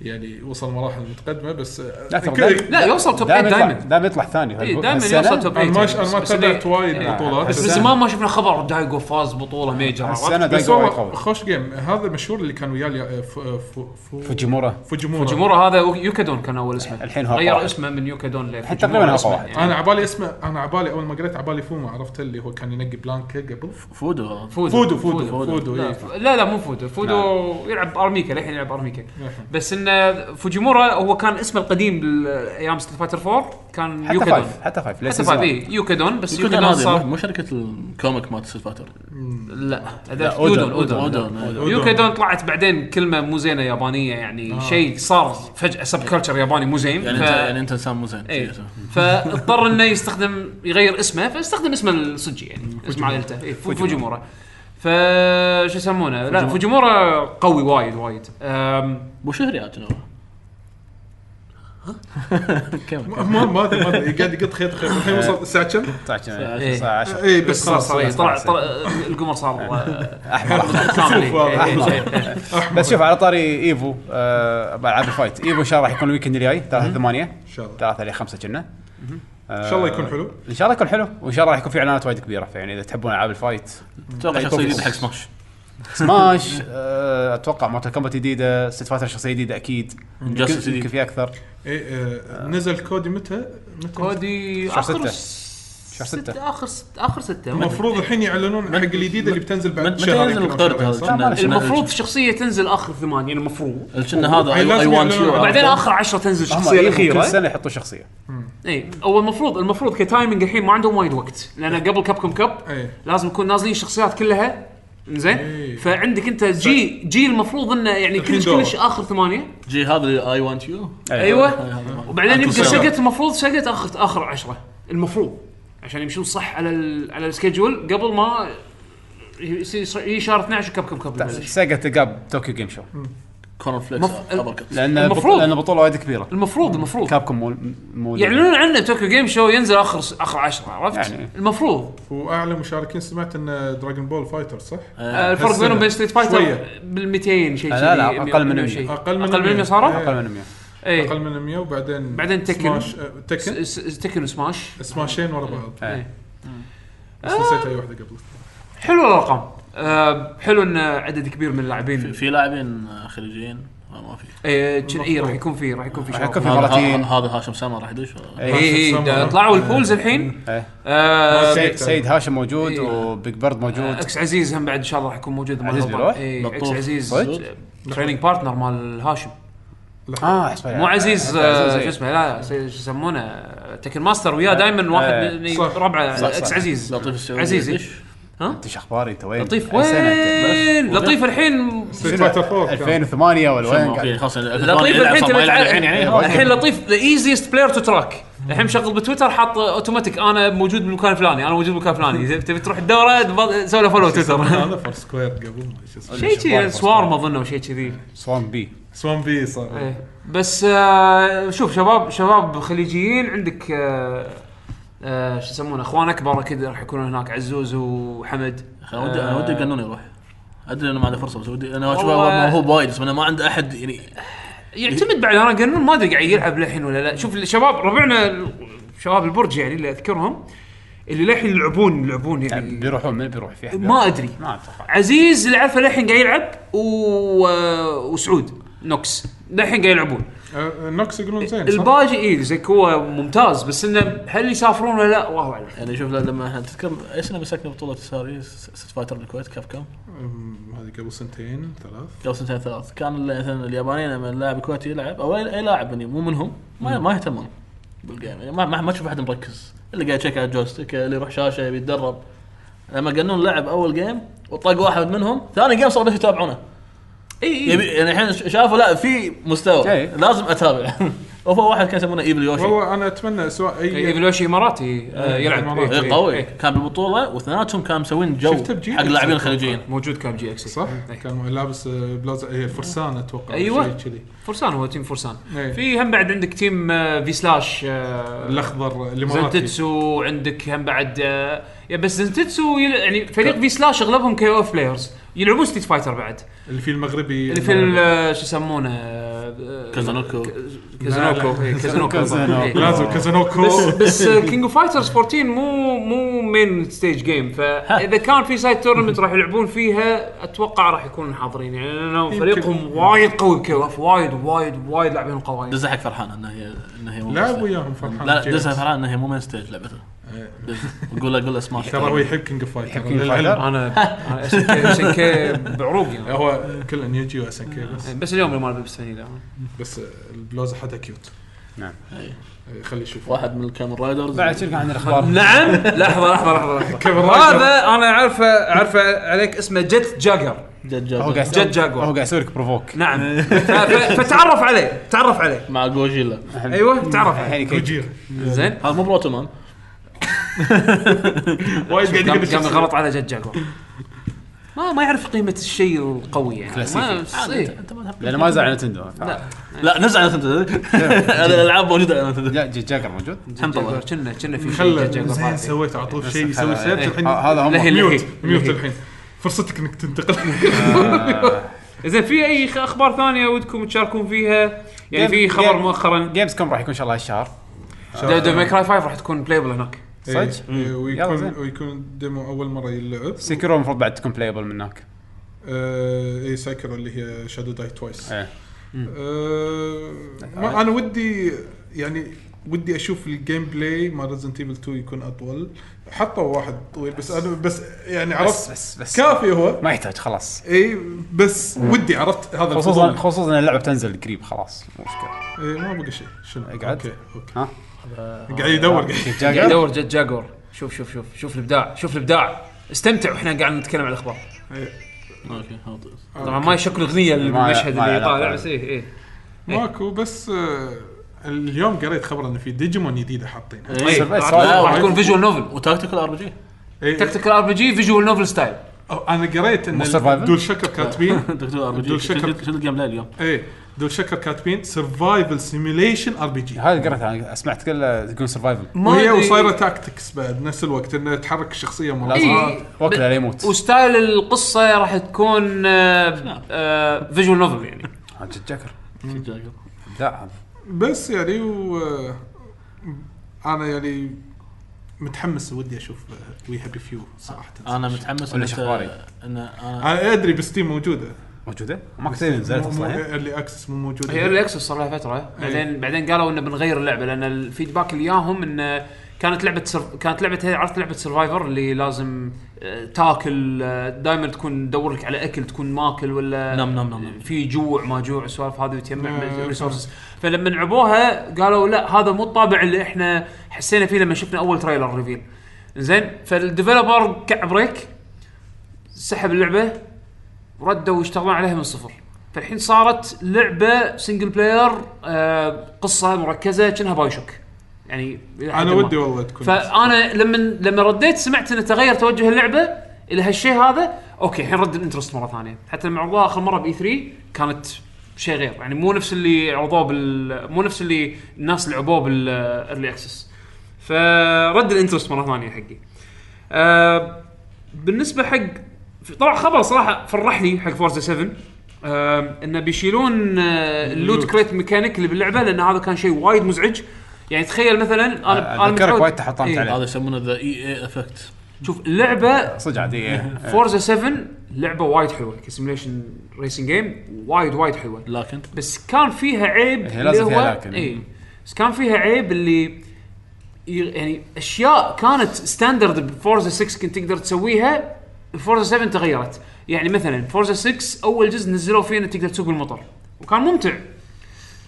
Speaker 4: يعني وصل مراحل متقدمه بس آه،
Speaker 3: لا، ترى
Speaker 4: كل-
Speaker 3: دايجو-
Speaker 2: لا يوصل توب 8
Speaker 3: دائما يطلع
Speaker 2: دائما
Speaker 3: دائما يطلع ثاني
Speaker 2: دائما
Speaker 3: هالسنة
Speaker 2: يوصل توب 8
Speaker 4: انا ما ش- انا ما
Speaker 2: بس إنه-
Speaker 4: تابعت وايد
Speaker 2: إيه.
Speaker 4: بطولات
Speaker 2: بس من
Speaker 4: بس,
Speaker 2: زمان ما شفنا خبر دايجو فاز بطوله ميجر
Speaker 3: هالسنه
Speaker 2: عرفت؟
Speaker 4: بس
Speaker 3: دايجو وايد
Speaker 4: والله
Speaker 3: قوي
Speaker 4: خوش جيم هذا المشهور اللي كان وياه اليا- ف... ف... ف...
Speaker 3: فوجيمورا
Speaker 4: فوجيمورا
Speaker 2: فوجيمورا هذا يوكادون كان اول اسمه
Speaker 3: الحين هو أقوى
Speaker 2: غير
Speaker 3: واحد.
Speaker 2: اسمه من يوكادون
Speaker 3: الحين تقريبا هو
Speaker 2: اسمه
Speaker 3: واحد.
Speaker 2: يعني.
Speaker 4: انا عبالي اسمه انا عبالي اول ما قريت عبالي فوما عرفته اللي هو كان ينقي بلانكا قبل
Speaker 5: فودو
Speaker 4: فودو فودو فودو,
Speaker 2: لا,
Speaker 4: إيه.
Speaker 2: ف- لا لا مو فودو
Speaker 5: نعم.
Speaker 2: فودو يلعب ارميكا للحين يلعب ارميكا بس ان فوجيمورا هو كان اسمه القديم بال- ايام ستيل فايتر 4 كان
Speaker 3: حتى
Speaker 2: يوكادون
Speaker 3: فايف حتى فايف ليس
Speaker 2: حتى فايف إيه، يوكادون بس
Speaker 5: يمكن
Speaker 2: يوكادون
Speaker 5: هذه
Speaker 2: صار
Speaker 5: مو شركه الكوميك مالت ستيل فايتر
Speaker 2: لا
Speaker 3: لا،
Speaker 2: هذا
Speaker 3: أودون،
Speaker 2: اودون اودون
Speaker 5: أودون، أودون.
Speaker 2: يوكادون طلعت بعدين كلمه مو زينه يابانيه يعني شيء صار فجاه سب كلتشر ياباني مو زين
Speaker 5: آه. يعني
Speaker 2: ف-
Speaker 5: انت يعني انت انسان مو زين
Speaker 2: إيه.
Speaker 5: شيء.
Speaker 2: فاضطر انه يستخدم يغير اسمه فاستخدم اسمه الصجي يعني اسم عائلته إيه، فو- فوجيمورا ف شو يسمونه لا فوجيمورا قوي وايد وايد أم،
Speaker 5: مو شهري عاد جنوب
Speaker 4: ما ما ما أدري- ما أدري، قاعد يقط خيط خيط الحين وصل الساعه كم؟
Speaker 3: 19
Speaker 2: إيه.
Speaker 3: الساعة 10
Speaker 4: اي
Speaker 2: بس خلاص صار إيه، طلع طلع القمر صار آه، احمر
Speaker 4: واضح.
Speaker 2: إيه،
Speaker 3: بس شوف على طاري ايفو آه، العاب الفايت ايفو ان شاء الله راح يكون الويكند الجاي 3 8
Speaker 4: ان شاء الله
Speaker 3: 3 ل 5 كنا آه،
Speaker 4: ان شاء الله يكون حلو
Speaker 3: ان شاء الله يكون حلو وان شاء الله راح يكون في اعلانات وايد كبيره فيعني اذا تحبون العاب الفايت
Speaker 5: اتوقع شخصيه جديده حق سماش
Speaker 3: سماش آه، اتوقع مورتال كومبات جديده ست فاتر شخصيه جديده اكيد
Speaker 5: Injustice
Speaker 3: يمكن
Speaker 5: جديد.
Speaker 3: يمكن في اكثر
Speaker 4: إيه آه نزل كودي متى؟ متى
Speaker 2: كودي
Speaker 3: شهر
Speaker 2: اخر
Speaker 3: ستة.
Speaker 2: س-
Speaker 3: شهر ستة.
Speaker 2: اخر ست اخر ستة
Speaker 4: المفروض الحين يعلنون حق الجديده اللي بتنزل بعد
Speaker 5: متى
Speaker 4: شهر
Speaker 5: ينزل
Speaker 4: يمكن أو
Speaker 5: القرد
Speaker 4: شهرين،
Speaker 5: هذا؟
Speaker 4: صح؟
Speaker 3: لا، ما
Speaker 5: كنا-
Speaker 3: ليش.
Speaker 2: المفروض شخصية تنزل اخر ثمانية يعني المفروض
Speaker 5: كنا هذا
Speaker 4: هاي
Speaker 5: اي
Speaker 4: لازم
Speaker 5: وان
Speaker 4: يعلنون.
Speaker 5: شيو
Speaker 2: بعدين اخر عشرة تنزل
Speaker 4: آه،
Speaker 3: هم
Speaker 2: الشخصية
Speaker 4: إيه،
Speaker 3: يبون كل
Speaker 2: الاخيرة
Speaker 3: سنه يحطوا شخصيه
Speaker 2: اي هو المفروض المفروض كتايمنج الحين ما عندهم وايد وقت لان قبل كاب كوم كاب
Speaker 4: إيه.
Speaker 2: لازم يكون نازلين الشخصيات كلها زين
Speaker 4: إيه.
Speaker 2: فعندك انت جي جي المفروض انه يعني
Speaker 4: الحين
Speaker 2: كلش
Speaker 4: دوره.
Speaker 2: كلش اخر ثمانية
Speaker 5: جي هذا اي وان شيو
Speaker 4: إيه.
Speaker 2: ايوه وبعدين يبقى
Speaker 4: سلام.
Speaker 2: سقط المفروض سقط اخر اخر عشرة المفروض عشان يمشون صح على ال على السكجول قبل ما يصير يجي شهر 12 كاب كاب كاب يبلش.
Speaker 3: ساقة تقاب طوكيو جيم شو
Speaker 5: كونر فليكس
Speaker 2: مف-
Speaker 5: أبر كت.
Speaker 3: لان
Speaker 2: المفروض.
Speaker 3: المفروض لان بطوله وايد كبيره
Speaker 2: المفروض المفروض
Speaker 3: كابكم مو مو
Speaker 2: يعلنون عنه توكيو جيم شو ينزل اخر اخر 10 عرفت؟
Speaker 3: يعني.
Speaker 2: المفروض
Speaker 4: واعلى مشاركين سمعت ان دراجون بول فايتر صح؟
Speaker 2: آه، الفرق
Speaker 4: هالسنة.
Speaker 2: بينهم وبين ستريت فايتر
Speaker 4: شوية.
Speaker 2: بال 200 شيء
Speaker 3: لا، لا،
Speaker 2: كذي، 100
Speaker 3: أقل من إيه.
Speaker 2: وشي.
Speaker 3: 100.
Speaker 2: اقل من 100 صارت؟
Speaker 3: اقل من 100
Speaker 2: اي
Speaker 4: اقل من 100 وبعدين
Speaker 2: إيه. بعدين إيه. تكن.
Speaker 4: سماش- آه، تكن
Speaker 2: س- س- تكن سماش
Speaker 4: سماشين ورا بعض
Speaker 3: إيه.
Speaker 2: إيه.
Speaker 4: بس نسيت اي واحده قبل
Speaker 2: حلو الارقام آه، حلو ان عدد كبير من اللاعبين
Speaker 5: في لاعبين خليجيين آه، ما في
Speaker 2: اي كان- إي، إيه، راح يكون في راح يكون في
Speaker 3: راح
Speaker 2: شباب.
Speaker 3: يكون في
Speaker 5: هذا-
Speaker 3: مرتين.
Speaker 5: هذا هاشم سامر راح يدش ولا؟
Speaker 3: إيه.
Speaker 2: اي
Speaker 4: هاشم
Speaker 2: اي
Speaker 4: سمرة.
Speaker 2: طلعوا البولز الحين
Speaker 3: إيه.
Speaker 2: آه،
Speaker 4: سيد-
Speaker 3: سيد هاشم موجود
Speaker 2: إيه.
Speaker 3: وبيج برد موجود
Speaker 2: اكس عزيز هم بعد ان شاء الله راح يكون موجود مال
Speaker 3: عزيز
Speaker 2: الأربعة.
Speaker 3: بيروح؟
Speaker 2: إي،
Speaker 5: لطوف.
Speaker 2: اكس عزيز
Speaker 5: صدق؟
Speaker 2: تريننج بارتنر مال هاشم
Speaker 3: اه احسبها
Speaker 2: مو عزيز
Speaker 3: آه، عزيز،
Speaker 2: آه،
Speaker 3: إيه.
Speaker 2: شو اسمه لا لا، سي- شو يسمونه تكن ماستر وياه دائما واحد
Speaker 3: آه،
Speaker 2: من-
Speaker 4: صح.
Speaker 2: ربعه
Speaker 3: صح،
Speaker 2: اكس
Speaker 3: صح.
Speaker 2: عزيز
Speaker 5: لطيف السعودي
Speaker 2: عزيز. إيه.
Speaker 5: يدش.
Speaker 3: انت ايش اخباري انت وين؟
Speaker 2: لطيف
Speaker 3: أي سنة أنت؟
Speaker 2: وين
Speaker 5: بس.
Speaker 2: لطيف الحين
Speaker 4: ستريت
Speaker 3: شنو؟
Speaker 4: فايتر 4 آه. كان.
Speaker 3: 2008 ولا
Speaker 5: شو ما
Speaker 3: وين
Speaker 5: في
Speaker 3: قاعد-
Speaker 5: خلاص
Speaker 2: لطيف الحين
Speaker 5: ما
Speaker 2: تبي
Speaker 5: يلعب
Speaker 2: تعال-
Speaker 5: الحين يعني
Speaker 2: الحين لطيف ذا ايزيست بلاير تو تراك الحين مشغل بتويتر حاط اوتوماتيك انا موجود بالمكان الفلاني انا موجود بالمكان الفلاني إذا تبي تروح الدوره دب- سوي له فولو تويتر
Speaker 4: هذا فور سكوير قبل ما شو اسمه.
Speaker 2: شيء كذي سوارم اظن او شيء كذي
Speaker 3: سوان بي
Speaker 4: سوان بي صار
Speaker 2: إيه. بس آه، شوف شباب شباب خليجيين عندك آه، آه، شو يسمونه اخوان اكبر اكيد راح يكونون هناك عزوز وحمد آه،
Speaker 5: انا ودي انا ودي القانون يروح ادري انه ما عنده فرصه بس ودي انا شوي
Speaker 2: والله.
Speaker 5: موهوب وايد بس انا ما عنده احد يعني
Speaker 2: يعتمد بعد انا قانون ما ادري قاعد يلعب للحين ولا لا شوف الشباب ربعنا شباب البرج يعني اللي اذكرهم اللي للحين يلعبون يلعبون
Speaker 3: يعني
Speaker 2: يعني
Speaker 3: بيروحون من بيروح في أحد بيروح؟
Speaker 2: ما ادري
Speaker 3: ما اتوقع
Speaker 2: عزيز اللي اعرفه للحين قاعد يلعب و... آه، وسعود نوكس للحين قاعد يلعبون
Speaker 4: آه، نوكس يقولون زين صح؟
Speaker 2: الباجي اي زي هو ممتاز بس انه هل يسافرون ولا لا والله اعلم
Speaker 5: يعني شوف لا- لما إحنا تذكر اي سنه مسكنا بطوله ساري ست فايتر بالكويت كاف كم؟
Speaker 4: أم، هذه قبل سنتين ثلاث
Speaker 5: قبل سنتين ثلاث كان ال- مثلا اليابانيين لما اللاعب الكويتي يلعب او اي أي لاعب يعني مو منهم ما, ما يهتمون بالجيم يعني ما, ما, ما تشوف احد مركز اللي قاعد يشيك على الجويستيك اللي يروح شاشه يبي يتدرب لما قانون لعب اول جيم وطاق واحد منهم ثاني جيم صار بس يتابعونه
Speaker 2: اي
Speaker 5: يبي
Speaker 2: اي
Speaker 5: يعني الحين ش- شافوا لا في مستوى
Speaker 3: إيه.
Speaker 5: لازم اتابع وهو واحد كان يسمونه ايبل يوشي
Speaker 4: والله انا اتمنى سواء اي
Speaker 2: ايفلوشي اماراتي آه، يلعب
Speaker 4: إماراتي.
Speaker 2: إيه،
Speaker 5: إيه،
Speaker 2: إيه،
Speaker 5: قوي
Speaker 2: إيه.
Speaker 5: كان بالبطوله واثنيناتهم كان مسوين جو
Speaker 4: شفته بجي
Speaker 5: حق
Speaker 4: إكس
Speaker 5: لاعبين
Speaker 4: أتوقع.
Speaker 5: خليجيين
Speaker 2: موجود كان جي اكس
Speaker 4: صح؟ كان لابس آه، بلوزه هي فرسان اتوقع
Speaker 2: أيوة.
Speaker 4: شيء كذي
Speaker 2: فرسان هو تيم فرسان
Speaker 4: إيه.
Speaker 2: في هم بعد عندك تيم آه، في سلاش آه،
Speaker 4: الاخضر الاماراتي
Speaker 2: زنتتسو عندك هم بعد آه، يا بس زنتتسو يل... يعني فريق في سلاش اغلبهم كي اوف بلايرز يلعبون ستيت فايتر بعد
Speaker 4: اللي فيه المغربي
Speaker 2: اللي في ال- آه، شو يسمونه آه،
Speaker 5: كازانوكو.
Speaker 2: ك- كازانوكو إيه، كازانوكو
Speaker 3: كازانوكو.
Speaker 2: إيه.
Speaker 4: لازم كازانوكو
Speaker 2: بس بس كينج اوف فايترز 14 مو مو مين ستيج جيم فاذا كان في سايد تورنمنت راح يلعبون فيها اتوقع راح يكونون حاضرين يعني لانه فريقهم وايد قوي بكي اوف وايد وايد وايد لاعبين قوي
Speaker 5: دزها حق فرحان انها هي انها هي مو
Speaker 4: لعب
Speaker 5: مستوى.
Speaker 4: وياهم فرحان
Speaker 5: لا
Speaker 4: جيمس.
Speaker 5: دزها فرحان انها هي مو مين ستيج لعبته
Speaker 4: Eh,
Speaker 5: دز- قول له قول له سماش
Speaker 4: ترى هو يحب كينج اوف فايتر
Speaker 3: King of
Speaker 4: للعلم.
Speaker 2: انا اس ان كي بعروق يعني
Speaker 4: هو كل نيجي واس ان كي بس
Speaker 2: بس اليوم اللي ما لبس فانيلا
Speaker 4: بس البلوزه حدا كيوت
Speaker 3: نعم.
Speaker 4: أي. أي، خليه يشوف
Speaker 5: واحد من الكامل رايدرز
Speaker 3: بعد شنو كان عندنا اخبار
Speaker 2: نعم لحظه لحظه لحظه
Speaker 4: كيفن
Speaker 2: لحظه
Speaker 4: رايدر.
Speaker 2: هذا انا عارفه عارفه عليك اسمه جت جاجر
Speaker 5: جد
Speaker 3: هو قاعد
Speaker 5: جاب
Speaker 3: يسوي-
Speaker 2: جد جاكوار.
Speaker 3: هو قاعد يسوي لك بروفوك
Speaker 2: نعم ف- ف- فتعرف عليه تعرف عليه
Speaker 5: مع جوجيلا
Speaker 2: ايوه تعرف عليه
Speaker 3: الحين كيف-
Speaker 4: وجير
Speaker 2: زين
Speaker 5: هذا مو بروتومان
Speaker 3: آه،
Speaker 4: وايد
Speaker 2: قام
Speaker 4: قاعد يقلب
Speaker 2: قام
Speaker 4: الشخصية.
Speaker 2: غلط على جد جاكوار ما ما يعرف قيمه الشيء القوي يعني ما
Speaker 5: آه،
Speaker 2: إيه.
Speaker 3: لانه ما يزعل نتندو
Speaker 2: لا
Speaker 5: لا نزع على نتندو. هذه الالعاب موجوده على نتندو.
Speaker 3: لا جي جاكر موجود
Speaker 2: جد جاكوار كنا كنا في شيء جد
Speaker 4: خله
Speaker 2: جاكوار
Speaker 4: زين
Speaker 2: طالع.
Speaker 4: سويت عطوف شيء يسوي سيرش الحين
Speaker 3: ه- إيه، هذا هم
Speaker 2: لهي- لهي.
Speaker 4: ميوت ميوت
Speaker 2: لهي.
Speaker 4: الحين فرصتك انك تنتقل
Speaker 2: زين في اي خ- اخبار ثانيه ودكم تشاركون فيها يعني في
Speaker 3: Game-
Speaker 2: خبر
Speaker 3: Game-
Speaker 2: مؤخرا
Speaker 3: جيمز كوم راح يكون ان شاء الله هالشهر
Speaker 2: دو ماي كراي 5 راح تكون بلايبل هناك
Speaker 3: صدق؟
Speaker 4: إيه،
Speaker 3: يلا زين.
Speaker 4: ويكون ويكون ديمو اول مره يلعب
Speaker 3: سيكيرو المفروض بعد تكون بلايبل من هناك
Speaker 4: آه، اي سايكرو اللي هي شادو داي توايس
Speaker 3: إيه.
Speaker 4: آه، ما انا ودي يعني ودي اشوف الجيم بلاي مال ريزنت ايفل 2 يكون اطول حطوا واحد طويل بس انا بس يعني عرفت
Speaker 3: بس- بس.
Speaker 4: كافي هو
Speaker 3: ما يحتاج خلاص
Speaker 4: اي بس ودي عرفت هذا
Speaker 3: خصوصا
Speaker 4: الفضول.
Speaker 3: خصوصا اللعبه بتنزل قريب خلاص مو مشكله
Speaker 4: اي ما بقى شيء شنو
Speaker 3: اقعد.
Speaker 4: اوكي أوكي.
Speaker 3: ها
Speaker 4: قاعد
Speaker 3: آه،
Speaker 4: يدور قاعد
Speaker 2: قاعد
Speaker 3: جاقر
Speaker 2: يدور جد جاكور شوف شوف شوف شوف الابداع شوف الابداع استمتع واحنا قاعد نتكلم عن الاخبار
Speaker 5: اوكي هذا-
Speaker 4: طيب.
Speaker 2: طبعا ما يشكل اغنيه
Speaker 3: آه. ما-
Speaker 2: المشهد
Speaker 3: ما
Speaker 2: اللي
Speaker 3: علاقة.
Speaker 2: طالع بس ايه ايه
Speaker 4: ماكو بس آه، اليوم قريت خبر انه في ديجيمون جديده حاطينها
Speaker 5: إيه.
Speaker 3: بس
Speaker 4: طيب.
Speaker 5: لا،
Speaker 2: راح
Speaker 5: وعيد.
Speaker 2: تكون فيجوال نوفل
Speaker 5: وتاكتيكال ار بي جي
Speaker 4: إي،
Speaker 2: تكتيكال ار بي جي فيجوال نوفل ستايل
Speaker 4: إيه، أو انا قريت ان
Speaker 3: مو survival؟
Speaker 4: دول شكر كاتبين
Speaker 5: تاكتيكال ار بي جي
Speaker 4: دول شكل.
Speaker 5: شنو الجيم بلاي اليوم؟
Speaker 4: ايه دول شكر كاتبين سرفايفل سيميليشن ار بي جي
Speaker 3: هذه قريتها أنا سمعت كله تقول سرفايفل
Speaker 2: ما
Speaker 4: وهي
Speaker 2: أدري-
Speaker 4: وصايره تاكتكس بعد نفس الوقت انه تحرك الشخصيه مره
Speaker 3: لازم
Speaker 4: صغيرة.
Speaker 2: إيه.
Speaker 3: وكله لا يموت
Speaker 2: وستايل القصه راح تكون آه، فيجوال نوفل يعني
Speaker 3: آه، جد جاكر
Speaker 5: جاكر.
Speaker 3: لا هذا.
Speaker 4: بس يعني و آه، انا يعني متحمس ودي آه، اشوف وي هابي فيو صراحه
Speaker 5: انا متحمس
Speaker 3: ولا
Speaker 5: إن أنت-
Speaker 3: شخباري.
Speaker 5: ان انا
Speaker 4: انا ادري بستيم موجوده
Speaker 3: موجوده ما كثير نزلت إيه؟
Speaker 4: مو- مو-
Speaker 3: اصلا هي؟
Speaker 4: ايرلي اكسس مو موجوده
Speaker 2: هي ايرلي اكسس صار لها فتره بعدين بعدين قالوا انه بنغير اللعبه لان الفيدباك اللي ياهم انه كانت لعبه سر... كانت لعبه هي- عرفت لعبه سرفايفر اللي لازم آه، تاكل دائما تكون تدور لك على اكل تكون ماكل ولا
Speaker 5: نعم، نعم، نعم، نعم.
Speaker 2: في جوع ما جوع السوالف هذه وتجمع
Speaker 4: نعم.
Speaker 2: ريسورسز فلما لعبوها قالوا لا هذا مو الطابع اللي احنا حسينا فيه لما شفنا اول تريلر ريفيل زين فالديفلوبر كع بريك سحب اللعبه ردوا واشتغلوا عليها من الصفر فالحين صارت لعبه سنجل بلاير آه قصه مركزه كأنها بايشوك يعني إلى حد
Speaker 4: انا
Speaker 2: ما.
Speaker 4: ودي والله تكون
Speaker 2: فانا لما لما رديت سمعت انه تغير توجه اللعبه الى هالشيء هذا اوكي الحين رد الانترست مره ثانيه حتى لما عرضوها اخر مره باي 3 كانت شيء غير يعني مو نفس اللي عرضوه بال مو نفس اللي الناس لعبوه بالايرلي اكسس فرد الانترست مره ثانيه حقي آه بالنسبه حق طلع خبر صراحه فرحني حق فورزا 7 آه انه بيشيلون آه اللوت
Speaker 4: اللوت.
Speaker 2: كريت ميكانيك اللي باللعبه لان هذا كان شيء وايد مزعج يعني تخيل مثلا انا انا
Speaker 3: أذكرك
Speaker 2: متعود-
Speaker 3: وايد تحطمت
Speaker 2: إيه.
Speaker 4: آه.
Speaker 3: عليه.
Speaker 5: هذا يسمونه E ذا اي اي افكت
Speaker 2: شوف اللعبه
Speaker 3: صدق إيه. عاديه
Speaker 2: فورزا 7 لعبه وايد حلوه كسيميليشن ريسنج جيم وايد وايد حلوه
Speaker 5: لكن
Speaker 2: بس كان فيها عيب
Speaker 3: هي لازم
Speaker 2: اللي
Speaker 3: فيها
Speaker 2: هو-
Speaker 3: لكن.
Speaker 2: اي بس كان فيها عيب اللي ي- يعني اشياء كانت ستاندرد بفورزا 6 كنت تقدر تسويها فورزا 7 تغيرت يعني مثلا فورزا 6 اول جزء نزلوا فيه انك تقدر تسوق بالمطر وكان ممتع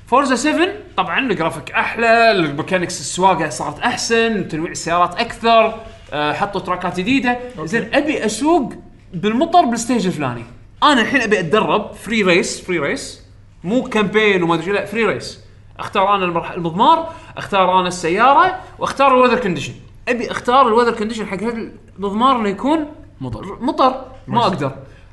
Speaker 2: فورزا 7 طبعا الجرافيك احلى الميكانكس السواقه صارت احسن تنويع السيارات اكثر آه، حطوا تراكات جديده زين ابي اسوق بالمطر بالستيج الفلاني انا الحين ابي اتدرب فري ريس فري ريس مو كامبين وما ادري شو، لا فري ريس اختار انا المرح- المضمار اختار انا السياره واختار الوذر كونديشن ابي اختار الوذر كونديشن حق هذا المضمار انه يكون
Speaker 5: مطر
Speaker 2: مطر ما اقدر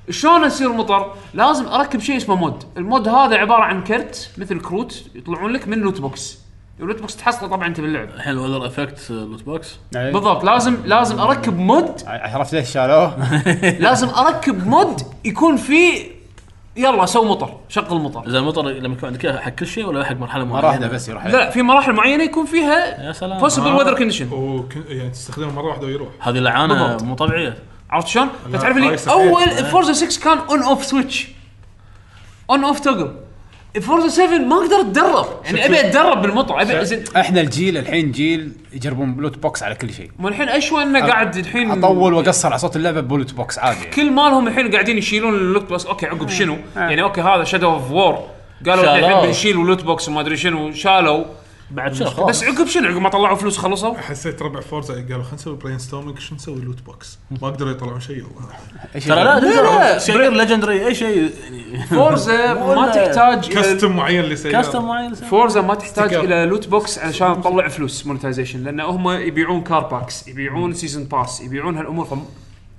Speaker 2: شلون اصير مطر؟ لازم اركب شيء اسمه مود، المود هذا عباره عن كرت مثل كروت يطلعون لك من لوت بوكس. اللوت بوكس تحصله طبعا انت باللعب.
Speaker 5: الحين الوذر افكت لوت بوكس
Speaker 2: بالضبط لازم لازم اركب مود،
Speaker 3: إيه. عرفت ليش شالوه؟
Speaker 2: لازم اركب مود يكون فيه يلا سو مطر، شغل مطر.
Speaker 5: اذا المطر لما يكون عندك إياه حق كل شيء ولا حق مرحله
Speaker 3: مره واحده
Speaker 5: معينه؟
Speaker 3: بس يروح
Speaker 2: لا لا في مراحل معينه يكون فيها
Speaker 5: يا سلام
Speaker 2: بوسبل
Speaker 5: آه.
Speaker 2: وذر كونديشن
Speaker 4: وكن- يعني تستخدمه مره واحده ويروح
Speaker 5: هذه لعانه
Speaker 2: بالضبط.
Speaker 5: مو طبيعيه
Speaker 2: عرفت شلون؟ فتعرف
Speaker 4: هاي
Speaker 5: آه،
Speaker 2: لي
Speaker 4: صحيح.
Speaker 2: اول فورزا 6 كان اون اوف سويتش اون اوف توجل فورزا 7 ما اقدر اتدرب يعني ابي اتدرب بالمطر ابي زين
Speaker 3: احنا الجيل الحين جيل يجربون بلوت بوكس على كل شيء
Speaker 2: مو الحين اشوى انه قاعد الحين
Speaker 3: اطول واقصر على صوت اللعبه بلوت بوكس عادي يعني.
Speaker 2: كل مالهم الحين قاعدين يشيلون اللوت بوكس اوكي عقب شنو؟ يعني اوكي هذا شادو اوف وور قالوا إحنا
Speaker 5: شالوه.
Speaker 2: الحين بنشيل اللوت بوكس وما ادري شنو شالوا
Speaker 5: بعد شهر خلاص
Speaker 2: بس عقب شنو؟ عقب ما طلعوا فلوس خلصوا
Speaker 4: حسيت ربع فورزا قالوا خلينا نسوي برين ستورمينج شو نسوي لوت بوكس ما قدروا يطلعون شيء والله
Speaker 3: أي شيء
Speaker 5: ترى لا
Speaker 2: لا،
Speaker 5: لا شيء غير ليجندري اي شيء يعني
Speaker 2: فورزا ما
Speaker 5: ولا-
Speaker 2: تحتاج إلى-
Speaker 4: كاستم معين لسيارة
Speaker 5: كاستم معين
Speaker 2: فورزا ما تحتاج الى لوت بوكس علشان تطلع فلوس مونتايزيشن لان هم يبيعون كار باكس يبيعون سيزون باس يبيعون هالامور فم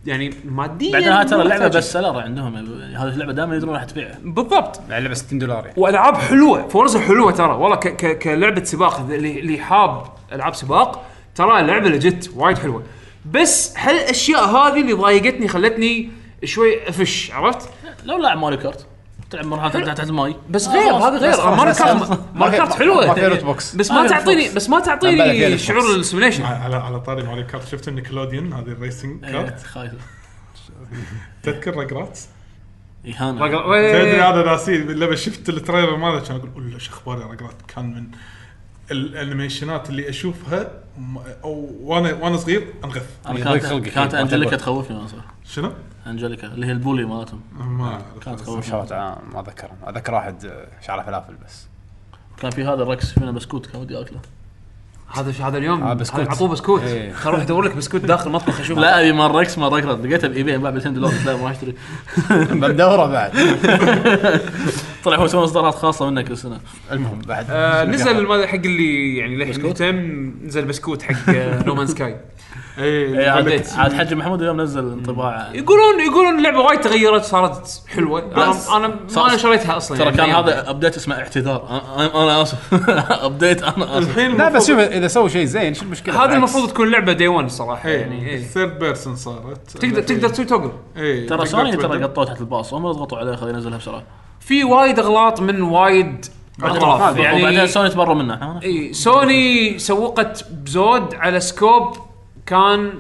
Speaker 2: يعني ماديا
Speaker 5: بعدين هاي ترى
Speaker 2: ما
Speaker 5: اللعبه
Speaker 2: يحتاج.
Speaker 5: بس سلر عندهم يعني هذه اللعبه دائما يدرون راح تبيعها
Speaker 2: بالضبط
Speaker 3: يعني لعبه 60 دولار يعني
Speaker 2: والعاب حلوه فورزا حلوه ترى والله ك- ك- كلعبه سباق اللي اللي حاب العاب سباق ترى لعبه لجت وايد حلوه بس هالاشياء هذه اللي ضايقتني خلتني شوي افش عرفت؟
Speaker 5: لو لاعب ماري كارت تلعب مرحله تحت تحت الماي
Speaker 2: بس غير هذا غير ماري كارت ماري كارت حلوه
Speaker 3: ما فيها لوت بوكس.
Speaker 2: بس
Speaker 5: ما
Speaker 2: ما
Speaker 5: فيها لوت
Speaker 2: تعطيني
Speaker 5: بوكس.
Speaker 2: بس ما
Speaker 3: بالك فيها
Speaker 2: تعطيني
Speaker 3: لوت
Speaker 2: شعور
Speaker 3: بوكس.
Speaker 2: السيميليشن
Speaker 4: على على طاري ماري كارت
Speaker 5: إيه،
Speaker 4: شفت النيكلوديون هذه الريسنج كارت
Speaker 5: خايف
Speaker 4: تذكر رجراتس
Speaker 5: إيه، اهانه
Speaker 4: تدري
Speaker 2: وي-
Speaker 4: هذا ناسيه لما شفت التريلر ماله كان اقول الا شو اخبار يا رجرات كان من الانيميشنات اللي اشوفها م- او وانا وانا صغير انغث
Speaker 5: انا
Speaker 3: يضيق
Speaker 5: كانت
Speaker 3: خلقك.
Speaker 5: كانت انجليكا تخوفني وانا صغير
Speaker 4: شنو؟
Speaker 5: انجليكا اللي هي البولي مالتهم
Speaker 4: ما اعرف
Speaker 5: كانت تخوفني
Speaker 3: شوت آه، ما اذكر اذكر واحد آه، شعره فلافل بس
Speaker 5: كان في هذا الركس فينا بسكوت كان ودي اكله
Speaker 2: هذا ش- هذا اليوم
Speaker 3: آه، بسكوت.
Speaker 2: هذا عطوه بسكوت
Speaker 3: إيه.
Speaker 2: خل اروح ادور لك بسكوت داخل المطبخ اشوف
Speaker 5: لا ابي مال ركس مال ركس لقيته بايباي انباع ب 200 دولار قلت لا ما اشتري
Speaker 3: بدوره بعد
Speaker 5: طلع هو يسوون اصدارات خاصه منه كل سنه
Speaker 3: المهم بعد
Speaker 2: آه، نزل ما حق اللي يعني للحين مهتم نزل بسكوت حق آه، نومان سكاي
Speaker 5: إيه،
Speaker 4: اي
Speaker 5: عاد
Speaker 2: عديت.
Speaker 5: عاد حجي محمود اليوم نزل انطباع
Speaker 2: يقولون يقولون اللعبه وايد تغيرت صارت حلوه
Speaker 5: بس.
Speaker 2: انا انا ما انا
Speaker 5: صار-
Speaker 2: شريتها اصلا
Speaker 5: ترى
Speaker 2: يعني
Speaker 5: كان
Speaker 2: من أيام.
Speaker 5: هذا ابديت اسمه اعتذار أنا- انا انا اسف ابديت انا اسف
Speaker 4: الحين
Speaker 3: لا بس شوف
Speaker 4: المفروض-
Speaker 3: اذا سووا شيء زين شو المشكله
Speaker 2: هذه
Speaker 3: بالعكس.
Speaker 2: المفروض تكون لعبه دي 1 الصراحه يعني
Speaker 4: اي
Speaker 2: إيه.
Speaker 4: ثيرد بيرسون صارت
Speaker 2: تقدر تقدر تسوي توجل
Speaker 4: إيه،
Speaker 5: ترى
Speaker 4: تقدر
Speaker 5: سوني
Speaker 4: تبدل.
Speaker 5: ترى قطوه تحت الباص هم يضغطوا عليه خليه ينزلها بسرعه
Speaker 2: في وايد اغلاط من وايد اطراف
Speaker 5: يعني وبعدين
Speaker 2: يعني
Speaker 5: سوني تبروا منه إحنا-
Speaker 2: إي، سوني سوقت بزود على سكوب كان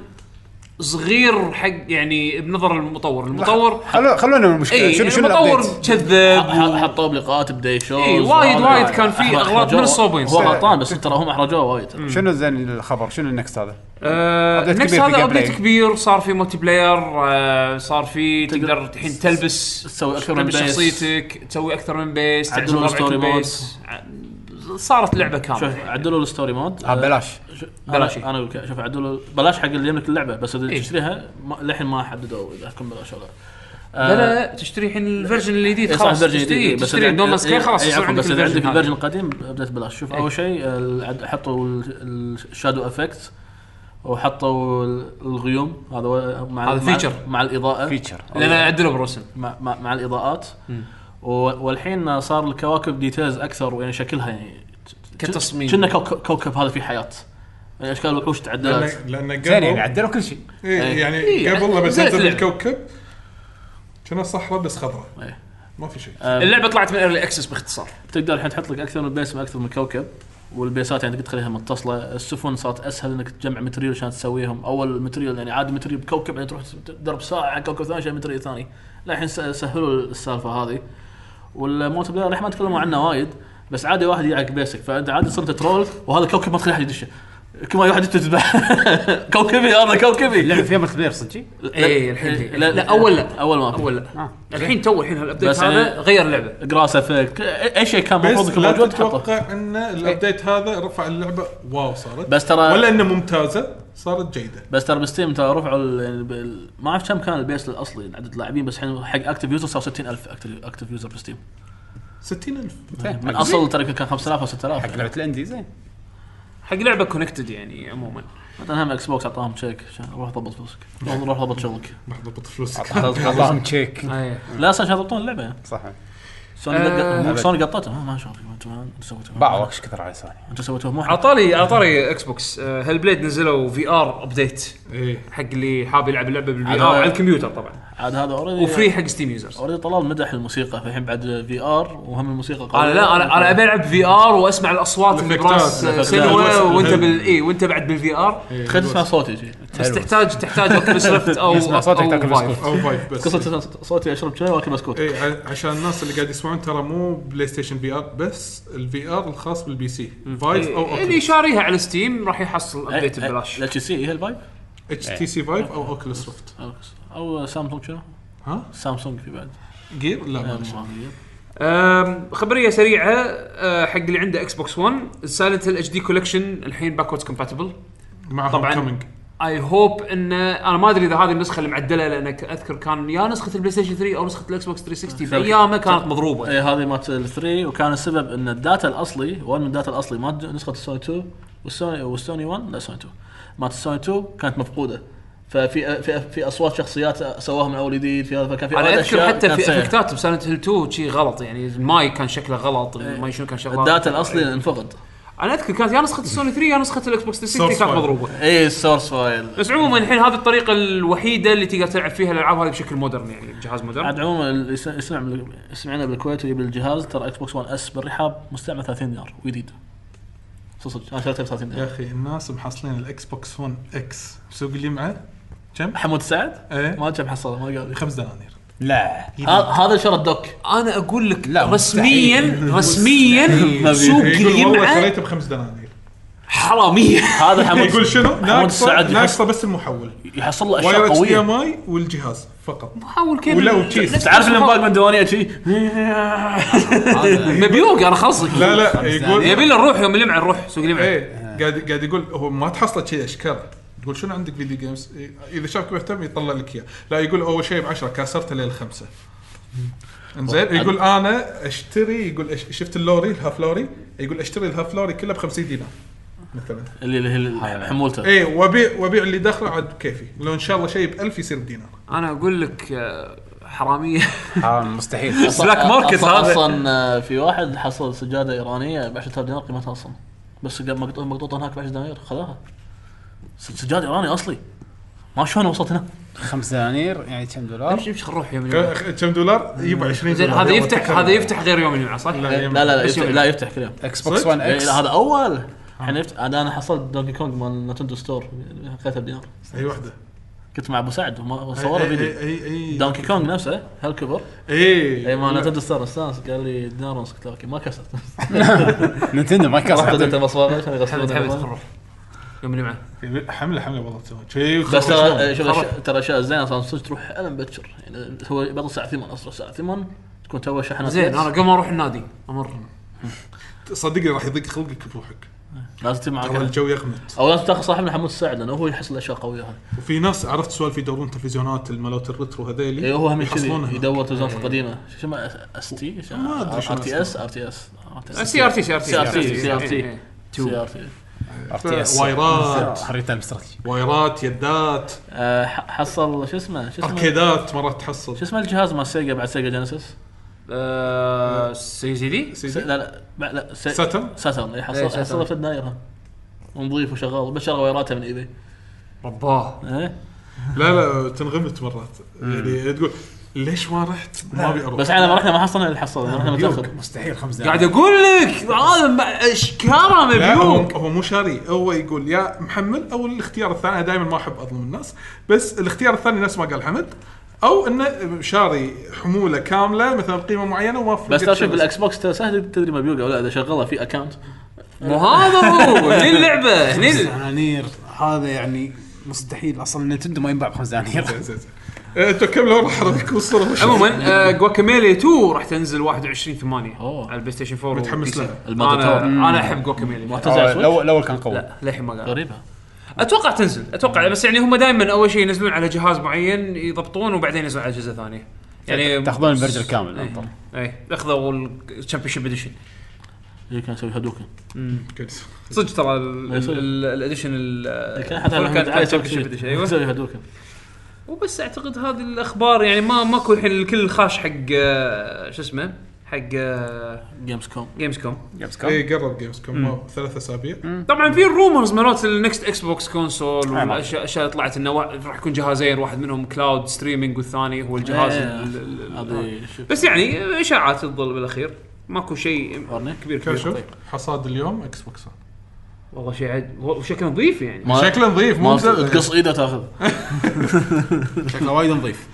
Speaker 2: صغير حق يعني بنظر المطور المطور
Speaker 3: خلو خلونا من المشكله
Speaker 2: اي
Speaker 3: شنو شنو
Speaker 2: المطور
Speaker 3: الأبديت؟
Speaker 2: كذب
Speaker 5: ح- حطوه بلقاءات بداي شو
Speaker 2: إي، إيه، وايد- وايد كان في أغراض من الصوبين.
Speaker 5: هو غلطان بس ترى هم احرجوه وايد
Speaker 3: شنو زين الخبر شنو النكست هذا؟
Speaker 2: آه،
Speaker 3: أبديت
Speaker 2: نفس
Speaker 3: كبير في
Speaker 2: هذا
Speaker 3: جيم بلاي.
Speaker 2: ابديت كبير صار في موتي بلاير آه، صار في تقدر
Speaker 5: تقدر
Speaker 2: الحين تلبس
Speaker 5: تسوي أكثر من
Speaker 2: تلبس
Speaker 5: بيس.
Speaker 2: شخصيتك تسوي اكثر من بيس تعزم
Speaker 5: عدلوا
Speaker 2: ربعك
Speaker 5: الستوري
Speaker 2: بيس. ع- صارت لعبه
Speaker 5: شوف
Speaker 2: كامله
Speaker 5: عدلوا الستوري مود
Speaker 3: آه بلاش
Speaker 5: ش- أنا-
Speaker 2: بلاش.
Speaker 5: انا اقول لك، شوف عدلوا بلاش حق اللي يملك اللعبه بس اللي
Speaker 2: إيه.
Speaker 5: تشتريها ما- للحين ما حددوا اذا تكون بلاش ولا آه،
Speaker 2: لا لا تشتري الحين الفيرجن الجديد
Speaker 5: خلاص
Speaker 2: خلاص إيه،
Speaker 5: فيرجن
Speaker 2: تشتري
Speaker 5: إيه، جديد بس
Speaker 2: تشتري دوما سكاي خلاص
Speaker 5: اي
Speaker 2: يصير
Speaker 5: عفوا
Speaker 2: عندك
Speaker 5: بس اذا عندك
Speaker 2: الفيرجن إيه.
Speaker 5: الفيرجن القديم بدات ببلاش شوف اول شيء ال- عد- حطوا ال- الشادو افكت وحطوا ال- الغيوم هذا و- مع
Speaker 2: هذا
Speaker 5: مع-
Speaker 2: feature.
Speaker 5: مع الاضاءه
Speaker 3: فيتشر
Speaker 2: هذا. لان عدلوا بالرسم
Speaker 5: مع, مع, مع الاضاءات و- والحين صار الكواكب ديتيلز اكثر ويعني شكلها يعني
Speaker 2: كتصميم.
Speaker 5: كنا كوكب هذا فيه حياه يعني اشكال الوحوش تعدلت
Speaker 4: لأن- لان
Speaker 3: زين يعني
Speaker 4: قبل
Speaker 3: عدلوا كل شيء
Speaker 4: إيه، يعني
Speaker 2: إيه،
Speaker 4: قبل لما
Speaker 2: زيت
Speaker 4: تنزل
Speaker 2: لعبة.
Speaker 4: الكوكب كنا صحراء بس خضراء
Speaker 5: إيه.
Speaker 4: ما في شيء
Speaker 2: اللعبه طلعت من ايرلي اكسس باختصار
Speaker 5: تقدر الحين تحط لك اكثر من بيس من اكثر من كوكب والبيسات يعني تقدر تخليها متصله، السفن صارت اسهل انك تجمع ماتريال عشان تسويهم، اول ماتريال يعني عادي ماتريال بكوكب يعني تروح تدرب ساعه على كوكب ثاني عشان ماتريال ثاني، لا الحين س- سهلوا السالفه هذه. والموت بلاير الحين ما تكلموا عنه وايد بس عادي واحد يلعب بيسك فانت عادي صرت ترول وهذا كوكب ما تخلي احد يدشه. كل ما واحد تذبح كوكبي هذا
Speaker 3: اللعبه
Speaker 5: كوكبي
Speaker 3: فيها ملتي بلاير صدقي؟
Speaker 2: اي إيه، الحين في. لا اول لا
Speaker 5: اول ما
Speaker 2: اول لا الحين تو الحين هالابديت
Speaker 5: إيه. بس
Speaker 2: هذا
Speaker 5: يعني-
Speaker 2: غير اللعبه
Speaker 5: جراس افكت اي شيء كان المفروض
Speaker 4: بس
Speaker 5: يكون
Speaker 4: لا
Speaker 5: موجود تحطه.
Speaker 4: تتوقع ان الابديت هذا رفع اللعبه واو صارت
Speaker 5: بس ترى-
Speaker 4: ولا انه ممتازه صارت جيده
Speaker 5: بس ترى بستيم ترى رفعوا ال- يعني بال- ما اعرف كم كان البيس الاصلي عدد اللاعبين بس الحين حق اكتف يوزر صار 60000 اكتف اكتف يوزر بستيم
Speaker 4: 60000
Speaker 5: من اصل ترى يمكن كان 5000 او
Speaker 3: حق
Speaker 5: 6000
Speaker 3: لعبه الاندي زين
Speaker 2: حق لعبه كونكتد يعني عموما
Speaker 5: مثلا هم اكس بوكس اعطاهم تشيك عشان روح ضبط فلوسك روح روح ضبط شغلك
Speaker 4: راح ضبط
Speaker 3: آه.
Speaker 4: فلوسك
Speaker 3: اللهم تشيك
Speaker 2: أي.
Speaker 5: لا اصلا عشان يضبطون اللعبه يعني
Speaker 3: صح
Speaker 5: سوني
Speaker 2: آه.
Speaker 5: قط- سوني قطتهم آه، ما شاء الله انتم أنتم سويتوهم
Speaker 3: باعوا ايش كثر على سوني
Speaker 5: انتم سويتوهم مو حق.
Speaker 2: عطاري عطاري اكس بوكس آه، هالبليد نزلوا في ار ابديت
Speaker 4: ايه
Speaker 2: حق اللي حاب يلعب اللعبه بالفي ار
Speaker 5: عاد-
Speaker 2: على الكمبيوتر طبعا
Speaker 5: عاد هذا اوريدي
Speaker 2: وفري حق ستيم يوزرز
Speaker 5: اوريدي طلال مدح الموسيقى فالحين بعد في ار وهم الموسيقى
Speaker 2: انا لا انا انا ابي العب في ار واسمع الاصوات اللي
Speaker 4: الإفكتات،
Speaker 2: براس آه،
Speaker 4: الإفكتات.
Speaker 2: سيجوا
Speaker 4: الإفكتات.
Speaker 2: وانت بال اي وانت بعد بالفي ار
Speaker 4: إيه،
Speaker 5: خلينا تسمع صوتي شي.
Speaker 2: بس تحتاج تحتاج اوكتوبس ليفت او
Speaker 3: يسمع صوتك
Speaker 2: أو
Speaker 3: تاكل
Speaker 2: فايف.
Speaker 3: بسكوت.
Speaker 4: او فايف بس
Speaker 5: قصه تسمع صوتي اشرب شاي واكل بسكوت
Speaker 4: اي ع- عشان الناس اللي قاعد يسمعون ترى مو بلاي ستيشن في ار بس الفي ار الخاص بالبي سي فايف او
Speaker 2: إيه، اللي
Speaker 4: اوكلس
Speaker 2: شاريها على ستيم راح يحصل ابديت
Speaker 5: أي- أي-
Speaker 2: ببلاش
Speaker 5: لا سي هي الفايب
Speaker 4: اتش تي سي فايف او اوكلس ريفت
Speaker 5: او سامسونج شنو؟
Speaker 4: ها
Speaker 5: سامسونج في بعد
Speaker 4: جير لا
Speaker 5: آه.
Speaker 4: ما أدري.
Speaker 5: ما
Speaker 2: أم، خبريه سريعه أه، حق اللي عنده اكس بوكس 1 سايلنت هيل اتش دي كولكشن الحين باكوردز كومباتبل
Speaker 4: مع
Speaker 2: طبعاً.
Speaker 4: هوم كومينج
Speaker 2: اي هوب ان انا ما ادري اذا هذه النسخه اللي معدله لان اذكر كان يا نسخه البلاي ستيشن 3 او نسخه الاكس بوكس 360 في ايامه كانت مضروبه
Speaker 5: اي هذه مالت الثري وكان السبب ان الداتا الاصلي وين من الداتا الاصلي مالت نسخه السوني 2 والسوني والسوني 1 لا سوني 2 مالت السوني 2 كانت مفقوده ففي في في اصوات شخصيات سواها من اول جديد في هذا فكان في
Speaker 2: انا
Speaker 5: وايد
Speaker 2: اذكر
Speaker 5: أشياء
Speaker 2: حتى
Speaker 5: كانت
Speaker 2: في
Speaker 5: سيئة.
Speaker 2: افكتات بسايلنت هيل 2 شيء غلط يعني الماي كان شكله غلط الماي شنو كان شغال
Speaker 5: إيه. الداتا الاصلي انفقد
Speaker 2: انا اذكر كانت يا نسخه السوني 3 يا نسخه الاكس بوكس 360
Speaker 4: Source
Speaker 2: كانت
Speaker 4: file.
Speaker 2: مضروبه
Speaker 5: اي السورس فايل
Speaker 2: بس عموما الحين هذه الطريقه الوحيده اللي تقدر تلعب فيها الالعاب هذه بشكل مودرن يعني بجهاز مودرن
Speaker 5: عاد عموما اللي يس- يسمع من- يسمعنا بالكويت ويجيب الجهاز ترى اكس بوكس 1 اس بالرحاب مستعمل 30 دينار وجديد صدق انا شريته ب 30
Speaker 4: يا
Speaker 5: دينار
Speaker 4: اخي الناس محصلين الاكس بوكس 1 اكس بسوق الجمعه كم؟
Speaker 5: حمود سعد
Speaker 4: ايه
Speaker 5: ما كم حصله ما قال لي.
Speaker 4: خمس دنانير
Speaker 3: لا
Speaker 5: ه- هذا شرط دوك
Speaker 2: انا اقول لك
Speaker 3: لا،
Speaker 2: رسميا رسميا سوق
Speaker 4: يقول والله
Speaker 2: الجمعه
Speaker 4: شريته بخمس دنانير
Speaker 2: حراميه
Speaker 5: هذا حمود
Speaker 4: يقول شنو ناقصه
Speaker 5: السعد يحس-
Speaker 4: ناقصه بس المحول
Speaker 5: يحصل له اشياء
Speaker 4: واير اتش دي
Speaker 5: قويه
Speaker 4: ام اي والجهاز فقط
Speaker 2: حاول كيف
Speaker 4: ولا وتشيس.
Speaker 2: نفس-
Speaker 5: تعرف الانباق من دوانيه شي
Speaker 2: مبيوق انا خلصك
Speaker 4: لا لا يقول
Speaker 2: يبي لنا نروح يوم الجمعه نروح سوق الجمعه
Speaker 5: إيه.
Speaker 4: ايه قاعد قاعد يقول هو ما تحصله شيء اشكال تقول شنو عندك فيديو جيمز؟ إيه، اذا شافك مهتم يطلع لك اياه، لا يقول اول شيء ب 10 كاسرته للخمسه. انزين يقول انا اشتري يقول أش- شفت اللوري الهاف لوري؟ يقول اشتري الهاف لوري كله ب 50 دينار مثلا.
Speaker 5: اللي اللي هي حمولته
Speaker 4: ايه وابيع وابيع اللي داخله عاد كيفي، لو ان شاء الله شيء ب 1000 يصير بدينار.
Speaker 2: انا اقول لك آه، حراميه
Speaker 3: حرام آه، مستحيل
Speaker 5: أصلاً-
Speaker 7: بلاك ماركت
Speaker 5: أصلاً-
Speaker 7: هذا.
Speaker 5: اصلا في واحد حصل سجاده ايرانيه ب 10000 دينار قيمتها اصلا بس قام مقطوع مقطوطه هناك ب 10 دنانير خذاها س- سجاده ايراني اصلي ما شلون وصلت هنا
Speaker 3: خمس دنانير يعني كم
Speaker 5: آه.
Speaker 3: دولار؟
Speaker 2: امشي امشي خل نروح يوم الجمعه
Speaker 4: ك- كم دولار؟ يجيب 20
Speaker 2: زين
Speaker 4: دولار.
Speaker 2: هذا
Speaker 4: يلا
Speaker 2: يفتح
Speaker 4: تكلم.
Speaker 2: هذا يفتح غير يوم الجمعه صح؟
Speaker 4: لا،
Speaker 5: لا
Speaker 4: يم-
Speaker 5: لا لا
Speaker 2: بس
Speaker 5: يفتح
Speaker 2: يوم
Speaker 5: لا يفتح كل يوم
Speaker 3: اكس بوكس
Speaker 4: صدق؟
Speaker 3: 1
Speaker 5: إيه،
Speaker 3: اكس
Speaker 5: لا، هذا
Speaker 4: آه.
Speaker 5: اول احنا يفتح انا حصلت دونكي كونج مال نتندو ستور خذيته بدينار
Speaker 4: اي وحده.
Speaker 5: كنت مع ابو سعد
Speaker 4: إيه،
Speaker 5: وما- وصوره
Speaker 4: اي
Speaker 5: فيديو
Speaker 4: اي اي
Speaker 5: دونكي كونج نفسه هالكبر
Speaker 4: إيه، اي
Speaker 5: اي إيه، ما نتندو ستور استانس قال لي دينار ونص قلت له اوكي ما كسرت
Speaker 3: نينتندو ما
Speaker 5: رحت
Speaker 3: كسرت
Speaker 5: اديته مصباغه عشان
Speaker 2: حمد حمد خل
Speaker 5: يغسلون
Speaker 2: نروح يوم الجمعه
Speaker 4: حمله حمله والله تسوي شيء
Speaker 5: بس ترى شوف
Speaker 2: خلاص.
Speaker 5: الأشياء- ترى اشياء زينه اصلا صدق تروح الم بكر يعني هو بطل الساعه 8 اصلا الساعه 8 تكون تو شحنات
Speaker 2: زين
Speaker 5: نت.
Speaker 2: انا قبل ما اروح النادي امر
Speaker 4: صدقني راح يضيق خلقك بروحك
Speaker 5: لازم تجمع
Speaker 4: ترى الجو يغمت
Speaker 5: او لازم تاخذ صاحبنا حمود الساعد لانه هو يحصل الاشياء قويه هذه
Speaker 4: وفي ناس عرفت سوالف يدورون تلفزيونات المالوت الريترو هذيلي
Speaker 5: اي إيه، هو هم
Speaker 4: إيه، يحصلونها. إيه.
Speaker 5: كذي يدور تلفزيونات القديمه شو اسمه اس تي
Speaker 4: ما أدري شو
Speaker 5: ار تي اس ار تي اس
Speaker 4: آه،
Speaker 2: سي ار تي سي ار تي
Speaker 5: سي ار تي سي ار
Speaker 2: إيه،
Speaker 5: تي سي ار تي
Speaker 4: وايرات
Speaker 3: حريت الاستراتيجي
Speaker 4: وايرات يدات
Speaker 5: آه، حصل شو اسمه شو اسمه
Speaker 4: اركيدات مرات تحصل
Speaker 5: شو اسمه الجهاز مال سيجا بعد سيجا جينيسيس
Speaker 2: آه، سي سي دي
Speaker 5: س-
Speaker 4: سيدي
Speaker 5: لا لا لا, لا س-
Speaker 4: ساترن؟
Speaker 5: ساترن اي
Speaker 2: إيه،
Speaker 5: حصل
Speaker 2: ساترن.
Speaker 5: حصل في دنايرها ونظيف وشغال بس شرى ويراته من ايباي
Speaker 2: رباه
Speaker 5: إيه؟
Speaker 4: لا لا تنغمت مرات يعني تقول ليش ما رحت؟ ما ابي اروح
Speaker 5: بس احنا ما رحنا ما حصلنا اللي حصلنا رحنا متاخر
Speaker 3: مستحيل خمس دنانير
Speaker 2: قاعد اقول لك هذا م- اشكاله
Speaker 4: لا هو
Speaker 2: مبيوق
Speaker 4: هو مو شاري هو يقول يا محمل او الاختيار الثاني انا دائما ما احب اظلم الناس بس الاختيار الثاني نفس ما قال حمد او انه شاري حموله كامله مثلا قيمه معينه وما
Speaker 5: بس ترى
Speaker 4: فرقت
Speaker 5: شوف بالاكس بوكس ترى سهل تدري مبيوقه ولا اذا شغلها في اكونت
Speaker 2: مو هذا هو هني اللعبه هني ال-
Speaker 3: دنانير هذا يعني مستحيل اصلا نينتندو ما ينباع بخمس دنانير
Speaker 4: زين، زين. آه، انتوا كملوا راح اراويكم الصوره
Speaker 2: عموما جواكاميلي 2 آه، راح تنزل 21 8
Speaker 5: أوه.
Speaker 2: على البلاي ستيشن 4
Speaker 4: متحمس
Speaker 2: والبي سي.
Speaker 4: لها.
Speaker 5: المالتي
Speaker 2: انا
Speaker 5: تاور.
Speaker 2: انا احب جواكاميلي
Speaker 5: معتز على سويتش
Speaker 3: الاول الأول آه، كان قوي
Speaker 2: لا للحين ما قال
Speaker 5: غريبه
Speaker 2: اتوقع تنزل اتوقع بس يعني هم دائما اول شيء ينزلون على جهاز معين يضبطون وبعدين ينزلون على جزء ثاني يعني
Speaker 3: تاخذون البرجر كامل
Speaker 2: إيه.
Speaker 3: انطر
Speaker 2: اي اخذوا الشامبيون شيب اديشن
Speaker 5: اللي إيه، كان يسوي هادوكن
Speaker 2: صدق ترى
Speaker 5: يصير.
Speaker 2: الاديشن إيه،
Speaker 5: إيه، كان حتى إيه، محمد علي يسوي كل شيء.
Speaker 2: ايوه
Speaker 5: يسوي هادوكن
Speaker 2: وبس اعتقد هذه الاخبار يعني ما ماكو الحين الكل خاش حق آه، شو اسمه حق آه،
Speaker 5: جيمز كوم
Speaker 2: جيمز كوم
Speaker 8: إيه،
Speaker 4: اي إيه، قرب جيمز كوم ثلاث اسابيع
Speaker 2: طبعا في الرومرز مالت النكست اكس بوكس كونسول
Speaker 3: ما-
Speaker 2: والاشياء اشياء طلعت انه وا- راح يكون جهازين واحد منهم كلاود ستريمينج والثاني هو الجهاز
Speaker 5: إيه.
Speaker 2: ال- ال- ال-
Speaker 5: هذه شوف
Speaker 2: بس يعني اشاعات تظل بالاخير ماكو شيء
Speaker 5: ورني.
Speaker 2: كبير
Speaker 4: كشف
Speaker 5: طيب.
Speaker 2: كبير
Speaker 4: حصاد اليوم اكس بوكس
Speaker 2: والله شيء عد... وشكله نظيف يعني
Speaker 5: ما-
Speaker 4: شكله نظيف مو
Speaker 5: ما
Speaker 4: مزلق.
Speaker 5: تقص ايده تاخذ
Speaker 8: شكله وايد نظيف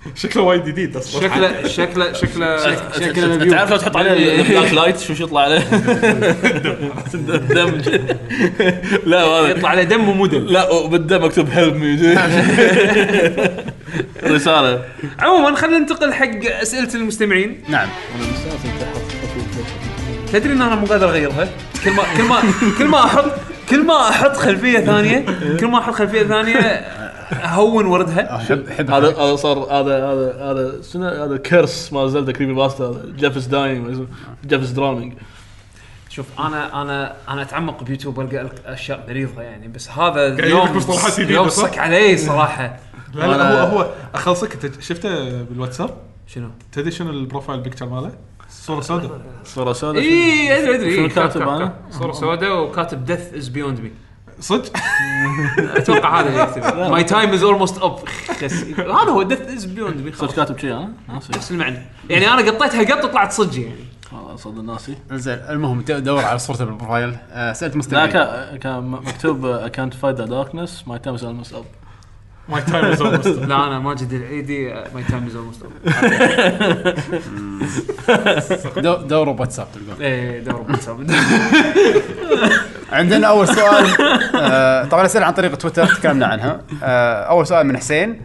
Speaker 4: شكله وايد جديد اصلا
Speaker 2: شكله شكله شكله إيه.
Speaker 8: شكله مبيوت.
Speaker 5: تعرف لو تحط عليه البلاك لايت شو يطلع عليه دم لا هذا
Speaker 2: يطلع على دم ومدن
Speaker 5: لا وبالدم مكتوب هيلب مي رساله
Speaker 2: عموما خلينا ننتقل حق اسئله المستمعين
Speaker 3: نعم
Speaker 2: تدري ان انا مو قادر اغيرها كل ما كل ما كل ما احط كل ما احط خلفيه ثانيه كل ما احط خلفيه ثانيه اهون وردها
Speaker 3: احب احب
Speaker 5: هذا هذا صار هذا هذا هذا شنو هذا كيرس مال زلدا كريبي باستا جيفس داينج جيفس درونينج
Speaker 2: شوف انا انا انا اتعمق بيوتيوب والقى الك- اشياء مريضه يعني بس هذا
Speaker 4: يجيبك
Speaker 2: اليوم
Speaker 4: مصطلحات جديدة،
Speaker 2: اليوم
Speaker 4: صح؟
Speaker 2: صك علي صراحه
Speaker 4: لا لا
Speaker 5: ولا-
Speaker 4: هو هو اخلصك انت شفته بالواتساب
Speaker 2: شنو؟
Speaker 4: تدري شنو البروفايل بيكتشر ماله؟ صوره سوداء
Speaker 5: صوره سوداء
Speaker 2: اي ادري ادري
Speaker 5: شنو
Speaker 2: إي،
Speaker 5: كاتب
Speaker 2: إيه، كاتب-
Speaker 5: أنا؟
Speaker 2: كاتب. صوره سوداء وكاتب ديث از بيوند مي
Speaker 4: صدق
Speaker 2: اتوقع هذا اللي يكتب ماي تايم از اولموست اب هذا هو ديث از بيوند مي
Speaker 5: صدق كاتب شيء انا ناسي
Speaker 2: نفس المعنى يعني انا قطيتها قط وطلعت صدق يعني
Speaker 5: والله صدق ناسي
Speaker 3: زين المهم ت- دور على صورته بالبروفايل آه، سالت
Speaker 5: لا
Speaker 3: مستمعين
Speaker 5: uh, كان كان مكتوب اي كانت فايت ذا داركنس ماي تايم از الموست اب
Speaker 4: ماي تايم از اولموست
Speaker 2: لا انا ماجد العيدي آه، ماي تايم از اولموست
Speaker 3: دو- دور واتساب تلقون
Speaker 2: ايه دور بالصبر.
Speaker 3: عندنا اول سؤال آه، طبعا اسئله عن طريق تويتر تكلمنا عنها آه، اول سؤال من حسين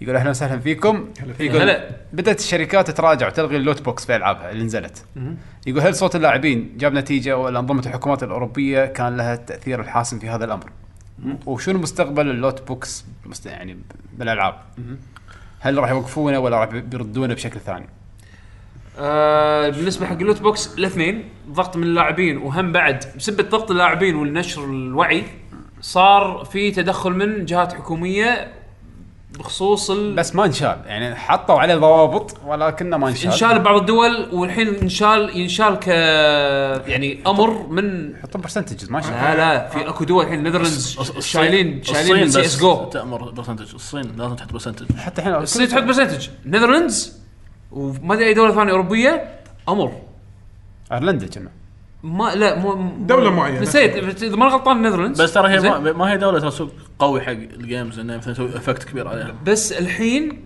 Speaker 3: يقول اهلا وسهلا فيكم يقول بدات الشركات تتراجع وتلغي اللوت بوكس في العابها اللي نزلت يقول هل صوت اللاعبين جاب نتيجه ولا انظمه الحكومات الاوروبيه كان لها التاثير الحاسم في هذا الامر وشنو مستقبل اللوت بوكس مست- يعني بالالعاب هل راح يوقفونه ولا راح بيردونه بشكل ثاني
Speaker 2: آه، بالنسبه حق اللوت بوكس الاثنين ضغط من اللاعبين وهم بعد بسبه ضغط اللاعبين والنشر الوعي صار في تدخل من جهات حكوميه بخصوص ال...
Speaker 3: بس ما انشال يعني حطوا عليه ضوابط ولكنه ما انشال
Speaker 2: انشال ببعض الدول والحين انشال ينشال ك يعني امر من
Speaker 3: حطوا برسنتجز ما انشال
Speaker 2: لا لا في اكو دول الحين نذرلندز شايلين شايلين
Speaker 5: الصين
Speaker 2: من سي
Speaker 5: بس
Speaker 2: اس جو
Speaker 5: تامر برسنتج الصين لازم تحط برسنتج
Speaker 3: حتى الحين
Speaker 2: الصين تحط برسنتج نذرلندز وما ادري اي دوله ثانيه اوروبيه امر
Speaker 3: ايرلندا كنا
Speaker 2: ما لا مو مو-
Speaker 4: دولة معينة.
Speaker 2: نسيت اذا ما أنا غلطان نذرلندز
Speaker 5: بس ترى هي
Speaker 2: زين؟
Speaker 5: ما, ما هي دوله ترى سوق قوي حق الجيمز انه مثلا يسوي افكت كبير عليها
Speaker 2: بس الحين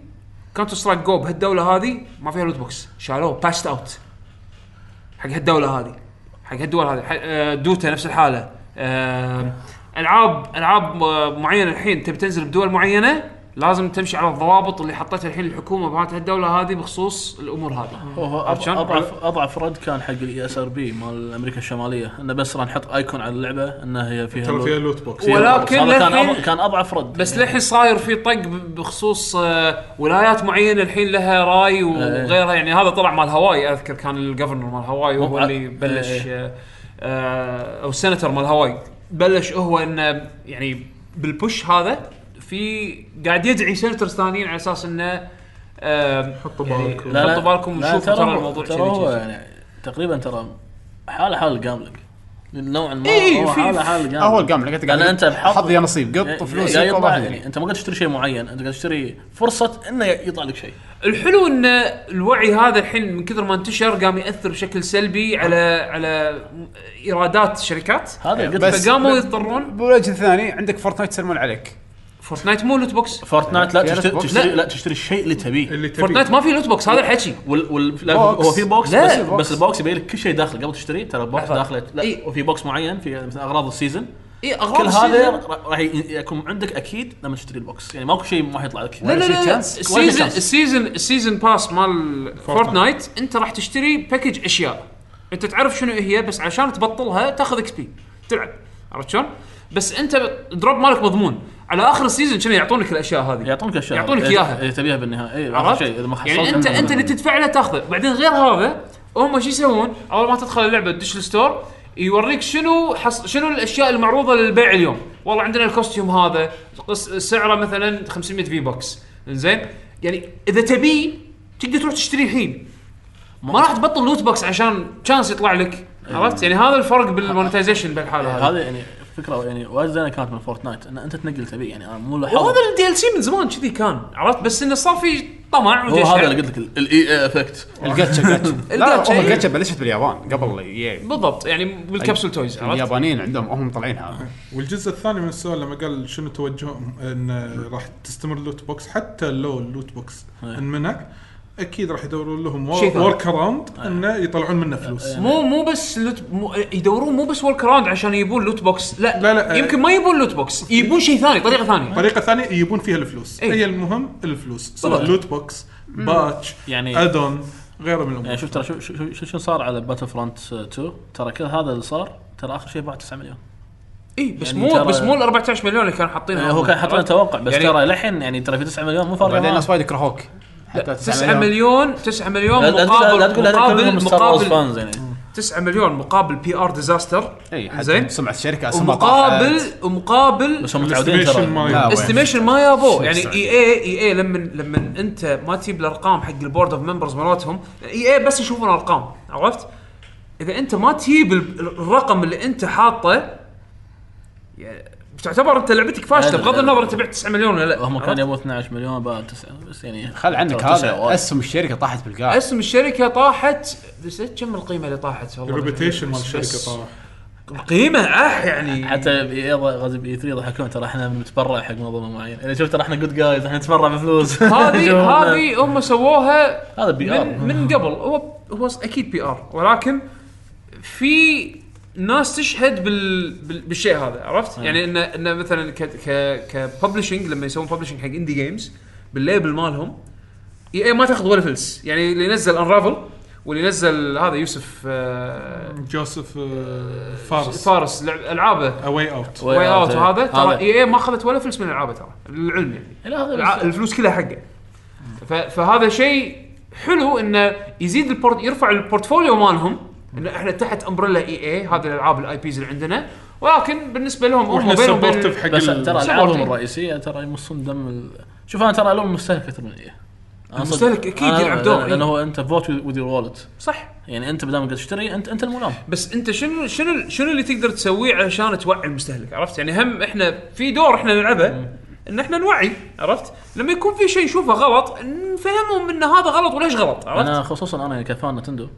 Speaker 2: كاونتر سترايك جو بهالدوله هذه ما فيها لوت بوكس شالوه باشت اوت حق هالدوله هذه حق هالدول هذه حق- آه، دوتا نفس الحاله آه، العاب العاب آه، معينه الحين تبي تنزل بدول معينه لازم تمشي على الضوابط اللي حطتها الحين الحكومه بهات هالدوله هذه بخصوص الامور هذه
Speaker 5: هو هو
Speaker 2: عرفت شلون؟
Speaker 5: اضعف اضعف رد كان حق E الاي اس ار بي مال امريكا الشماليه انه بس راح نحط ايكون على اللعبه انها هي فيها
Speaker 4: ترى
Speaker 5: لود.
Speaker 4: فيها لوت بوكس
Speaker 5: فيها لود.
Speaker 2: ولكن
Speaker 5: هذا كان
Speaker 2: للحين-
Speaker 5: أضع- كان اضعف رد يعني.
Speaker 2: بس للحين صاير في طق ب- بخصوص آه، ولايات معينه الحين لها
Speaker 5: آه.
Speaker 2: راي وغيرها يعني هذا طلع مال هاواي اذكر كان الجفرنر مال هاواي هو
Speaker 5: مو-
Speaker 2: اللي
Speaker 5: آه،
Speaker 2: بلش
Speaker 5: إيه.
Speaker 2: آه، آه، او السنتر مال هاواي بلش هو انه يعني بالبوش هذا في قاعد يدعي سنترز ثانيين على اساس انه آه،
Speaker 4: حطوا
Speaker 2: يعني
Speaker 4: بالكم.
Speaker 5: لا، لا.
Speaker 2: حطوا بالكم
Speaker 5: لا،
Speaker 2: وشوفوا ترى
Speaker 5: هو-
Speaker 2: الموضوع
Speaker 5: ترى
Speaker 2: كذي
Speaker 5: هو
Speaker 2: كذي.
Speaker 5: يعني تقريبا ترى حاله حال إيه، الجاملك نوعا ما
Speaker 2: إي،
Speaker 5: هو
Speaker 2: في-
Speaker 5: حاله حال الجاملك
Speaker 3: آه، هو القام لقيت
Speaker 5: لان انت بحظ
Speaker 3: حظ يا نصيب قط وفلوس
Speaker 5: يعني يطلع يعني
Speaker 3: يعني
Speaker 5: انت ما قاعد تشتري شيء معين انت قاعد تشتري فرصه انه يطلع لك شيء
Speaker 2: الحلو ان الوعي هذا الحين من كثر ما انتشر قام ياثر بشكل سلبي على على ايرادات الشركات
Speaker 5: هذا قلت
Speaker 3: بس-
Speaker 5: بس
Speaker 2: فقاموا يضطرون
Speaker 3: بالوجه الثاني عندك فورتنايت يسلمون عليك
Speaker 2: فورتنايت مو لوت بوكس
Speaker 5: فورتنايت لا
Speaker 3: يا
Speaker 5: تشتري
Speaker 3: ريت
Speaker 5: تشتري لا تشتري الشيء اللي
Speaker 3: إيه،
Speaker 5: تبيه
Speaker 4: اللي تبي
Speaker 2: فورتنايت ما في لوت بوكس هذا الحكي
Speaker 5: وال وال لا،
Speaker 3: بوكس.
Speaker 5: هو في بوكس
Speaker 2: لا،
Speaker 5: بس,
Speaker 2: بوكس.
Speaker 5: بس البوكس يبين لك كل شيء داخل قبل تشتري ترى البوكس داخله لا
Speaker 2: إي.
Speaker 5: وفي بوكس معين في مثلا اغراض السيزون
Speaker 2: اي
Speaker 5: كل
Speaker 2: اغراض
Speaker 5: هذا
Speaker 2: السيزن-
Speaker 5: ر- راح ي- يكون عندك اكيد لما تشتري البوكس يعني ماكو شيء ما راح يطلع لك
Speaker 2: لا لا
Speaker 3: شيء
Speaker 2: لا, لا.
Speaker 3: chance.
Speaker 5: ولا
Speaker 2: السيزن
Speaker 5: chance.
Speaker 2: السيزن السيزن باس مال فورتنايت انت راح تشتري باكج اشياء انت تعرف شنو هي بس عشان تبطلها تاخذ اكس بي تلعب عرفت شلون؟ بس انت الدروب مالك مضمون على اخر السيزن كنا يعطونك الاشياء هذه
Speaker 5: يعطونك اشياء
Speaker 2: يعطونك
Speaker 5: إذا-
Speaker 2: إياها.
Speaker 5: اذا تبيها بالنهايه اي
Speaker 2: عرفت؟
Speaker 5: عرفت شيء اذا ما
Speaker 2: يعني
Speaker 5: حصلت
Speaker 2: انت انت اللي تدفع له تاخذه، بعدين غير هذا هم شو يسوون؟ اول ما تدخل اللعبه تدش الستور يوريك شنو حص... شنو الاشياء المعروضه للبيع اليوم، والله عندنا الكوستيوم هذا قص... سعره مثلا 500 في بوكس، زين؟ يعني اذا تبي تقدر تروح تشتريه الحين. ما راح تبطل لوت بوكس عشان شانس يطلع لك، عرفت؟ يعني هذا الفرق بالمونتايزيشن بالحاله هذه.
Speaker 5: هذا يعني فكره يعني وايد زينه كانت من فورتنايت ان انت تنقل تبي يعني انا مو
Speaker 2: وهذا
Speaker 5: لاحظت
Speaker 2: الدي ال سي من زمان كذي كان، عرفت؟ بس انه صار في طمع
Speaker 5: هو
Speaker 2: ودش
Speaker 5: هذا
Speaker 2: على-
Speaker 5: اللي قلت لك الاي افكت
Speaker 3: الجاتشا جاتشا لا
Speaker 2: الجاتشا،
Speaker 3: هم
Speaker 2: إيه.
Speaker 3: الجاتشا بلشت باليابان قبل يعني
Speaker 2: بالضبط يعني بالكبسول تويز عرفت؟
Speaker 3: اليابانيين عندهم هم مطلعين هذا
Speaker 4: والجزء الثاني من السؤال لما قال شنو توجههم ان راح تستمر اللوت بوكس حتى لو اللوت بوكس انمنع اكيد راح يدورون لهم
Speaker 2: شيء ثاني. إيه.
Speaker 4: ورك اراوند انه يطلعون منه فلوس
Speaker 2: مو مو بس لوت مو يدورون مو بس ورك راوند عشان يبون لوت بوكس لا
Speaker 4: لا، لا، اه. يعني
Speaker 2: يمكن ما يبون لوت بوكس يبون شيء ثاني طريقه ثانيه
Speaker 4: طريقه ثانيه يجيبون فيها الفلوس
Speaker 2: إيه.
Speaker 4: هي المهم الفلوس سواء
Speaker 2: بالضبط.
Speaker 4: لوت بوكس باتش
Speaker 5: يعني-
Speaker 4: ادون غيره من
Speaker 5: يعني
Speaker 4: الامور
Speaker 5: شوف ترى شو شو شو- شو صار على باتل فرونت 2 ترى كل هذا اللي صار ترى اخر شيء باع 9 مليون
Speaker 2: اي إيه، بس
Speaker 5: يعني
Speaker 2: مو
Speaker 5: ترى-
Speaker 2: بس مو ال 14 مليون اللي كانوا حاطينها
Speaker 5: يعني هو كان حاطين توقع بس
Speaker 2: يعني-
Speaker 5: ترى للحين يعني ترى في 9 مليون مو فارقه
Speaker 3: بعدين
Speaker 5: معاه.
Speaker 3: الناس وايد يكرهوك حتى
Speaker 2: 9 مليون 9 مليون
Speaker 5: يعني لا لا تقول لا
Speaker 2: مقابل
Speaker 5: تقول هذول كلهم
Speaker 2: مقابل
Speaker 5: ستار وورز
Speaker 2: مقابل
Speaker 5: فانز يعني
Speaker 2: 9 مليون مقابل بي ار ديزاستر
Speaker 4: إيه،
Speaker 3: اي حتى
Speaker 2: زين
Speaker 3: سمعه الشركه اسمها
Speaker 2: ومقابل
Speaker 3: طاحت.
Speaker 2: ومقابل
Speaker 5: بس هم متعودين
Speaker 4: الاستيميشن
Speaker 5: ترى
Speaker 3: لا،
Speaker 2: نعم.
Speaker 4: ماي
Speaker 3: وين.
Speaker 2: استيميشن ما يابو يعني اي اي اي اي لما لما انت ما تجيب الارقام حق البورد اوف ممبرز مالتهم اي اي بس يشوفون ارقام عرفت؟ اذا انت ما تجيب ال- الرقم اللي انت حاطه يعني تعتبر انت لعبتك فاشله
Speaker 5: لا، لا،
Speaker 2: بغض
Speaker 5: لا.
Speaker 2: النظر انت بعت 9 مليون ولا لا
Speaker 5: هم
Speaker 2: عرفت؟
Speaker 5: كانوا يبون 12 مليون باع 9 بس يعني
Speaker 3: خل عنك
Speaker 5: ترى تسعة
Speaker 3: هذا
Speaker 5: وايد.
Speaker 3: اسهم الشركه طاحت بالقاع
Speaker 2: اسم الشركه طاحت بس كم القيمه اللي طاحت والله
Speaker 4: الريبيتيشن مال
Speaker 2: بس-
Speaker 4: الشركه
Speaker 2: بس-
Speaker 4: طبعا
Speaker 2: قيمه اح يعني
Speaker 5: حتى بي غازي بي 3 ضحكون ترى احنا بنتبرع حق منظمه معينه انا شفت ترى احنا جود جايز احنا نتبرع بفلوس شوف،
Speaker 2: هذه هذه هم سووها
Speaker 5: هذا بي ار
Speaker 2: من, من قبل هو هو اكيد بي ار ولكن في ناس تشهد بال بال- بالشيء هذا عرفت؟ يعني انه انه مثلا ك ك كببلشنج لما يسوون ببلشنج حق اندي جيمز بالليبل مالهم EA ما تاخذ ولا فلس يعني اللي نزل انرافل واللي نزل هذا يوسف آه،
Speaker 4: جوزيف آه، فارس
Speaker 2: فارس لعب- العابه
Speaker 4: اواي اوت
Speaker 2: واي اوت وهذا ترى اي اي ما اخذت ولا فلس من العابه ترى للعلم يعني الع- الفلوس كلها حقه ف- فهذا شيء حلو انه يزيد البورت يرفع البورتفوليو مالهم ان احنا تحت امبريلا اي اي هذه الالعاب الاي بيز اللي عندنا ولكن بالنسبه لهم هم
Speaker 4: واحنا
Speaker 2: بينهم بين
Speaker 4: سبورتف حق
Speaker 5: بس
Speaker 4: ال-
Speaker 5: ترى
Speaker 2: سبورتين.
Speaker 5: العابهم الرئيسيه ترى يمصون دم ال... شوف انا ترى الوم المستهلك اكثر من ايه أنا صدق-
Speaker 2: المستهلك أكيد
Speaker 5: أنا-
Speaker 2: يلعب دور،
Speaker 5: لانه
Speaker 2: إيه.
Speaker 5: هو انت فوت وذ يور والت
Speaker 2: صح
Speaker 5: يعني انت بدل ما قاعد تشتري انت انت الملام
Speaker 2: بس انت شنو شنو شنو اللي تقدر تسويه علشان توعي المستهلك عرفت يعني هم احنا في دور احنا نلعبه ان احنا نوعي عرفت لما يكون في شيء نشوفه غلط نفهمهم ان هذا غلط وليش غلط عرفت
Speaker 5: انا خصوصا انا كفان نتندو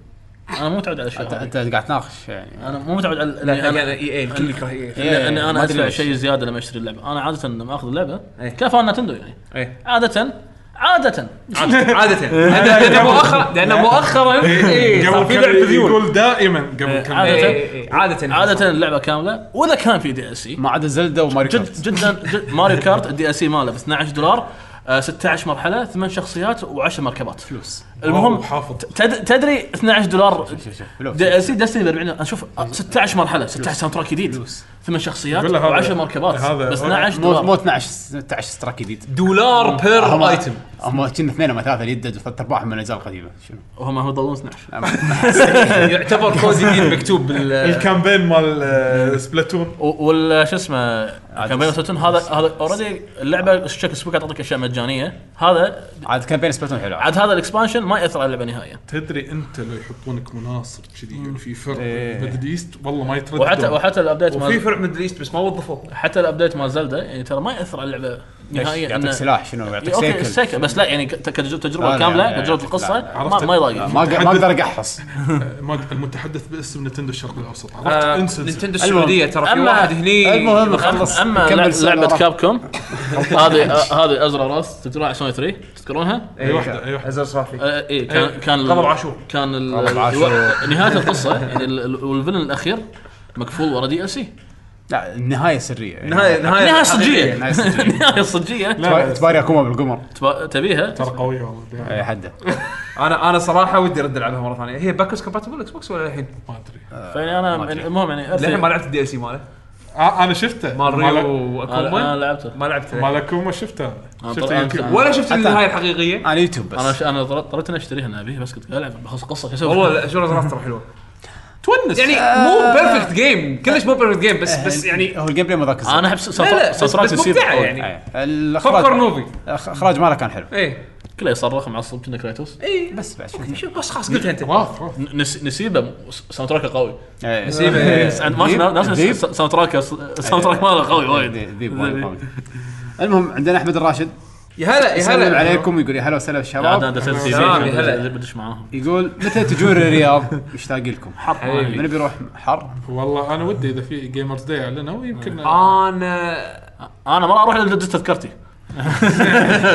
Speaker 5: انا مو متعود على الاشياء
Speaker 3: انت
Speaker 5: هذه.
Speaker 3: أنت قاعد تناقش يعني
Speaker 5: انا مو متعود على
Speaker 2: لا حق
Speaker 5: إني
Speaker 2: انا اي اي الكل يكره اي اي
Speaker 5: إيه،
Speaker 3: إيه،
Speaker 5: اني
Speaker 3: ما
Speaker 5: انا
Speaker 3: أدري
Speaker 5: ادفع
Speaker 3: ليش.
Speaker 5: شيء زياده لما اشتري اللعبه انا عاده لما اخذ اللعبه
Speaker 2: إيه.
Speaker 5: كفان نتندو يعني
Speaker 2: إيه.
Speaker 5: عاده عاده
Speaker 2: عادة عادة لأن مؤخرا لأن مؤخرا إيه، صار
Speaker 4: قبل
Speaker 2: في
Speaker 4: كان
Speaker 2: لعب ذيول
Speaker 4: يقول دائما قبل كان
Speaker 5: عادة.
Speaker 2: إيه، إيه، إيه، عادة
Speaker 5: عاده اللعبه كامله واذا كان في دي اس سي
Speaker 3: ما عدا زلده وماريو
Speaker 5: جد
Speaker 3: كارت
Speaker 5: جدا جد ماريو كارت الدي اس سي ماله ب 12 دولار آه، 16 مرحله ثمان شخصيات و10 مركبات فلوس المهم
Speaker 4: أوه، حافظ.
Speaker 5: تد- تدري 12 دولار
Speaker 3: فلوس.
Speaker 5: دي اس سي دستني ب 40 انا شوف آه، 16 مرحله 16 ساوند تراك جديد ثمان شخصيات
Speaker 4: يقول له هذا-
Speaker 5: و10 مركبات
Speaker 4: هذا-
Speaker 5: ب 12
Speaker 3: مو مو
Speaker 5: دولار
Speaker 3: 12 16 ستراك جديد
Speaker 2: دولار بير
Speaker 3: هم
Speaker 2: ايتم
Speaker 3: هم كنا اثنين او ثلاثه يدد وثلاث ارباعهم من الاجزاء القديمه شنو
Speaker 5: وهم هم يضلون 12
Speaker 2: يعتبر كود جديد مكتوب بال
Speaker 4: الكامبين مال آه، سبلاتون
Speaker 5: و- وال شو اسمه كان بين الستون هذا هذا اوريدي اللعبه شكل اسبوع تعطيك اشياء مجانيه هذا
Speaker 3: عاد كان بين سبلاتون حلو
Speaker 5: عاد هذا الاكسبانشن ما ياثر على اللعبه نهائيا
Speaker 4: تدري انت لو يحطونك مناصر كذي يعني في فرق
Speaker 2: إيه.
Speaker 4: ميدل ايست والله ما يتردد
Speaker 5: وحتى وحتى الابديت
Speaker 2: وفي
Speaker 5: مال
Speaker 2: فرع ميدل ايست بس ما وظفوه
Speaker 5: حتى الابديت مال زلدا يعني ترى ما ياثر على اللعبه نهائيا
Speaker 3: يعطيك
Speaker 5: إنه-
Speaker 3: سلاح شنو يعطيك
Speaker 5: اوكي
Speaker 3: سيكل
Speaker 5: السيكل بس لا يعني ك- كتجربه
Speaker 3: لا،
Speaker 5: تجربه
Speaker 3: لا، لا، لا،
Speaker 5: كامله
Speaker 3: لا،
Speaker 5: تجربه
Speaker 3: لا،
Speaker 5: القصه
Speaker 3: لا،
Speaker 5: ما ما يضايق
Speaker 3: ما ما اقدر اقحص
Speaker 4: ما- المتحدث باسم نتندو الشرق الاوسط عرفت
Speaker 2: آه،
Speaker 4: انسى انسى.
Speaker 2: نينتندو السعودية ترى في
Speaker 5: أما-
Speaker 2: واحد هني
Speaker 3: المهم
Speaker 5: أما-
Speaker 3: خلص
Speaker 5: اما
Speaker 3: إيه، كمل
Speaker 5: لع-
Speaker 3: سؤال
Speaker 5: لعبه
Speaker 3: وراك.
Speaker 5: كابكوم هذه آه، هذه ازرق راس تذكرونها على سوني 3 تذكرونها؟
Speaker 2: إيه.
Speaker 4: اي واحده اي واحده
Speaker 2: ازر صافي
Speaker 5: آه، اي كان كان ال-
Speaker 2: غضب إيه. عاشور.
Speaker 5: كان ال-
Speaker 3: غضب عاشور.
Speaker 5: الو- نهايه القصه يعني ال- ال- والفيلن الاخير مقفول ورا دي ال سي
Speaker 3: لا النهايه سريه يعني.
Speaker 2: نهاية نهاية
Speaker 5: نهايه صجيه
Speaker 3: النهاية سرية.
Speaker 5: النهايه الصجيه
Speaker 4: لا، لا،
Speaker 3: تباري اكوما بالقمر
Speaker 5: تبا- تبيها
Speaker 4: ترى قويه
Speaker 2: إيه.
Speaker 4: والله
Speaker 3: اي حده
Speaker 2: انا انا صراحة ودي ارد العبها مرة ثانية هي باكس كومباتبل اكس بوكس ولا الحين؟
Speaker 4: ما ادري
Speaker 5: فيعني انا يعني المهم يعني
Speaker 2: للحين ما
Speaker 5: أرثي-
Speaker 2: لعبت الدي ال سي ماله
Speaker 4: آه، انا شفته
Speaker 2: مال
Speaker 4: مال-
Speaker 2: ريو
Speaker 5: انا أنا
Speaker 2: واكوما
Speaker 5: لعبته
Speaker 2: ما لعبت
Speaker 4: مال اكوما شفته أنا.
Speaker 5: آه،
Speaker 4: شفته
Speaker 5: طبعاً.
Speaker 4: يمكن.
Speaker 2: ولا شفت
Speaker 3: حتى-
Speaker 2: النهاية الحقيقية
Speaker 3: انا يوتيوب بس
Speaker 5: انا ش- انا طر- طريت اني اشتريها انا ابيها بس كنت قاعد العب بخلص قصه شو أسوي؟
Speaker 2: والله شو الرسمات ترى حلوة
Speaker 5: تونس
Speaker 2: يعني مو
Speaker 5: آه.
Speaker 2: بيرفكت جيم كلش مو بيرفكت جيم بس بس يعني
Speaker 3: هو الجيم بلاي مو ذاك الزين.
Speaker 5: انا احب
Speaker 2: لا لا
Speaker 5: سطرات
Speaker 2: بس, بس ممتعة يعني
Speaker 3: إيه. الاخراج
Speaker 2: فكر موفي
Speaker 3: الأخ- الاخراج ماله كان حلو
Speaker 2: اي
Speaker 5: كله يصرخ معصب كنا كريتوس
Speaker 2: اي
Speaker 3: بس بعد شو
Speaker 2: إيه. شوف بس خلاص قلتها انت
Speaker 4: واف واف.
Speaker 5: ن- نس- نسيبه م- س- ساوند تراكه قوي
Speaker 3: إيه.
Speaker 2: نسيبه.
Speaker 5: أنا ما أعرف
Speaker 3: ذيب؟
Speaker 5: ناس
Speaker 3: ذيب؟
Speaker 5: نسيب سا- ساوند تراكه س- ساوند
Speaker 3: إيه.
Speaker 5: تراك ماله قوي وايد
Speaker 3: ذيب- ذيب وايد قوي. المهم عندنا احمد الراشد
Speaker 5: إيه،
Speaker 2: يا هلا يا
Speaker 3: يسلم
Speaker 2: هلا
Speaker 3: عليكم يقول يا هلا وسهلا
Speaker 5: عاد انا
Speaker 3: بالشباب
Speaker 5: دخلت سي
Speaker 2: سلام، يا هلا.
Speaker 5: بي بدش معاهم
Speaker 3: يقول متى تجون الرياض مشتاق لكم إيه،
Speaker 2: حبيبي.
Speaker 3: من بيروح حر
Speaker 4: والله انا ودي اذا في جيمرز داي اعلنوا يمكن
Speaker 2: آه. انا
Speaker 5: انا ما اروح الا دز تذكرتي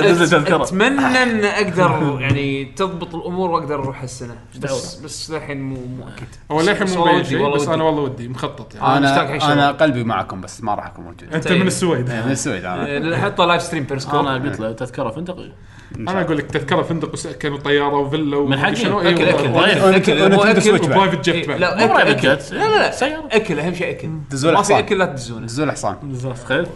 Speaker 5: دز تذكره
Speaker 2: اتمنى ان اقدر يعني تضبط الامور واقدر اروح هالسنه
Speaker 5: دعوة؟
Speaker 2: بس بس للحين مو مو اكيد
Speaker 4: هو للحين
Speaker 2: بس
Speaker 4: مو
Speaker 2: والله
Speaker 4: مبين
Speaker 2: ودي،
Speaker 4: شيء
Speaker 2: والله
Speaker 4: بس
Speaker 2: ودي.
Speaker 4: انا والله ودي مخطط يعني
Speaker 2: مشتاق حق
Speaker 3: انا
Speaker 2: الشباب.
Speaker 3: انا قلبي معكم بس ما راح اكون موجود
Speaker 4: انت
Speaker 2: طيب.
Speaker 4: من السويد
Speaker 3: من السويد انا
Speaker 2: أه، حطه لايف ستريم بيرسكوب
Speaker 5: انا قلت له تذكره فندقي
Speaker 4: انا اقول لك تذكره فندق وسكن وطياره وفيلا
Speaker 5: من حقي.
Speaker 2: أكل، أكل.
Speaker 4: اكل
Speaker 3: أنا كنت- أنا
Speaker 2: هو
Speaker 3: كنت
Speaker 2: أكل
Speaker 3: بسويتش بعد.
Speaker 4: برايفت جيت بعد
Speaker 2: طيب. إيه، لا اكل
Speaker 5: مو برايفت
Speaker 2: اكل
Speaker 5: جيت.
Speaker 2: لا لا لا
Speaker 5: سيارة.
Speaker 2: اكل اهم شيء اكل
Speaker 3: دزول
Speaker 2: ما في
Speaker 3: حصان.
Speaker 2: اكل لا تدزونه
Speaker 3: زول حصان
Speaker 5: تخيل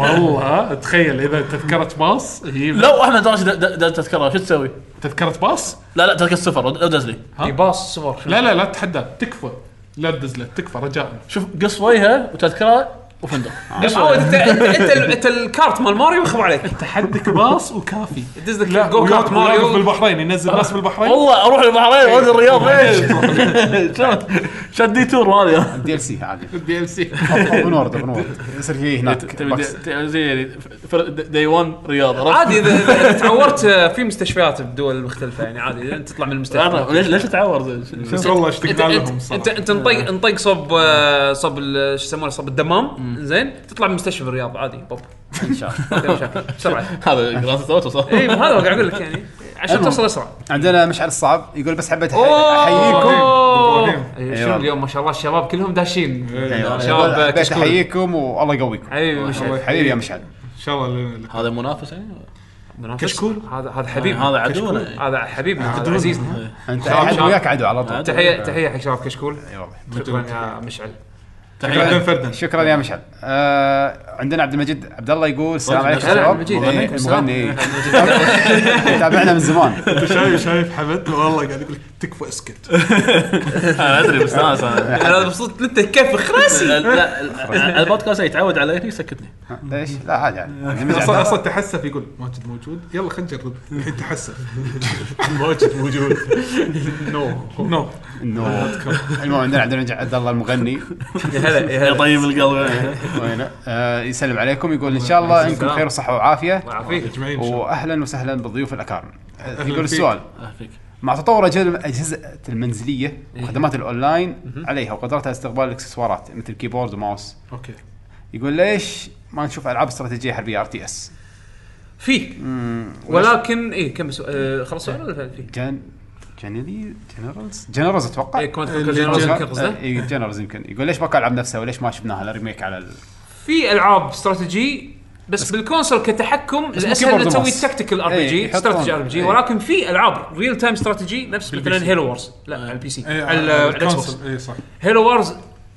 Speaker 4: والله تخيل اذا تذكره باص هي
Speaker 5: لو احمد درش د- د- دز تذكره شو تسوي؟
Speaker 4: تذكره باص
Speaker 5: لا لا تذكره صفر لو دز لي
Speaker 4: ها؟
Speaker 2: في إيه، باص صور
Speaker 4: لا لا لا تحدى تكفى لا تدزله تكفى رجاء
Speaker 5: شوف قص وجهه وتذكره وفندق
Speaker 2: معود انت انت انت, انت الكارت مال ماريو يخرب عليك
Speaker 4: تحدك باص وكافي
Speaker 2: دز لك
Speaker 4: لا
Speaker 2: جو كارت
Speaker 4: وياك وياك
Speaker 2: ماريو
Speaker 4: بالبحرين ينزل ناس بالبحرين
Speaker 5: والله اروح البحرين واجي الرياض ليش؟ شدي تور هذه
Speaker 3: دي ال سي عادي
Speaker 5: الدي ال سي
Speaker 3: اوبن وورد اوبن وورد يصير في هناك بكس.
Speaker 5: زي يعني دي 1 رياض عرفت؟
Speaker 2: عادي اذا إذا تعورت آه، في مستشفيات بدول مختلفه يعني عادي إذا انت تطلع من المستشفى
Speaker 5: أنا- ليش ليش تعور زي- شو-
Speaker 4: بس والله اشتقنا
Speaker 2: انت
Speaker 4: لهم
Speaker 2: انت
Speaker 4: صراحه
Speaker 2: انت, انت نطق نطق صب آه، صب ال- شو يسمونه صب الدمام زين تطلع من مستشفى الرياض عادي بوب
Speaker 3: ان شاء
Speaker 2: ما
Speaker 3: الله
Speaker 2: في مشاكل بسرعه
Speaker 5: هذا جراند ثيفت أوتو صح؟
Speaker 2: اي هذا هو قاعد اقول لك يعني عشان توصل اسرع
Speaker 3: عندنا مشعل الصعب يقول بس حبيت أح- احييكم
Speaker 2: اوه
Speaker 4: بالبروجرام.
Speaker 2: أي،
Speaker 3: أي
Speaker 5: أيوه.
Speaker 2: شنو
Speaker 3: والله.
Speaker 2: أيوه، اليوم ما شاء الله الشباب كلهم داشين
Speaker 3: أيوة.
Speaker 2: شباب
Speaker 3: يقول حبيت
Speaker 2: كشكول.
Speaker 3: احييكم والله يقويكم
Speaker 2: حبيبي مشعل.
Speaker 3: حبيبي يا مشعل
Speaker 4: ان شاء الله لنا- لنا.
Speaker 5: هذا منافس يعني
Speaker 2: منافس.
Speaker 4: كشكول.
Speaker 2: هذا هذا
Speaker 5: يعني
Speaker 2: حبيبنا
Speaker 5: هذا عدونا يعني.
Speaker 2: هذا حبيبنا هذا
Speaker 4: عدونا.
Speaker 2: عزيزنا
Speaker 3: انت احد وياك عدو على طول
Speaker 2: تحيه تحيه حق شباب كشكول
Speaker 3: اي والله
Speaker 2: شكرا يا مشعل
Speaker 4: فردن فردن
Speaker 3: شكرا يا مشعل آه عندنا عبد المجيد عبد الله يقول السلام عليكم
Speaker 2: هلا عبد المجيد.
Speaker 3: شباب إيه،
Speaker 2: عليكم السلام.
Speaker 3: المغني إيه. تابعنا من زمان
Speaker 4: انت شايف شايف حمد والله قاعد يقول لك تكفى اسكت
Speaker 5: انا ادري مستانس انا
Speaker 2: انا مبسوط انت كيف راسي
Speaker 5: لا لا، البودكاست يتعود عليني يسكتني
Speaker 3: ليش لا عادي عادي عبد المجيد عبد
Speaker 4: اصلا
Speaker 3: الله.
Speaker 4: اصلا تحسف يقول ماجد موجود يلا خلينا نجرب الحين تحسف ماجد موجود نو نو
Speaker 3: انه المهم عندنا عبد المجيد عبد الله المغني
Speaker 2: يا هلا يا
Speaker 5: يا
Speaker 2: هلا
Speaker 5: طيب القلب
Speaker 3: وينه؟ آه يسلم عليكم يقول ان شاء الله انكم بخير وصحه وعافيه
Speaker 2: الله يعافيك
Speaker 4: اجمعين إن شاء الله.
Speaker 3: واهلا وسهلا بالضيوف الاكارم آه، يقول
Speaker 4: فيك.
Speaker 3: السؤال
Speaker 5: الله يعافيك.
Speaker 3: مع تطور أجهزة- الاجهزه المنزليه وخدمات الاونلاين عليها وقدرتها استقبال الاكسسوارات مثل كيبورد وماوس
Speaker 4: اوكي
Speaker 3: يقول ليش ما نشوف العاب استراتيجيه حربيه ار تي اس
Speaker 2: في ولكن اي كم سؤال آه، خلص سؤال ولا في؟
Speaker 3: جن جنرالي جنرالز جنرالز اتوقع
Speaker 2: إيه، كوانتم جنرالز يمكن قصده.
Speaker 3: اي جنرالز يمكن يقول ليش باكو العاب نفسها وليش ما شفناها لا ريميك على ال...
Speaker 2: في العاب استراتيجي بس بالكونسول كتحكم الاسهل
Speaker 3: بالكيبورد
Speaker 2: انك تسوي
Speaker 3: وماوس.
Speaker 2: تكتيكال ار بي
Speaker 3: إيه،
Speaker 2: جي
Speaker 3: يحطون.
Speaker 2: استراتيجي ار بي جي
Speaker 3: إيه.
Speaker 2: ولكن في العاب ريل تايم استراتيجي نفس مثلا
Speaker 4: PC.
Speaker 2: هيلو وورز لا على البي سي
Speaker 4: إيه،
Speaker 2: على الاكس بوكس
Speaker 4: الكونسل. اي صح
Speaker 2: هيلو وارز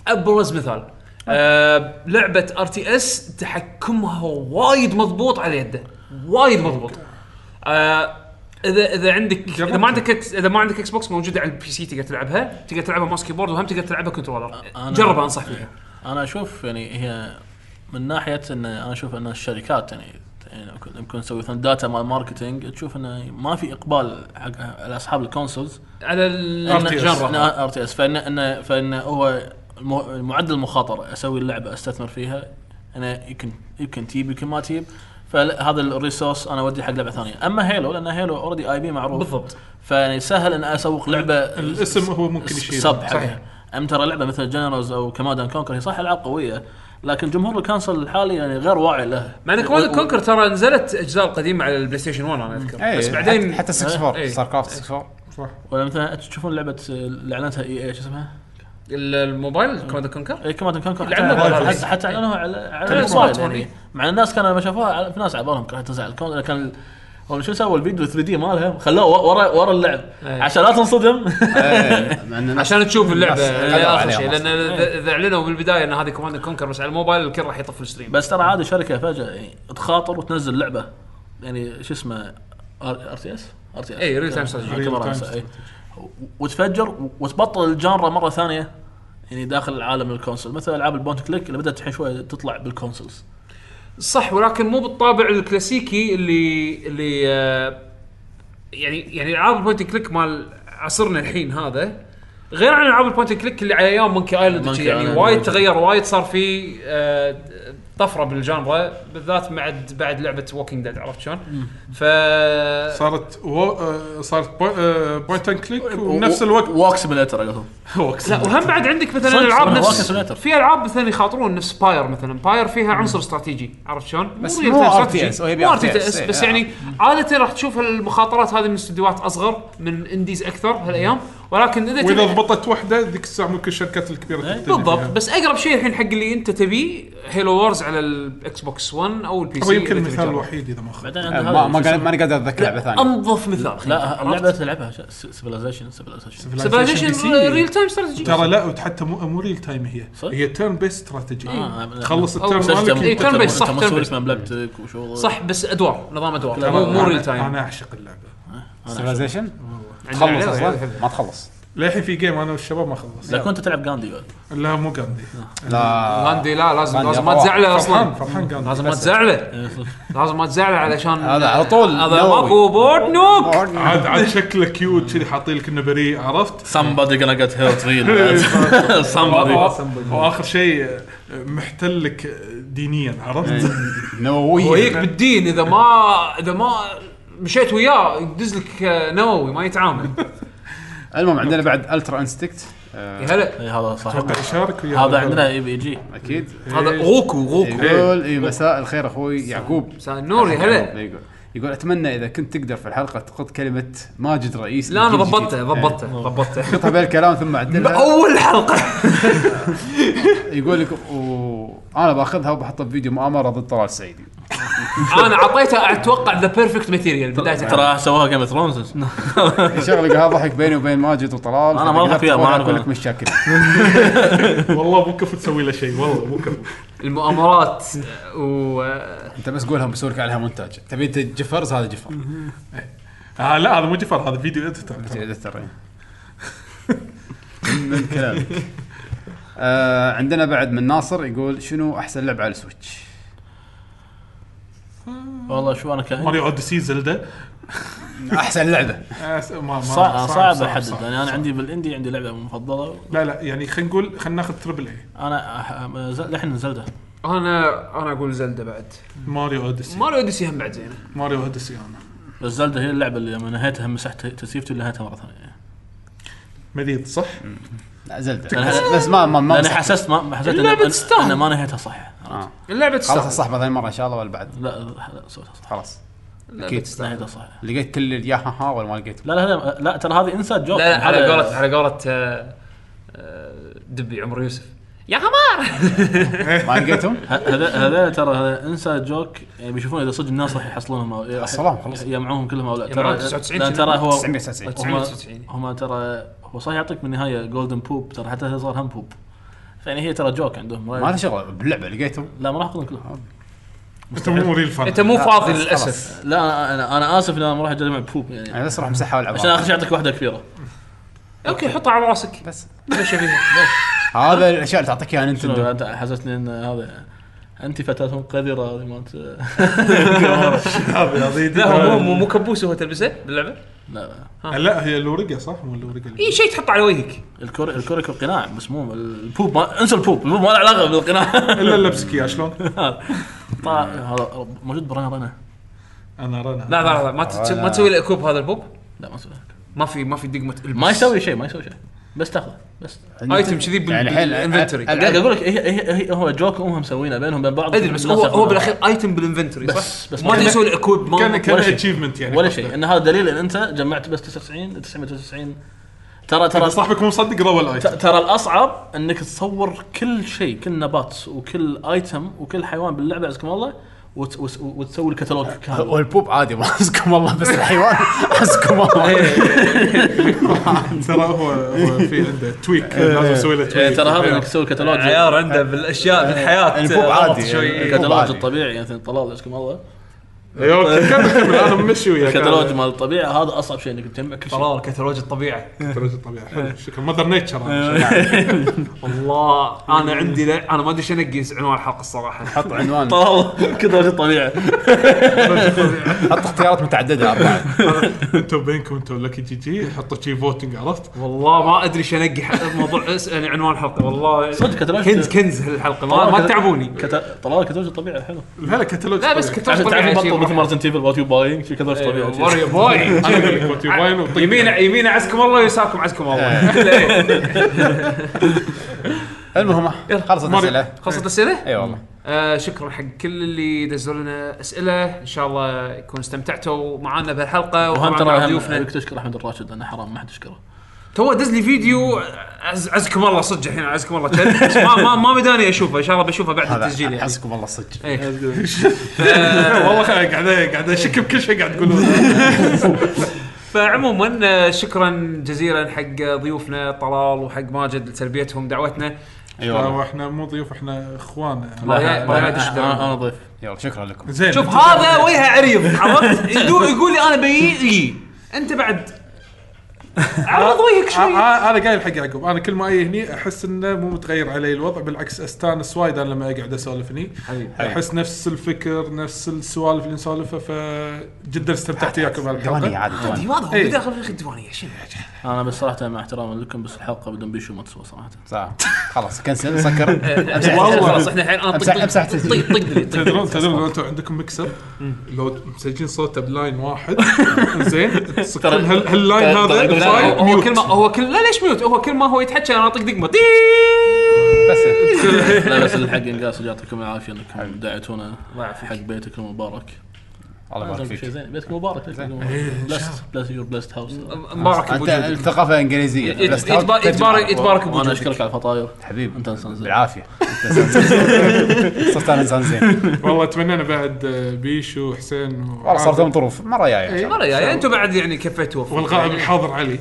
Speaker 2: ابرز مثال آه لعبه ار تي اس تحكمها وايد مضبوط على يده وايد مضبوط آه اذا اذا عندك اذا ما عندك إكس- اذا ما عندك اكس بوكس موجوده على البي سي تقدر تلعبها تقدر تلعبها ماوس كيبورد وهم تقدر تلعبها كنترولر
Speaker 5: أنا-
Speaker 2: جربها انصح فيها
Speaker 5: انا اشوف يعني هي من ناحيه ان انا اشوف ان الشركات يعني يعني يمكن- يمكن نسوي مثلا داتا مال ماركتينج تشوف انه ما في اقبال حق لاصحاب الكونسولز
Speaker 2: على
Speaker 4: RTS.
Speaker 2: الجنرا
Speaker 5: ار تي اس فان إنه- فان هو المو- معدل المخاطره اسوي اللعبه استثمر فيها انا يمكن يمكن تجيب يمكن ما تجيب فهذا الريسورس انا اودي حق لعبه ثانيه اما هيلو لان هيلو اوريدي اي بي معروف
Speaker 2: بالضبط.
Speaker 5: فيعني سهل ان اسوق لعبه
Speaker 4: الاسم هو ممكن يشيل
Speaker 5: سب
Speaker 4: صحيح
Speaker 5: حقها اما ترى لعبه مثل جنرالز او كماد اند كونكر هي صح العاب قويه لكن جمهور الكونسل الحالي يعني غير واعي لها
Speaker 2: مع ان كواد كونكر ترى نزلت اجزاء قديمه على البلاي ستيشن 1 انا اذكر
Speaker 3: إيه،
Speaker 2: بس بعدين
Speaker 3: حتى- حتى
Speaker 2: إيه.
Speaker 3: 64 ستار كرافت 64
Speaker 5: ولا مثلا تشوفون لعبه اللي اعلنتها اي اي شو اسمها؟
Speaker 2: ال- الموبايل كواد كونكر
Speaker 5: اي كماد اند كونكر
Speaker 2: لعبة موبايل.
Speaker 5: إيه، حتى, حتى اعلنوها على على
Speaker 2: على
Speaker 5: الموبايل
Speaker 2: السمارت
Speaker 5: يعني
Speaker 2: فون.
Speaker 5: مع الناس كانوا لما شافوها على- في ناس على بالهم كانت تزعل كون- كان ال- هم شو سووا الفيديو 3 دي مالها خلوه و- ورا ورا اللعب
Speaker 2: إيه.
Speaker 5: عشان لا تنصدم
Speaker 3: إيه، مع إن الناس-
Speaker 2: عشان تشوف اللعبه
Speaker 3: الناس قالوا
Speaker 2: اللي اخر
Speaker 3: عليها
Speaker 2: شيء
Speaker 3: أصلاً.
Speaker 2: لان اذا
Speaker 5: إيه.
Speaker 2: إذا اعلنوا بالبدايه ان هذه كوماند كونكر بس على الموبايل الكل راح يطفي الستريم
Speaker 5: بس ترى عادي شركه فجاه يعني تخاطر وتنزل لعبه يعني شو اسمه ار تي اس ار تي اس
Speaker 2: اي ريل تايم استراتيجي
Speaker 4: Real time
Speaker 5: إيه. وتفجر و- وتبطل الجانرا مره ثانيه يعني داخل عالم الكونسول مثل العاب البونت كليك اللي بدات الحين شوي تطلع بالكونسولز
Speaker 2: صح ولكن مو بالطابع الكلاسيكي اللي اللي آه، يعني يعني العاب البوينت كليك مال عصرنا الحين هذا غير عن العاب البوينت كليك اللي على ايام مونكي ايلاند
Speaker 5: Monkey
Speaker 2: وشي، يعني
Speaker 5: Island.
Speaker 2: وايد تغير وايد صار في آه، طفره بالجانرا بالذات مع د- بعد لعبه ووكينج ديد عرفت شلون؟ ف
Speaker 4: صارت و... آه، صارت بو- آه، بوينت اند كليك وبنفس الوقت
Speaker 5: ووك سيميليتر على قولتهم
Speaker 2: لا وهم بعد عندك
Speaker 5: صدق،
Speaker 2: مثلا العاب
Speaker 5: صدق،
Speaker 2: نفس
Speaker 5: Walking Simulator.
Speaker 2: في العاب مثلا يخاطرون نفس باير مثلا باير فيها عنصر استراتيجي عرفت شلون؟
Speaker 3: بس
Speaker 2: real
Speaker 3: مو
Speaker 2: time
Speaker 3: RTS
Speaker 2: strategy.
Speaker 3: وهي
Speaker 2: مو
Speaker 3: RTS
Speaker 2: RTS بس
Speaker 3: إيه،
Speaker 2: يعني عاده راح تشوف المخاطرات هذه من استديوهات اصغر من انديز اكثر هالايام ولكن اذا
Speaker 4: واذا
Speaker 2: تبي-
Speaker 4: ضبطت واحده ذيك الساعه ممكن الشركات الكبيره تقتنع
Speaker 2: إيه، بالضبط
Speaker 4: فيها.
Speaker 2: بس اقرب شيء الحين حق اللي انت تبيه هيلو وورز على الاكس بوكس 1 او البي
Speaker 4: هو
Speaker 2: سي
Speaker 4: يمكن
Speaker 2: إذا
Speaker 4: المثال
Speaker 2: تبي
Speaker 4: الوحيد اذا ما اخذت
Speaker 5: بعدين
Speaker 3: آه، ما
Speaker 5: عندنا هذا
Speaker 3: ما
Speaker 5: شو اسمه؟
Speaker 3: قاعد- ماني قادر اتذكر لعبه
Speaker 2: تجربه.
Speaker 3: ثانيه
Speaker 2: انظف مثال
Speaker 5: لا لعبه تلعبها سيفلايزيشن
Speaker 2: سيفلايزيشن ريل تايم استراتيجي
Speaker 4: ترى لا وحتى مو مو ريل تايم هي
Speaker 5: صح؟
Speaker 4: هي تيرن بيس استراتيجي
Speaker 5: آه،
Speaker 4: تخلص
Speaker 2: أو
Speaker 4: التيرن
Speaker 2: سيستم. إيه،
Speaker 4: مالك
Speaker 2: turn based، صح، turn
Speaker 5: مسؤول
Speaker 2: based.
Speaker 5: من بلعبتك وشغل
Speaker 2: صح بس ادوار نظام ادوار مو مو ريل تايم
Speaker 4: انا اعشق اللعبه
Speaker 3: سيفلايزيشن
Speaker 2: عندنا
Speaker 3: تخلص
Speaker 2: عليها.
Speaker 3: اصلا ما تخلص
Speaker 4: للحين في جيم انا والشباب ما خلص
Speaker 5: لو كنت تلعب جاندي بعد
Speaker 4: لا مو قاندي
Speaker 3: لا
Speaker 2: غاندي لا لازم
Speaker 3: غاندي
Speaker 2: لازم ما
Speaker 3: أقوى.
Speaker 2: تزعله
Speaker 4: فرحان
Speaker 2: اصلا
Speaker 4: فرحان قاندي
Speaker 2: لازم ما تزعله لازم ما تزعله علشان
Speaker 3: هذا على طول
Speaker 2: هذا
Speaker 3: نووي.
Speaker 2: ماكو بورد نوك
Speaker 4: عاد عاد شكله كيوت كذي حاطين لك انه بريء عرفت؟
Speaker 5: somebody gonna get hurt real
Speaker 2: طيب.
Speaker 5: somebody
Speaker 4: و- واخر طيب. شيء محتلك دينيا
Speaker 2: إيه.
Speaker 4: عرفت؟
Speaker 2: هو هيك
Speaker 3: نووية
Speaker 2: بالدين اذا ما اذا ما مشيت وياه يدز لك آه، نووي ما يتعامل
Speaker 3: المهم عندنا بعد آه، الترا انستكت
Speaker 2: يا هلا
Speaker 5: إي، إيه، هذا صح
Speaker 4: أتوقع يشارك ويا
Speaker 5: هذا عندنا اي بي جي
Speaker 3: اكيد
Speaker 2: هذا غوكو غوكو
Speaker 3: يقول اي مساء الخير اخوي يعقوب
Speaker 2: مساء النور، يا هلا.
Speaker 3: يقول يقول اتمنى اذا كنت تقدر في الحلقه تقط كلمه ماجد رئيس
Speaker 2: لا انا
Speaker 3: للجيل
Speaker 2: ضبطته
Speaker 3: الجديد.
Speaker 2: ضبطته
Speaker 3: إيه.
Speaker 2: ضبطته
Speaker 3: خطها بالكلام ثم عدلها
Speaker 2: اول حلقه
Speaker 3: يقول لك و... انا باخذها وبحطها في فيديو مؤامره ضد طلال السعيدي
Speaker 2: انا اعطيته اتوقع ذا بيرفكت ماتيريال بدايه الحلقة.
Speaker 5: ترى سواها جيم اوف ثرونز
Speaker 3: شغله قاعد ضحك بيني وبين ماجد وطلال
Speaker 5: أنا ما أضحك وياه، ما أعرف
Speaker 3: اقول
Speaker 5: أنا.
Speaker 3: لك مشاكل
Speaker 4: والله مو كفو تسوي له شيء والله مو كفو
Speaker 2: المؤامرات آه، و آه،
Speaker 3: انت بس قولها بسوي لك عليها مونتاج تبي انت جفرز هذا جفر
Speaker 4: آه لا هذا مو جفر هذا فيديو اديتر
Speaker 3: ترى من كلامك آه عندنا بعد من ناصر يقول شنو احسن لعبه على السويتش؟
Speaker 5: والله شو انا كهن
Speaker 4: ماريو اوديسي زلدا
Speaker 3: احسن لعبه
Speaker 4: آه، س- ما- ما-
Speaker 5: صعب صعب احدد
Speaker 4: صعب.
Speaker 5: يعني انا عندي بالاندي عندي لعبه مفضله
Speaker 4: لا لا يعني خلينا نقول خلينا ناخذ تربل اي
Speaker 5: انا أح- ز- لحن زلده
Speaker 2: انا انا اقول زلده بعد
Speaker 4: ماريو اوديسي
Speaker 2: ماريو اوديسي هم بعد زينه
Speaker 4: ماريو اوديسي انا
Speaker 5: بس زلده هي اللعبه اللي لما نهيتها مسحت تسيفتي ونهيتها مره ثانيه
Speaker 4: مديد صح؟
Speaker 3: لا زلده بس ما ما ما
Speaker 5: لاني حسست ما ما حسيت إن-
Speaker 2: اللعبة
Speaker 5: إن-
Speaker 2: تستاهل.
Speaker 5: ان ما نهيتها صح
Speaker 3: آه.
Speaker 2: اللعبه
Speaker 3: خلاص
Speaker 2: تستاهل
Speaker 3: الصح بعدين مره ان شاء الله ولا بعد
Speaker 5: لا لا سويتها صح
Speaker 3: خلاص
Speaker 2: اللعبه
Speaker 3: أكيد.
Speaker 2: تستاهل
Speaker 5: نهيتها صح
Speaker 3: لقيت كل اليا ها ها ولا ما لقيت
Speaker 5: لا لا لا, لا ترى هذه انسى جوك
Speaker 2: لا لا على قولة على قولة آه، آه، دبي عمر يوسف يا حمار
Speaker 3: ما لقيتهم
Speaker 5: ه- هذا هذا ترى هذا انسى جوك يعني بيشوفون اذا صدق الناس راح يحصلونهم أو-
Speaker 3: حصلوهم خلاص.
Speaker 5: يجمعوهم كلهم او لا
Speaker 2: يجمعون
Speaker 5: ترى
Speaker 2: 99
Speaker 5: لأن ترى هو
Speaker 3: 999
Speaker 5: هم
Speaker 2: 99.
Speaker 5: هم ترى هو صح يعطيك بالنهايه جولدن بوب ترى حتى هي صار هم بوب فيعني هي ترى جوك عندهم
Speaker 3: ما له شغل باللعبه لقيتهم
Speaker 5: لا ما راح اخذهم كلهم
Speaker 4: انت مو ريل فان
Speaker 2: انت مو فاضي
Speaker 3: خلاص،
Speaker 2: للاسف
Speaker 5: لا أنا- انا انا اسف ان انا ما راح اجمع بوب يعني
Speaker 3: يعني بس راح امسحها والعبها
Speaker 5: عشان اخر شيء اعطيك واحده كبيره
Speaker 2: اوكي حطها على راسك
Speaker 3: بس
Speaker 2: مشي فيها
Speaker 3: هذا الاشياء اللي تعطيك اياها نينتندو
Speaker 5: انت حسستني ان هذا انت فتاه قذره هذه مالت
Speaker 2: لا هو مو- مو مو كبوس هو تلبسه باللعبه
Speaker 5: لا لا
Speaker 4: آه، لا هي الاوريجا صح؟ مو الاوريجا
Speaker 2: اي إيه، شيء تحطه على وجهك
Speaker 5: الكوري الكوريكو قناع بس مو البوب ما انسى البوب البوب ما له علاقه بالقناع
Speaker 4: الا لبسك اياه آه، شلون؟
Speaker 5: طا- هذا موجود برانا رنا
Speaker 4: انا رنا
Speaker 2: لا لا لا ما تس- ما تسوي له كوب هذا البوب
Speaker 5: لا ما يسوي
Speaker 2: ما في ما في دقمه البس.
Speaker 5: ما يسوي شيء ما يسوي شيء بس تاخذه بس
Speaker 2: ايتم كذي بال-
Speaker 3: يعني الحين
Speaker 2: بالانفنتوري.
Speaker 3: ألعب-
Speaker 5: قاعد اقول لك هي هي هي هو جوك هم مسوينه بينهم بين بعض
Speaker 2: ادري بس
Speaker 5: الناس
Speaker 2: هو هو
Speaker 5: ياخذونه.
Speaker 2: بالاخير ايتم بالانفنتوري
Speaker 5: بس-
Speaker 2: صح؟
Speaker 5: بس
Speaker 2: ما
Speaker 5: كان-
Speaker 2: تقدر تسوي له كوب ما
Speaker 4: كان كان
Speaker 5: ولا شيء.
Speaker 4: اتشيفمنت يعني
Speaker 5: ولا شيء ان هذا دليل ان انت جمعت بس 99 999 ترى
Speaker 4: ترى
Speaker 5: ترى
Speaker 4: صاحبك مو مصدق روى
Speaker 5: ت-
Speaker 4: الايتم
Speaker 5: ترى الاصعب انك تصور كل شيء كل نبات وكل ايتم وكل حيوان باللعبه عزكم الله وت- وت- وتسوي الكتالوج كامل
Speaker 3: والبوب عادي ما حسكم الله بس الحيوان حسكم
Speaker 2: طيب.
Speaker 3: الله
Speaker 4: ترى هو هو في عنده تويك لازم اسوي له
Speaker 5: إيه،
Speaker 4: تويك
Speaker 5: ترى هذا انك تسوي كتالوج
Speaker 2: عيار عنده بالاشياء بالحياه
Speaker 3: يعني البوب
Speaker 2: آه،
Speaker 3: عادي.
Speaker 2: غلط شوي.
Speaker 3: الكتالوج
Speaker 5: الكتالوج
Speaker 3: عادي.
Speaker 5: الطبيعي يعني طلال عزكم الله
Speaker 4: إيه، اوكي كمل كمل انا ممشي وياك
Speaker 5: الكتالوج مال الطبيعه هذا اصعب شيء انك تجمع كل شيء
Speaker 2: طلال كتالوج الطبيعه
Speaker 4: كتالوج الطبيعه
Speaker 2: إيه.
Speaker 4: حلو شكرا ماذر نيتشر
Speaker 2: والله انا عندي لا انا ما ادري شو انقي عنوان الحلقه الصراحه
Speaker 3: حط عنوان
Speaker 5: طلال كتالوج الطبيعه
Speaker 3: حط اختيارات متعدده اربعه
Speaker 4: انتم بينكم انتم لكي جي جي حطوا شي فوتنج عرفت؟
Speaker 2: والله ما ادري شو انقي ح- موضوع اس- يعني عنوان الحلقه والله
Speaker 5: صدق كتالوج
Speaker 2: كنز كنز هالحلقه ما, ما تتعبوني
Speaker 5: كت- طلال كتالوج الطبيعه حلو
Speaker 4: لا لا كتالوج
Speaker 2: لا بس يعني.
Speaker 4: الطبيعة.
Speaker 2: كتالوج
Speaker 5: عشان
Speaker 2: طبيعي
Speaker 5: يعني تعرف
Speaker 2: شيء
Speaker 5: بطل
Speaker 2: مرة.
Speaker 5: مثل
Speaker 2: إيه،
Speaker 5: مارتن تيفل وات يو باينج في كذا طبيعي
Speaker 2: وري باي
Speaker 4: انا اقول لك وات يو باين وطق.
Speaker 2: يمين آه، يمينه عزكم الله ويساركم عزكم
Speaker 5: آه.
Speaker 2: الله
Speaker 3: المهم خلصت الاسئله
Speaker 2: خلصت الاسئله؟
Speaker 3: اي والله
Speaker 2: آه شكرا حق كل اللي دزوا لنا اسئله ان شاء الله يكون استمتعتوا معنا بهالحلقه
Speaker 5: وهم
Speaker 2: وطبعا
Speaker 5: ترى
Speaker 2: مع
Speaker 5: هم
Speaker 2: ضيوفنا
Speaker 5: أبيك تشكر احمد الراشد لانه حرام ما حد يشكره
Speaker 2: تو دز لي فيديو عز عزكم الله صدق الحين عزكم الله كان- ما ما ما بداني اشوفه ان شاء الله بشوفه بعد التسجيل
Speaker 3: هذا
Speaker 2: يعني
Speaker 3: حسكم الله صدق
Speaker 2: إيه.
Speaker 4: والله خ- قاعد قاعد اشك بكل شيء قاعد تقولونه
Speaker 2: فعموما آه، شكرا جزيلا حق ضيوفنا طلال وحق ماجد لتلبيتهم دعوتنا
Speaker 3: اي والله
Speaker 4: احنا آه، مو ضيوف احنا اخوان
Speaker 2: لا، لا، لا، لا،
Speaker 5: أنا-
Speaker 2: لا.
Speaker 5: انا ضيف
Speaker 3: يلا شكرا لكم
Speaker 4: زين آه،
Speaker 2: شوف
Speaker 4: أنت-
Speaker 2: هذا وجهه عريض عرفت يدو- يقول لي انا بيجي انت بعد عرض وجهك
Speaker 4: آه،
Speaker 2: شوي
Speaker 4: آه، انا قايل حق يعقوب انا كل ما اي هني احس انه مو متغير علي الوضع بالعكس استانس وايد انا لما اقعد اسولف هني احس نفس الفكر نفس السوالف اللي نسولفها فجدا استمتعت وياكم
Speaker 3: ديوانية
Speaker 4: بهالحلقه
Speaker 3: عادي ديوانية.
Speaker 2: واضح
Speaker 4: إيه.
Speaker 2: بداخل في الديوانيه شنو
Speaker 5: انا بس صراحه مع احترامي لكم بس الحلقه بدون بيشو ما تسوى صراحه
Speaker 3: صح خلاص كنسل سكر امسح
Speaker 2: والله
Speaker 3: والله
Speaker 2: خلاص احنا الحين انا
Speaker 3: امسح
Speaker 2: طق-
Speaker 3: امسح
Speaker 2: طق
Speaker 3: تسجيل.
Speaker 2: طق لي طق
Speaker 4: تدرون تدرون لو انتم عندكم مكسر لو مسجلين صوته بلاين واحد زين تسكرون هال- هاللاين هذا
Speaker 2: لا،
Speaker 4: الفايل
Speaker 2: هو
Speaker 4: ميوت.
Speaker 2: كل ما هو كل لا ليش ميوت هو كل ما هو يتحكى انا اطق دقمه طي
Speaker 3: بس
Speaker 5: لا بس الحق انقاس يعطيكم العافيه انكم دعيتونا حق بيتك المبارك
Speaker 3: الله يبارك
Speaker 5: شيء
Speaker 3: فيك
Speaker 5: زين إيه. بيتك مبارك بلست بلست يور بلست هاوس
Speaker 2: مبارك
Speaker 3: انت
Speaker 2: بوجودك.
Speaker 3: الثقافه انجليزيه
Speaker 2: يت- يتبا-
Speaker 3: إيه،
Speaker 2: يتبارك يتبارك
Speaker 5: وانا
Speaker 2: بوجودك
Speaker 5: اشكرك على الفطاير
Speaker 3: حبيبي
Speaker 5: انت انسان زين
Speaker 3: بالعافيه أنت إنسان زين. صرت انا انسان زين
Speaker 4: والله اتمنىنا بعد آه، بيشو وحسين و-
Speaker 3: والله صارت لهم ظروف مره جايه
Speaker 2: مره يا انتم بعد يعني كفيتوا
Speaker 4: والغائب الحاضر علي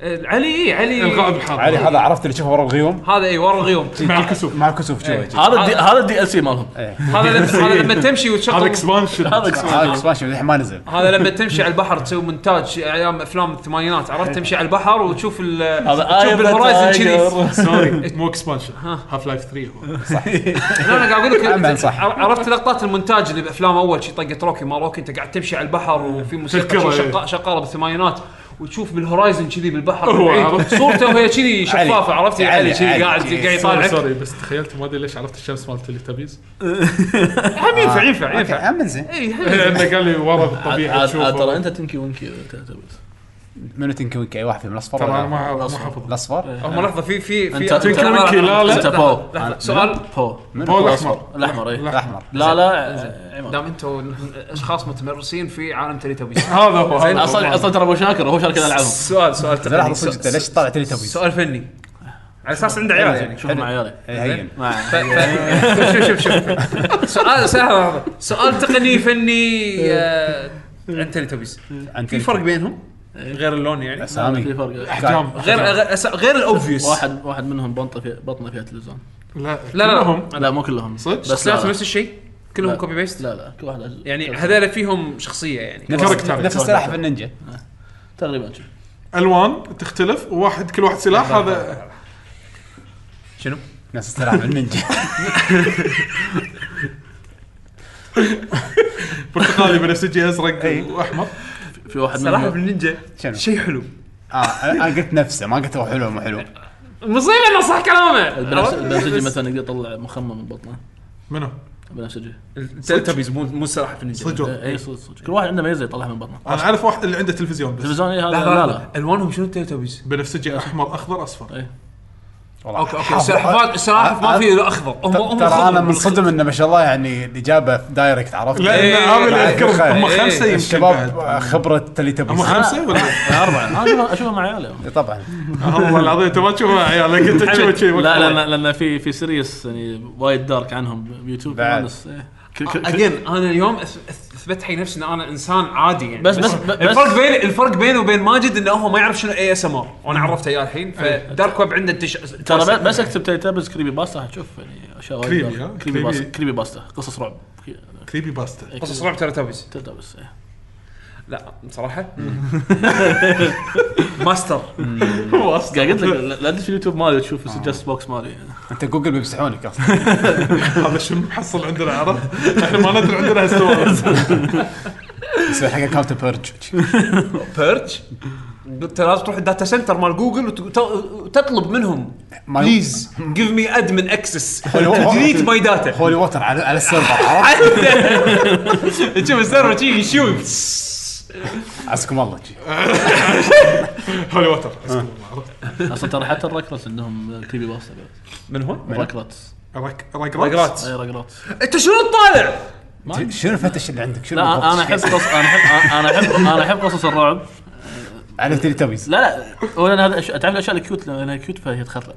Speaker 2: آه، علي إيه، علي
Speaker 4: الغائب الحاضر
Speaker 3: علي هذا عرفت اللي شوفه ورا الغيوم
Speaker 2: هذا اي ورا الغيوم
Speaker 4: مع الكسوف
Speaker 3: مع الكسوف شوي آه،
Speaker 5: هذا الدي- هذا الدي ال سي مالهم
Speaker 2: هذا لما- هذا لما تمشي
Speaker 4: هذا
Speaker 2: وتشغل
Speaker 4: اكسبانشن
Speaker 5: هذا كسر.
Speaker 3: هذا اكسبانشن الحين ما نزل
Speaker 2: هذا لما تمشي على البحر تسوي مونتاج ايام افلام الثمانينات عرفت تمشي على البحر وتشوف ال
Speaker 5: هذا آية
Speaker 2: تشوف بالهورايزن كذي
Speaker 4: سوري مو اكسبانشن هاف لايف 3 هو
Speaker 2: لا انا قاعد اقول
Speaker 3: أمل
Speaker 2: لك
Speaker 3: صح.
Speaker 2: عر- عرفت لقطات المونتاج اللي بافلام اول شي طقت روكي ما روكي انت قاعد تمشي على البحر وفي موسيقى
Speaker 4: تذكرة،
Speaker 2: شي
Speaker 4: إيه.
Speaker 2: شقا- شغاله بالثمانينات وتشوف بالهورايزن كذي بالبحر
Speaker 4: هو
Speaker 2: بالبعيد.
Speaker 4: عرفت.
Speaker 2: صورته وهي كذي شفافه عرفت يا
Speaker 3: علي،
Speaker 2: علي كذي
Speaker 3: علي.
Speaker 2: قاعد قاعد
Speaker 4: سوري
Speaker 2: يطالعك
Speaker 4: سوري بس تخيلت ما ادري ليش عرفت الشمس مالت تليتابيز
Speaker 2: هم ينفع ينفع ينفع
Speaker 3: اوكي من زين
Speaker 2: إي، هم-
Speaker 4: انه إيه، قال لي ورا بالطبيعه
Speaker 5: عاد- عاد ترى
Speaker 4: تشوفه
Speaker 5: انت تنكي ونكي إذا تعتبر
Speaker 3: منو تنكي وينكي اي واحد فيهم الاصفر
Speaker 4: ترى
Speaker 3: ولا-
Speaker 4: انا ما ما حافظ
Speaker 3: الاصفر
Speaker 2: هم لحظه في في في
Speaker 5: أنت-
Speaker 2: لحظة،
Speaker 5: أنت-
Speaker 2: لحظة،
Speaker 4: أنت-
Speaker 2: لحظة،
Speaker 4: لا،
Speaker 5: انت
Speaker 2: لحظة،
Speaker 5: بو
Speaker 2: لحظة، سؤال
Speaker 5: بو
Speaker 4: هو الاحمر
Speaker 5: الاحمر اي
Speaker 3: الاحمر
Speaker 5: إيه. لا إيه. لا عماد.
Speaker 2: دام انتم اشخاص متمرسين في عالم تليتوبيز
Speaker 4: هذا هو هذا هو.
Speaker 5: اصلا اصلا إيه. ترى ابو شاكر هو شارك الالعاب
Speaker 2: سؤال سؤال
Speaker 3: إذا لحظه
Speaker 2: تقني
Speaker 3: صدق انت
Speaker 2: سؤال-
Speaker 3: ليش طالع تلي توبيز؟
Speaker 2: سؤال فني على اساس عنده عيال يعني
Speaker 5: شوف مع عيالي
Speaker 3: إيه، هين
Speaker 5: مع
Speaker 2: ف- ف- شوف شوف شوف سؤال سهل سؤال تقني فني آه، عن تليتوبيز
Speaker 3: عن
Speaker 2: في
Speaker 3: تلي
Speaker 2: فرق
Speaker 3: توبيز.
Speaker 2: بينهم غير اللون يعني
Speaker 5: في
Speaker 3: اسامي
Speaker 5: فرق
Speaker 4: جام.
Speaker 2: غير غير- أس- غير الاوبفيوس لا
Speaker 5: واحد واحد منهم بطنه فيها بطنه فيها تلفزيون
Speaker 4: لا
Speaker 2: لا
Speaker 4: كلهم.
Speaker 2: لا
Speaker 5: لا مو كلهم
Speaker 4: صدق؟
Speaker 5: بس لا
Speaker 2: شخصياتهم
Speaker 5: لا.
Speaker 2: نفس الشيء كلهم
Speaker 5: لا.
Speaker 2: كوبي بيست
Speaker 5: لا لا كل واحد عز-
Speaker 2: يعني
Speaker 5: كل-
Speaker 2: هذول فيهم شخصيه يعني
Speaker 3: نفس
Speaker 4: كاركتر.
Speaker 3: نفس السلاحف النينجا
Speaker 5: تقريبا شوف.
Speaker 4: الوان تختلف وواحد كل واحد سلاح هذا
Speaker 2: شنو؟
Speaker 3: نفس السلاحف النينجا
Speaker 4: برتقالي بنفسجي ازرق واحمر
Speaker 5: في واحد
Speaker 2: سلاحف
Speaker 5: منهم
Speaker 2: النينجا
Speaker 3: شنو؟
Speaker 2: شيء حلو
Speaker 3: اه انا أنا قلت نفسه ما قلت هو حلو مو حلو
Speaker 2: مصيبه انه صح كلامه
Speaker 5: البنفس- البنفسجي مثلا يقدر يطلع مخمم من بطنه
Speaker 4: منو؟
Speaker 5: البنفسجي
Speaker 2: التليتوبيز مو مو سلاحف النينجا
Speaker 4: صدق
Speaker 5: اي صدق صدق كل واحد عنده ميزه يطلعها من بطنه
Speaker 4: انا اعرف واحد اللي عنده تلفزيون بس
Speaker 5: تلفزيون إيه هذا
Speaker 2: لحظة،
Speaker 5: لا
Speaker 2: لحظة.
Speaker 5: لا
Speaker 2: الوانهم شنو التليتوبيز؟
Speaker 4: بنفسجي احمر اخضر اصفر
Speaker 2: اوكي اوكي السلاحفات السلاحف ما في اخضر هم هم
Speaker 3: ترى انا
Speaker 2: خضر.
Speaker 3: منصدم انه ما شاء الله يعني الاجابه دايركت عرفت؟
Speaker 4: لا
Speaker 2: إيه،
Speaker 4: أنا هذا اللي
Speaker 3: بعد
Speaker 4: اذكرهم هم
Speaker 2: إيه،
Speaker 4: خمسه يمكن
Speaker 3: الشباب
Speaker 4: بعد.
Speaker 3: آه، خبره تلي إيه،
Speaker 4: هم
Speaker 3: توبيز
Speaker 4: خمسه ولا
Speaker 5: اربعه أنا أشوفها- اشوفها مع عيالي
Speaker 3: طبعا
Speaker 4: والله العظيم انت ما تشوفها عيالك انت تشوفها شيء
Speaker 5: لا لا لا لان في في سيريس يعني وايد دارك عنهم بيوتيوب
Speaker 3: بعد.
Speaker 5: ونس. إيه. ك- ك- ك-
Speaker 2: اجين انا اليوم أث- اثبت حي نفسي ان انا انسان عادي يعني
Speaker 5: بس- بس- بس-
Speaker 2: الفرق بين الفرق بيني وبين ماجد انه هو ما يعرف شنو اي اس ام ار وانا عرفته اياه الحين فدارك ويب عنده تش...
Speaker 5: إيه. ترى ب- بس اكتب تايتابز كريبي باستا هتشوف يعني اشياء وايد
Speaker 4: كريبي،
Speaker 5: دارك.
Speaker 4: ها؟
Speaker 5: كريبي باستا
Speaker 4: كريبي.
Speaker 5: كريبي باستا قصص رعب
Speaker 4: كريبي باستا
Speaker 2: قصص رعب تيراتوبيز
Speaker 5: تايتابز إيه.
Speaker 2: لا صراحه ماستر
Speaker 5: قاعد قلت لك لا- لا تدش في اليوتيوب مالي تشوف السجست
Speaker 2: آه.
Speaker 5: بوكس مالي يعني.
Speaker 3: انت جوجل بيمسحونك اصلا
Speaker 4: هذا شنو محصل عندنا عرفت؟ احنا ما ندري عندنا هالسوالف
Speaker 3: يسوي حق اكونت بيرج
Speaker 2: بيرج انت لازم تروح الداتا سنتر مال جوجل وت- وت- وتطلب منهم
Speaker 3: ما يو-
Speaker 2: بليز جيف مي ادمن اكسس
Speaker 3: هو- هو-
Speaker 2: ديليت ماي داتا
Speaker 3: هولي ووتر على على السيرفر عرفت؟
Speaker 2: تشوف السيرفر شي يشوي
Speaker 3: عسكم الله جي.
Speaker 4: هولي ووتر اسمه عرفت؟
Speaker 5: اصلا ترى حتى الركرتس عندهم كريبي باستا بعد
Speaker 2: من هو؟
Speaker 5: الركرتس
Speaker 4: رك- رقراط
Speaker 2: رقرات
Speaker 5: اي ركرتس
Speaker 2: انت شنو تطالع؟
Speaker 3: شنو الفتش اللي عندك؟ شنو
Speaker 5: لا انا
Speaker 3: الفتش؟
Speaker 5: احب قصص انا احب انا احب انا احب قصص الرعب
Speaker 3: على تلي توبيز
Speaker 5: لا لا هو لان هذا الأشياء- تعرف الاشياء الكيوت لانها كيوت فهي تخرع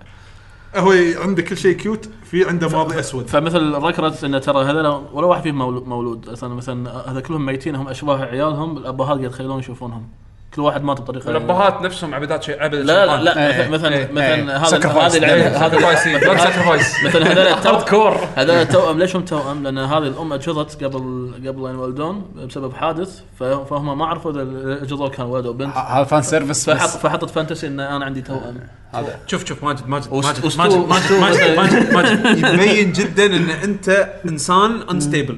Speaker 4: هو عنده كل شيء كيوت في عنده ماضي اسود
Speaker 5: فمثل الركرتس انه ترى هذول ولا واحد فيهم مولو- مولود مثلا مثلا هذا كلهم ميتين هم اشباه عيالهم الابهات قاعد يتخيلون يشوفونهم كل واحد مات بطريقه
Speaker 2: الابهات نفسهم عبادات شيء عبد
Speaker 5: لا لا
Speaker 3: إيه،
Speaker 5: لا مثلا مثلا
Speaker 3: إيه، إيه.
Speaker 5: مثلا هذا
Speaker 3: Sacrifice.
Speaker 5: هذه العيله
Speaker 3: Damage.
Speaker 5: هذا
Speaker 2: بلايسين ساكرفايس
Speaker 5: مثلا هذول التو-
Speaker 2: هارد كور
Speaker 5: هذول التوأم ليش هم توأم؟ لان هذه الام اجهضت قبل قبل ان يولدون بسبب حادث ف- فهم ما عرفوا اذا اجهضوا كان ولد او بنت
Speaker 3: هذا فان سيرفيس
Speaker 5: فحط
Speaker 3: بس
Speaker 5: فحطت فانتسي ان انا عندي توأم
Speaker 3: هذا
Speaker 1: شوف شوف ماجد ماجد
Speaker 5: وس-
Speaker 1: ماجد
Speaker 5: وستو-
Speaker 1: ماجد ماجد
Speaker 5: وستو-
Speaker 1: ماجد ماجد ماجد يبين جدا ان انت انسان انستيبل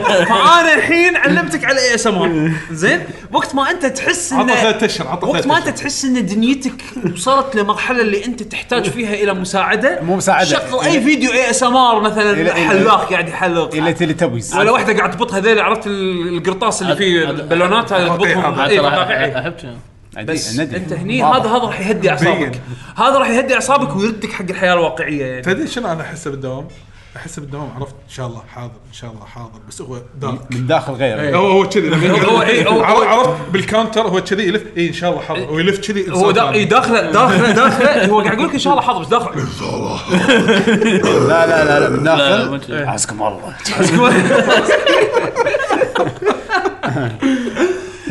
Speaker 1: فانا الحين علمتك على اي اس ام ار زين وقت ما انت تحس
Speaker 4: عطى
Speaker 1: ان
Speaker 4: ثلاث اشهر عطى
Speaker 1: وقت
Speaker 4: ثلاث
Speaker 1: ما
Speaker 4: أشهر.
Speaker 1: انت تحس ان دنيتك وصلت لمرحله اللي انت تحتاج فيها الى مساعده
Speaker 3: مو مساعدة.
Speaker 1: شغل اي فيديو اي اس ام ار مثلا
Speaker 3: إلى- إلى-
Speaker 1: حلاق قاعد يحلق
Speaker 3: اللي تلي تبويز
Speaker 1: ولا واحده قاعد تبط هذيل عرفت ال- القرطاس اللي
Speaker 5: عاد-
Speaker 1: فيه
Speaker 5: عاد-
Speaker 1: البالونات هذه تبطهم إيه،
Speaker 5: عاد
Speaker 2: إيه،
Speaker 1: إي،
Speaker 5: ترى إيه.
Speaker 1: بقاقيع.
Speaker 5: احب شنو.
Speaker 1: بس
Speaker 3: ندري.
Speaker 1: انت هني
Speaker 3: واضح.
Speaker 1: هذا هذا راح يهدي اعصابك هذا راح يهدي اعصابك ويردك حق الحياه الواقعيه يعني
Speaker 4: تدري شنو انا احسه بالدوام؟ احسه بالدوام عرفت ان شاء الله حاضر ان شاء الله حاضر بس هو دارك
Speaker 3: من داخل غير
Speaker 4: هو هو كذي لما يقعد-
Speaker 1: هو- إيه، هو-
Speaker 4: عر- عرفت بالكاونتر هو كذي يلف اي ان شاء الله حاضر ويلف كذي
Speaker 1: هو
Speaker 4: إنسان
Speaker 1: دا...
Speaker 4: ثاني.
Speaker 1: إي داخله داخله داخله هو قاعد يقول لك ان شاء الله حاضر بس داخله
Speaker 3: لا لا لا لا من
Speaker 5: لا، ما
Speaker 3: داخل
Speaker 5: أدري.
Speaker 3: عزكم الله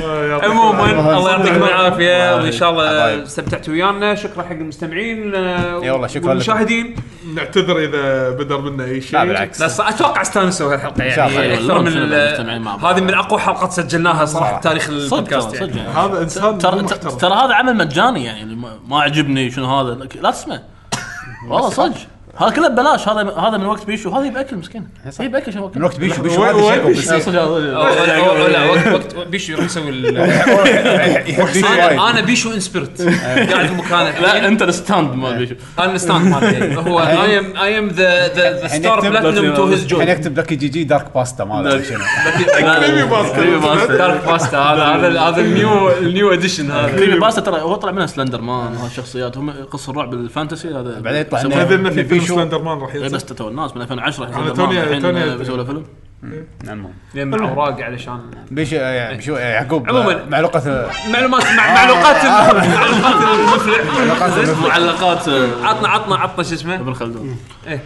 Speaker 4: آه،
Speaker 2: عموما الله يعطيكم العافيه وان شاء الله
Speaker 3: حبايب.
Speaker 2: استمتعتوا ويانا شكرا حق المستمعين آه،
Speaker 3: يا والله شكرا لكم.
Speaker 2: والمشاهدين
Speaker 4: نعتذر اذا بدر منا اي شيء
Speaker 3: لا بالعكس
Speaker 2: بس اتوقع استانسوا هالحلقه
Speaker 3: شاء الله.
Speaker 2: يعني اكثر
Speaker 5: والله
Speaker 2: من
Speaker 5: مستمعين-
Speaker 2: ال-
Speaker 5: مستمعين مع بعض.
Speaker 2: هذه من اقوى حلقات سجلناها صراحه بتاريخ
Speaker 5: صدق ترى،
Speaker 2: البودكاست
Speaker 5: صدق
Speaker 2: يعني
Speaker 5: يعني.
Speaker 4: هذا انسان
Speaker 5: ترى
Speaker 4: مو محترم.
Speaker 5: ترى هذا عمل مجاني يعني ما ما عجبني شنو هذا لك- لا تسمع والله صدق هذا كله ببلاش هذا هذا من وقت بيشو هذا يباكل مسكين يبي اكل شو
Speaker 3: من وقت بيشو بيشو
Speaker 4: وين-
Speaker 3: هذا
Speaker 4: وين
Speaker 3: شيء
Speaker 4: بيشو؟
Speaker 3: بس-
Speaker 2: لا وقت وقت بيشو يروح يسوي ال-
Speaker 3: يحب بيشو وايد.
Speaker 2: انا انا بيشو انسبيرت قاعد في مكانه
Speaker 5: لا انت الستاند مال بيشو
Speaker 2: انا ستاند مالتي هو اي ام اي ام ذا ذا
Speaker 3: الحين
Speaker 2: ستار
Speaker 3: يكتب
Speaker 2: بلاتينوم تو هيز
Speaker 3: الحين
Speaker 2: جوي
Speaker 3: يكتب لك جي جي دارك باستا ما ادري شنو
Speaker 5: كريمي باستا كريمي باستا
Speaker 2: دارك باستا هذا هذا هذا النيو النيو اديشن هذا
Speaker 5: كريمي باستا ترى هو طلع منها سلندر مان وهالشخصيات هم قصه الرعب الفانتسي هذا
Speaker 3: بعدين يطلع
Speaker 5: يسمونه.
Speaker 3: لنا-
Speaker 4: تدري انه في فيلم
Speaker 3: بيشو.
Speaker 4: سلندر مان راح
Speaker 5: إيه،
Speaker 4: ينزل
Speaker 5: بس تو الناس من 2010
Speaker 4: أنا
Speaker 5: سلندر
Speaker 4: توني-
Speaker 5: مان الحين
Speaker 4: توني-
Speaker 5: بيسوي له فيلم
Speaker 3: المهم
Speaker 2: يجمع اوراق علشان
Speaker 3: بيشو آه، بيشو آه، يعقوب
Speaker 2: عموماً.
Speaker 3: آه، معلوقة
Speaker 2: معلومات
Speaker 5: آه.
Speaker 2: مع معلوقات ال- معلوقات المفلع
Speaker 5: معلقات آه،
Speaker 2: عطنا عطنا عطنا شو اسمه
Speaker 5: ابن خلدون
Speaker 2: ايه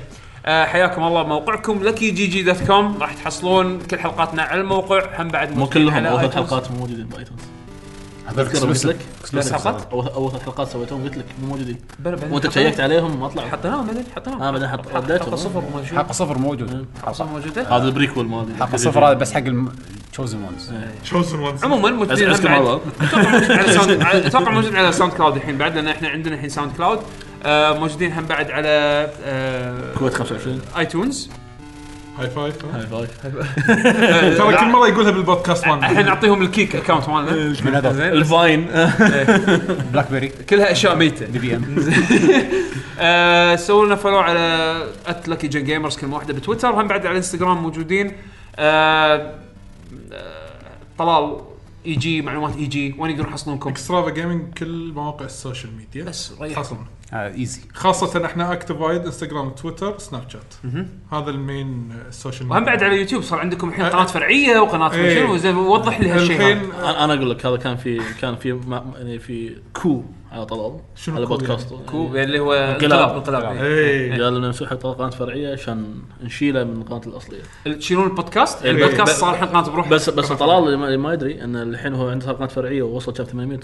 Speaker 2: آه، حياكم الله موقعكم لكي جي جي دوت كوم راح تحصلون كل حلقاتنا على الموقع هم بعد
Speaker 5: مو
Speaker 2: موجودين
Speaker 5: كلهم
Speaker 2: على
Speaker 5: اول ثلاث
Speaker 2: iTunes.
Speaker 5: حلقات مو موجودين بايتونز
Speaker 3: هذول
Speaker 5: تذكر قلت لك
Speaker 2: بس حلقات
Speaker 5: اول أول ثلاث حلقات سويتهم قلت لك مو موجودين
Speaker 2: بلى بعدين
Speaker 5: وانت
Speaker 2: حطينا-
Speaker 5: تشيكت عليهم ما طلعوا
Speaker 2: حطيناهم بعدين حطيناهم
Speaker 5: اه بعدين حط-
Speaker 2: حلقه
Speaker 5: رديتهم
Speaker 2: صفر وما شو
Speaker 3: حلقة صفر موجود
Speaker 2: صفر موجوده
Speaker 5: هذا البريكول مالي
Speaker 3: حلقة صفر هذا بس حق التشوزن ونز
Speaker 4: شوزن وانز
Speaker 2: عموما موجودين
Speaker 5: أز- أزكى
Speaker 2: بعد-
Speaker 5: مرة.
Speaker 2: أتوقع موجود على ساوند- على- اتوقع موجود على ساوند كلاود الحين بعد لان احنا عندنا الحين ساوند كلاود آه، موجودين هم بعد على آه،
Speaker 5: كويت 25
Speaker 2: ايتونز
Speaker 4: هاي فايف ها؟
Speaker 5: هاي فايف
Speaker 2: آه،
Speaker 4: ترى كل مره يقولها بالبودكاست مالنا
Speaker 2: الحين نعطيهم الكيك اكونت مالنا
Speaker 3: من هذول
Speaker 2: زين
Speaker 5: الفاين
Speaker 3: بلاك بيري
Speaker 2: كلها اشياء ميته
Speaker 3: دي بي ام
Speaker 2: آه، سووا لنا فولو على ات لكي جن جيمرز كلمه واحده بتويتر هم بعد على الانستغرام موجودين آه، آه، طلال اي جي معلومات اي جي وين يقدرون يحصلونكم؟
Speaker 4: اكسترافا جيمنج كل مواقع السوشيال ميديا
Speaker 2: بس ريح.
Speaker 4: حصلنا
Speaker 3: ايزي
Speaker 4: خاصة احنا اكتيفايد انستغرام تويتر سناب شات هذا المين آه، السوشيال
Speaker 2: وهم بعد على يوتيوب صار عندكم الحين قناه فرعيه وقناه
Speaker 4: إيه.
Speaker 2: شنو زين وضح لي هالشيء هذا.
Speaker 4: الحين آه،
Speaker 5: انا أنا اقول لك هذا كان في كان في ما- يعني في كو على طلال
Speaker 4: شنو
Speaker 5: على
Speaker 4: كو يعني؟ إيه.
Speaker 5: بودكاست
Speaker 2: كو- اللي هو انقلاب
Speaker 5: انقلاب.
Speaker 2: انقلاب
Speaker 4: ايه
Speaker 5: قالوا لنا نسوي حلقه قناه فرعيه عشان نشيله من القناه الاصليه
Speaker 2: تشيلون البودكاست
Speaker 5: إيه.
Speaker 2: البودكاست
Speaker 5: ب-
Speaker 2: صار الحين قناه بروحه
Speaker 5: بس بس طلال اللي ما- اللي ما يدري ان الحين هو عنده قناه فرعيه ووصل كم 800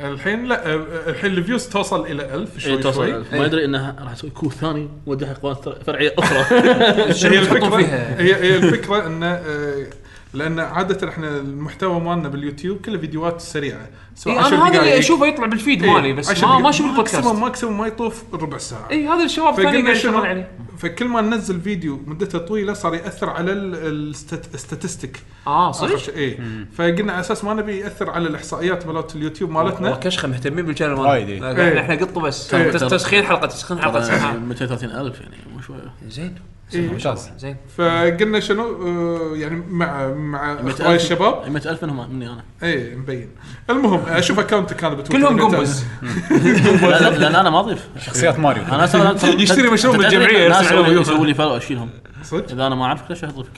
Speaker 4: الحين لا آه، الحين الفيوز توصل الى 1000
Speaker 5: اي
Speaker 4: شوي
Speaker 5: إيه، توصل
Speaker 4: شوي
Speaker 5: ألف. ما يدري انه راح يسوي كو ثاني وجهه قناه فرعيه اخرى
Speaker 4: هي
Speaker 2: شنو تحطون
Speaker 4: الفكرة
Speaker 2: فيها؟
Speaker 4: هي هي الفكرة انه آه، لان عادة احنا المحتوى مالنا باليوتيوب كله فيديوهات سريعة سواء
Speaker 2: إيه، انا
Speaker 4: 10
Speaker 2: هذا اللي
Speaker 4: دقايق.
Speaker 2: اشوفه يطلع بالفيد
Speaker 4: إيه،
Speaker 2: مالي بس
Speaker 4: 10
Speaker 2: ما
Speaker 4: دقايق.
Speaker 2: ما اشوف البودكاست إيه.
Speaker 4: ماكسيموم ماكسيموم ما يطوف ربع ساعة
Speaker 2: اي هذا الشباب الثاني
Speaker 4: فقلنا
Speaker 2: قاعد
Speaker 4: شنو
Speaker 2: يشتغلون عليه
Speaker 4: فكل ما ننزل فيديو مدته طويله صار ياثر على الستاتستيك
Speaker 2: اه صدق
Speaker 4: اي إيه. فقلنا على اساس ما نبي ياثر على الاحصائيات مالت اليوتيوب مالتنا
Speaker 2: كشخه مهتمين بالشانل
Speaker 3: وايد، إيه.
Speaker 2: مالنا احنا احنا قطه بس
Speaker 4: إيه.
Speaker 2: تس- تسخين حلقه تسخين حلقه تسخين
Speaker 5: 230000 يعني مو شويه
Speaker 2: زين
Speaker 4: إيه.
Speaker 3: ممتاز
Speaker 2: زين
Speaker 4: فقلنا شنو آه، يعني مع مع
Speaker 5: 100000
Speaker 4: اخوي الشباب
Speaker 5: 100000 منهم مني انا
Speaker 4: اي مبين المهم آه، اشوف اكونتك كان بتويتر
Speaker 2: كلهم
Speaker 4: ممتاز.
Speaker 2: قنبز
Speaker 5: لا- لا- لان انا ما اضيف
Speaker 3: شخصيات ماريو
Speaker 5: انا أصلاً-
Speaker 2: يشتري مشروب من
Speaker 5: تدري
Speaker 2: الجمعية،
Speaker 5: الناس
Speaker 2: يرسل عليهم
Speaker 5: يسوي-
Speaker 2: يوفر.
Speaker 5: يسوي لي فلو اشيلهم
Speaker 4: صدق
Speaker 5: اذا انا ما اعرفك ليش اضيفك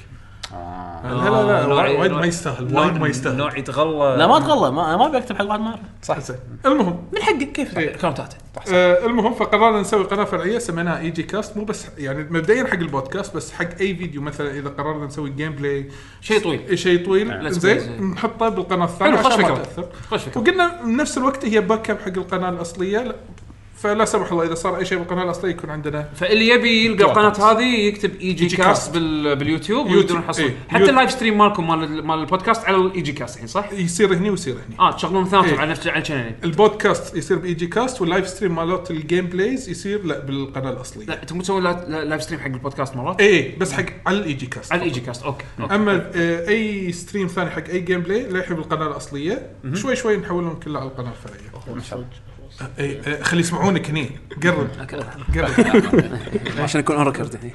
Speaker 4: لا لا لا
Speaker 9: نوعي-
Speaker 4: وايد ما
Speaker 9: نوعي-
Speaker 4: يستاهل وايد ما يستاهل
Speaker 9: نوع يتغلى
Speaker 5: لا ما تغلى ما ما ابي اكتب حق واحد ما اعرفه
Speaker 3: صح
Speaker 4: المهم
Speaker 2: من حقك كيف
Speaker 4: إيه.
Speaker 2: كرامتاته
Speaker 4: آه المهم فقررنا نسوي قناه فرعيه سميناها اي جي كاست E مو بس يعني مبدئيا حق البودكاست بس حق اي فيديو مثلا اذا قررنا نسوي جيم بلاي
Speaker 2: شيء طويل
Speaker 4: شيء طويل
Speaker 2: Let's play.
Speaker 4: زين نحطه بالقناه الثانيه
Speaker 2: حلو، خوش
Speaker 4: عشان ما
Speaker 2: فكرة.
Speaker 4: تاثر
Speaker 2: خوش فكرة.
Speaker 4: وقلنا بنفس الوقت هي باك اب حق القناه الاصليه لا- فلا سمح الله اذا صار اي شيء بالقناه الاصليه يكون عندنا
Speaker 2: فاللي يبي يلقى القناه هذه يكتب اي جي
Speaker 4: جي
Speaker 2: كاست
Speaker 4: كاست.
Speaker 2: بال... باليوتيوب
Speaker 4: يوتيوب،
Speaker 2: ويقدرون يحصلون
Speaker 4: إيه.
Speaker 2: حتى
Speaker 4: يوت-
Speaker 2: اللايف ستريم مالكم مال مال البودكاست على الاي جي كاست الحين صح؟
Speaker 4: يصير هني ويصير هني
Speaker 2: اه تشغلون اثنيناتهم
Speaker 4: إيه.
Speaker 2: على نفس على الشانلين
Speaker 4: البودكاست يصير E باي جي كاست واللايف ستريم مالت الجيم بلايز يصير لا بالقناه الاصليه
Speaker 2: لا انت مو تسوي لا- لا- لايف ستريم حق البودكاست مرات؟
Speaker 4: اي إيه، بس حق E على الاي جي كاست
Speaker 2: على الاي جي كاست اوكي اوكي
Speaker 4: اما آه، اي ستريم ثاني حق اي جيم بلاي لا يحب القناه الاصليه شوي شوي نحولهم كله على القناه الفرعيه اي آه، خلي يسمعونك هني قرب قرب
Speaker 2: إيه. عشان يكون اون ريكورد هني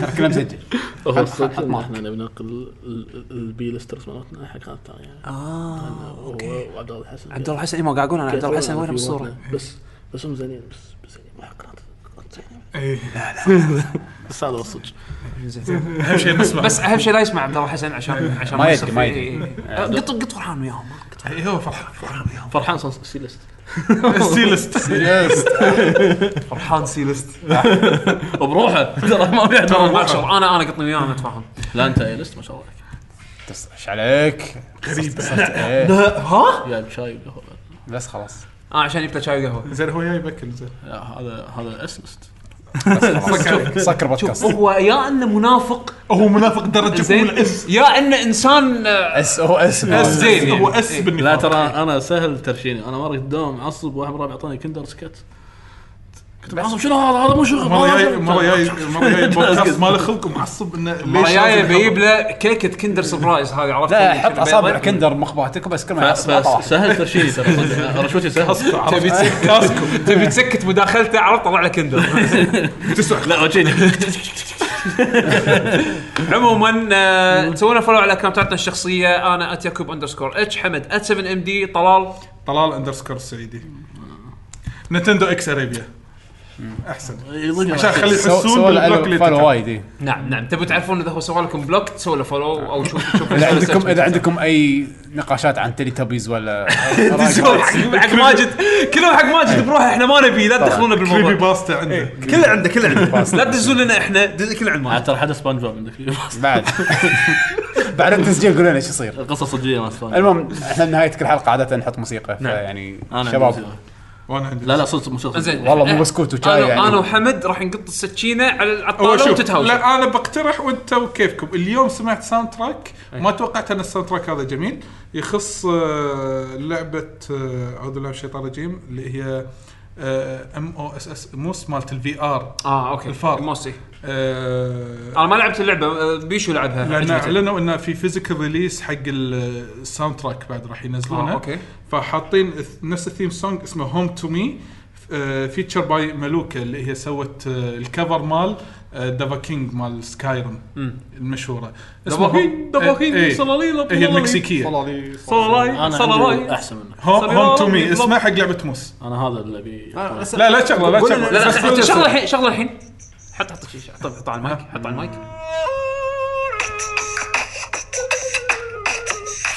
Speaker 3: كلنا مسجل
Speaker 5: هو الصدق ان احنا نبي ننقل البي ليسترز مالتنا حق قناه ثانيه اه
Speaker 4: آه.
Speaker 5: اوكي وعبد الله الحسن
Speaker 2: عبد الله حسن اي ما قاعد اقول انا عبد الله حسن وينه بالصوره؟
Speaker 5: بس بس هم زينين بس بس يعني مو حق قناه قناة ثانية.
Speaker 4: إيه.
Speaker 5: بس هذا هو الصدق
Speaker 4: اهم شيء نسمع
Speaker 2: بس اهم شيء لا يسمع عبد الله حسن عشان عشان
Speaker 3: ما
Speaker 2: يصير
Speaker 3: يدري، ما
Speaker 2: في- إيه، إيه. قط قط فرحان وياهم
Speaker 4: اي هو فرحان
Speaker 5: فرحان صار ستيلست
Speaker 4: سيلست
Speaker 9: فرحان سي ليست
Speaker 5: وبروحه ترى ما في احد
Speaker 2: ترى آه، ما
Speaker 5: بروحه.
Speaker 2: شاء الله انا انا قطني وياهم اتفاهم
Speaker 5: لا انت اي ليست ما شاء الله عليك
Speaker 3: ايش عليك؟ غريبه
Speaker 9: ها
Speaker 5: جايب شاي وقهوه بعد.
Speaker 3: بس خلاص
Speaker 2: اه عشان يبدا شاي وقهوه
Speaker 4: زين هو جاي يبكل زين
Speaker 5: لا، هذا هذا اس ليست
Speaker 3: سكر بودكاست
Speaker 2: هو يا انه منافق
Speaker 4: هو منافق درجه
Speaker 2: زين
Speaker 4: اولى اس
Speaker 2: يا انه انسان آه،
Speaker 3: اس او اس
Speaker 2: زين يعني.
Speaker 4: هو اس
Speaker 5: لا
Speaker 4: بالنفاق
Speaker 5: ترى انا سهل ترشيني انا مره دوم معصب واحد رابع اعطاني كندر سكت كنت معصب شنو هذا هذا مو شغل
Speaker 4: مره
Speaker 5: هذا
Speaker 4: جاي
Speaker 5: شغل.
Speaker 4: مره جاي مره جاي البودكاست ماله خلق ومعصب انه ليش
Speaker 2: مرة جايه
Speaker 4: لازم
Speaker 2: بجيب له كيكه كندر سربرايز هذه عرفت
Speaker 3: لا
Speaker 2: اللي
Speaker 3: حط
Speaker 2: شنو
Speaker 3: اصابع
Speaker 2: بيضة؟
Speaker 3: كندر مخباتك وبس كل ما
Speaker 5: بس
Speaker 3: يعصب عطا
Speaker 5: بس
Speaker 3: واحد.
Speaker 5: سهل ترشيني ترى صدق. أنا رشوتي سهل
Speaker 2: تبي تسكت كاسكو تبي تسكت مداخلته عرفت طلع له كندر
Speaker 5: لا وجهني
Speaker 2: عموما آه، سوينا فولو على اكونتاتنا الشخصيه انا ات يعقوب اندرسكور اتش حمد ات 7 ام دي طلال
Speaker 4: طلال اندرسكور السعيدي نتندو اكس اريبيا احسن عشان خلي
Speaker 3: سو-
Speaker 4: يحسون
Speaker 3: سو
Speaker 4: بالبلوك اللي
Speaker 3: الألو-
Speaker 4: تتعب.
Speaker 3: فولو وايد إيه.
Speaker 2: نعم نعم تبوا تعرفون اذا هو سوى لكم بلوك تسوي له فولو او شوف شوف
Speaker 3: اذا عندكم اذا عندكم اي نقاشات عن تيلي تابيز ولا
Speaker 2: حق ماجد كلهم حق
Speaker 3: إيه.
Speaker 2: ماجد بروحه احنا ما نبي لا تدخلونا
Speaker 4: كريبي
Speaker 2: بالموضوع
Speaker 4: باستا عنده
Speaker 2: إيه.
Speaker 9: كله عنده كله عنده
Speaker 3: باس.
Speaker 9: لا تدزون لنا احنا دز- كله عند ماجد
Speaker 5: آه، ترى حدا سبونج بوب عندك
Speaker 3: بعد بعد التسجيل قولوا لنا ايش يصير
Speaker 5: القصه صجيه ما سبونج
Speaker 3: المهم احنا نهايه كل حلقه عاده نحط موسيقى
Speaker 5: نعم.
Speaker 3: فيعني
Speaker 5: انا
Speaker 3: شباب
Speaker 5: شباب
Speaker 4: وانا عندي
Speaker 5: لا لا صدق مو صدق
Speaker 2: آه، زين
Speaker 3: والله مو بسكوت وشاي
Speaker 2: انا
Speaker 3: يعني.
Speaker 2: انا وحمد راح نقط السكينه على
Speaker 4: اول
Speaker 2: العطاله
Speaker 4: شوف
Speaker 2: وتتهاوش
Speaker 4: لا انا بقترح وانت وكيفكم اليوم سمعت ساوند تراك
Speaker 5: إيه.
Speaker 4: ما توقعت ان الساوند تراك هذا جميل يخص آه، لعبه آه، اعوذ بالله من الشيطان الرجيم اللي هي آه، ام او اس اس موس مالت الفي ار
Speaker 2: اه اوكي
Speaker 4: الفار.
Speaker 2: الموسي انا ما لعبت اللعبه آه، بيشو لعبها
Speaker 4: لان
Speaker 2: عجبته.
Speaker 4: اعلنوا انه في فيزيكال ريليس حق ال- الساوند تراك بعد راح ينزلونه
Speaker 2: آه، أوكي.
Speaker 4: فحاطين الث- نفس الثيم سونج اسمه هوم تو مي فيتشر باي ملوكه اللي هي سوت آه، الكفر مال دافا كينج مال سكايرم المشهوره اسمه
Speaker 2: King، Dava King،
Speaker 4: إيه.
Speaker 2: صلاليلا،
Speaker 4: هي
Speaker 2: صلالي.
Speaker 4: المكسيكيه
Speaker 2: صلاي
Speaker 5: انا
Speaker 2: صلاي
Speaker 5: عندي احسن منه
Speaker 4: هوم تو مي
Speaker 2: صلالي.
Speaker 4: اسمه حق لعبه موس
Speaker 5: انا هذا اللي ابي
Speaker 4: لا لا تشغله لا
Speaker 9: قول لنا-
Speaker 4: تشغله
Speaker 2: لا
Speaker 4: بس-
Speaker 2: لا
Speaker 4: بس-
Speaker 2: شغله الحين شغله الحين حط حط شيء طيب، حط حط على المايك حط على المايك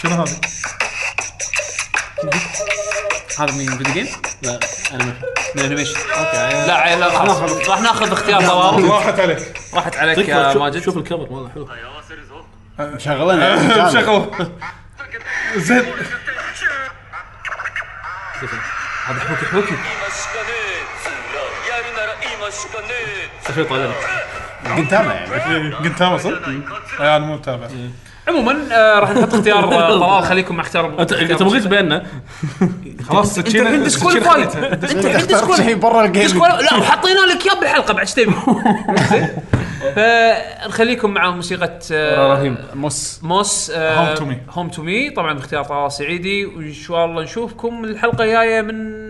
Speaker 4: شنو هذا؟
Speaker 2: هذا من فيديو جيم
Speaker 5: لا انا ما
Speaker 2: من انيميشن اوكي لا عيل، لا خلاص راح ناخذ اختيار طلال
Speaker 4: راحت عليك
Speaker 2: راحت عليك يا
Speaker 5: شوف, طيب، شوف
Speaker 2: ماجد
Speaker 5: الكفر والله حلو
Speaker 3: مشغلين
Speaker 4: شغله زين
Speaker 5: شوف طالع لك.
Speaker 3: قنتاما يعني
Speaker 4: قنتاما صدق؟
Speaker 2: إيه.
Speaker 4: اي انا آه، مو متابع
Speaker 2: عموما آه، راح نحط اختيار آه، طلال خليكم مع اختيار
Speaker 5: انت انت مغيت بيننا
Speaker 4: خلاص
Speaker 2: انت الحين ديسكواليفايد انت الحين
Speaker 3: اخترت
Speaker 2: ديسكواليفايد
Speaker 3: شيء برا الجيم
Speaker 2: ديسكوال- لا وحطينا لك اياه بالحلقه بعد ايش تبي؟ زين؟ فنخليكم مع موسيقى آه،
Speaker 3: مص
Speaker 2: موس آه،
Speaker 4: Home to me.
Speaker 2: Home to me طبعا باختيار طلال سعيدي وان شاء الله نشوفكم الحلقه الجايه من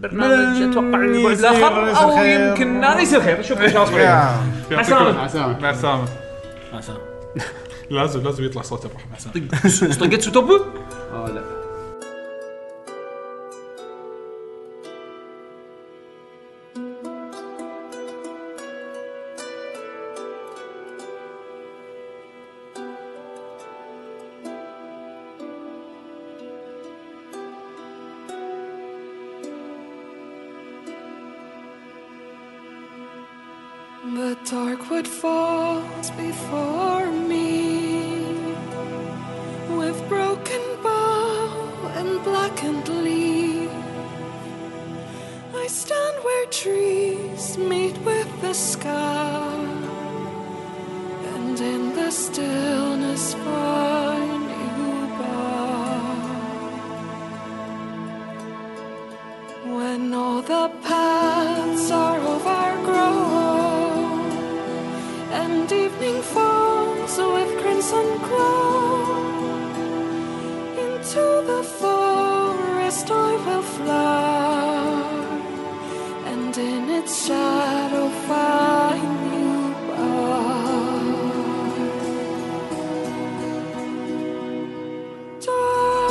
Speaker 2: برنامج
Speaker 3: من
Speaker 2: اتوقع الاسبوع
Speaker 3: يصير
Speaker 2: الاخر
Speaker 3: يصير
Speaker 2: او
Speaker 3: خير.
Speaker 2: يمكن هذا يصير خير نشوفكم ان شاء الله الأسبوع الجاي. مع السلامه
Speaker 10: مع السلامه
Speaker 4: مع السلامه
Speaker 5: مع السلامه
Speaker 4: لازم لازم يطلع صوت الروح مع السلامه
Speaker 2: طقت شو توبه؟
Speaker 10: اه
Speaker 5: آه،
Speaker 10: لا
Speaker 11: dark what falls before me with broken bow and blackened leaf. I stand where trees meet with the sky, and in the stillness find you by. When all the paths are overgrown and evening falls with crimson glow, into the forest I will fly, and in its shadow find you by.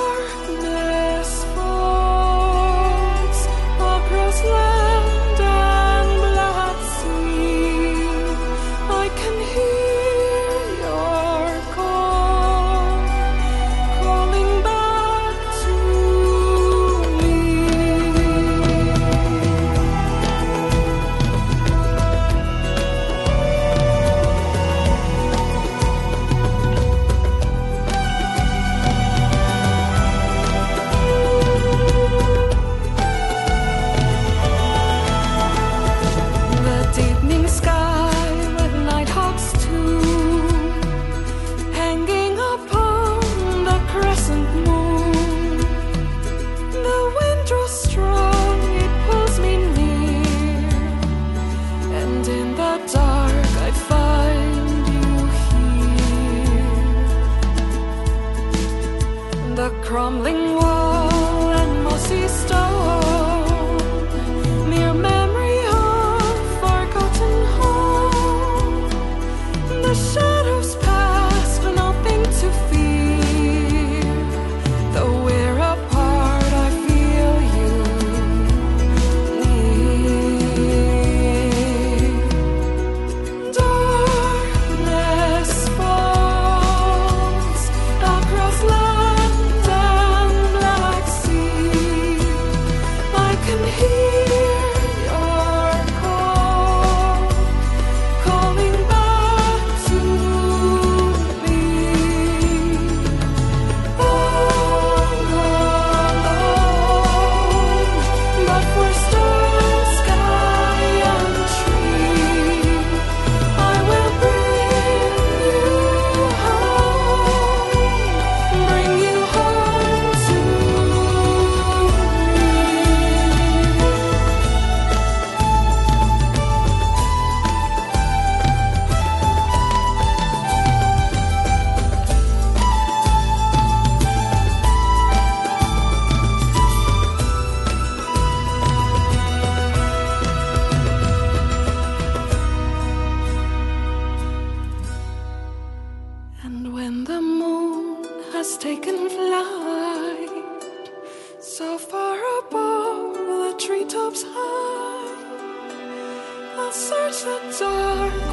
Speaker 11: Darkness falls across land and black sea. I can hear your call, calling back to me. That evening sky with nighthawks too, hanging upon the crescent moon. The wind draws strong, it pulls me near, and in the dark I find you here. The crumbling wall and mossy stone mere memory of forgotten home. The shadows pass, nothing to fear. Though we're apart, I feel you near. Darkness falls across land and black sea. I can hear your call, calling back to me. All alone, but for stars, sky, and tree, I will bring you home, bring you home to me. And when the moon has taken flight, so far above the treetops high, I'll search the dark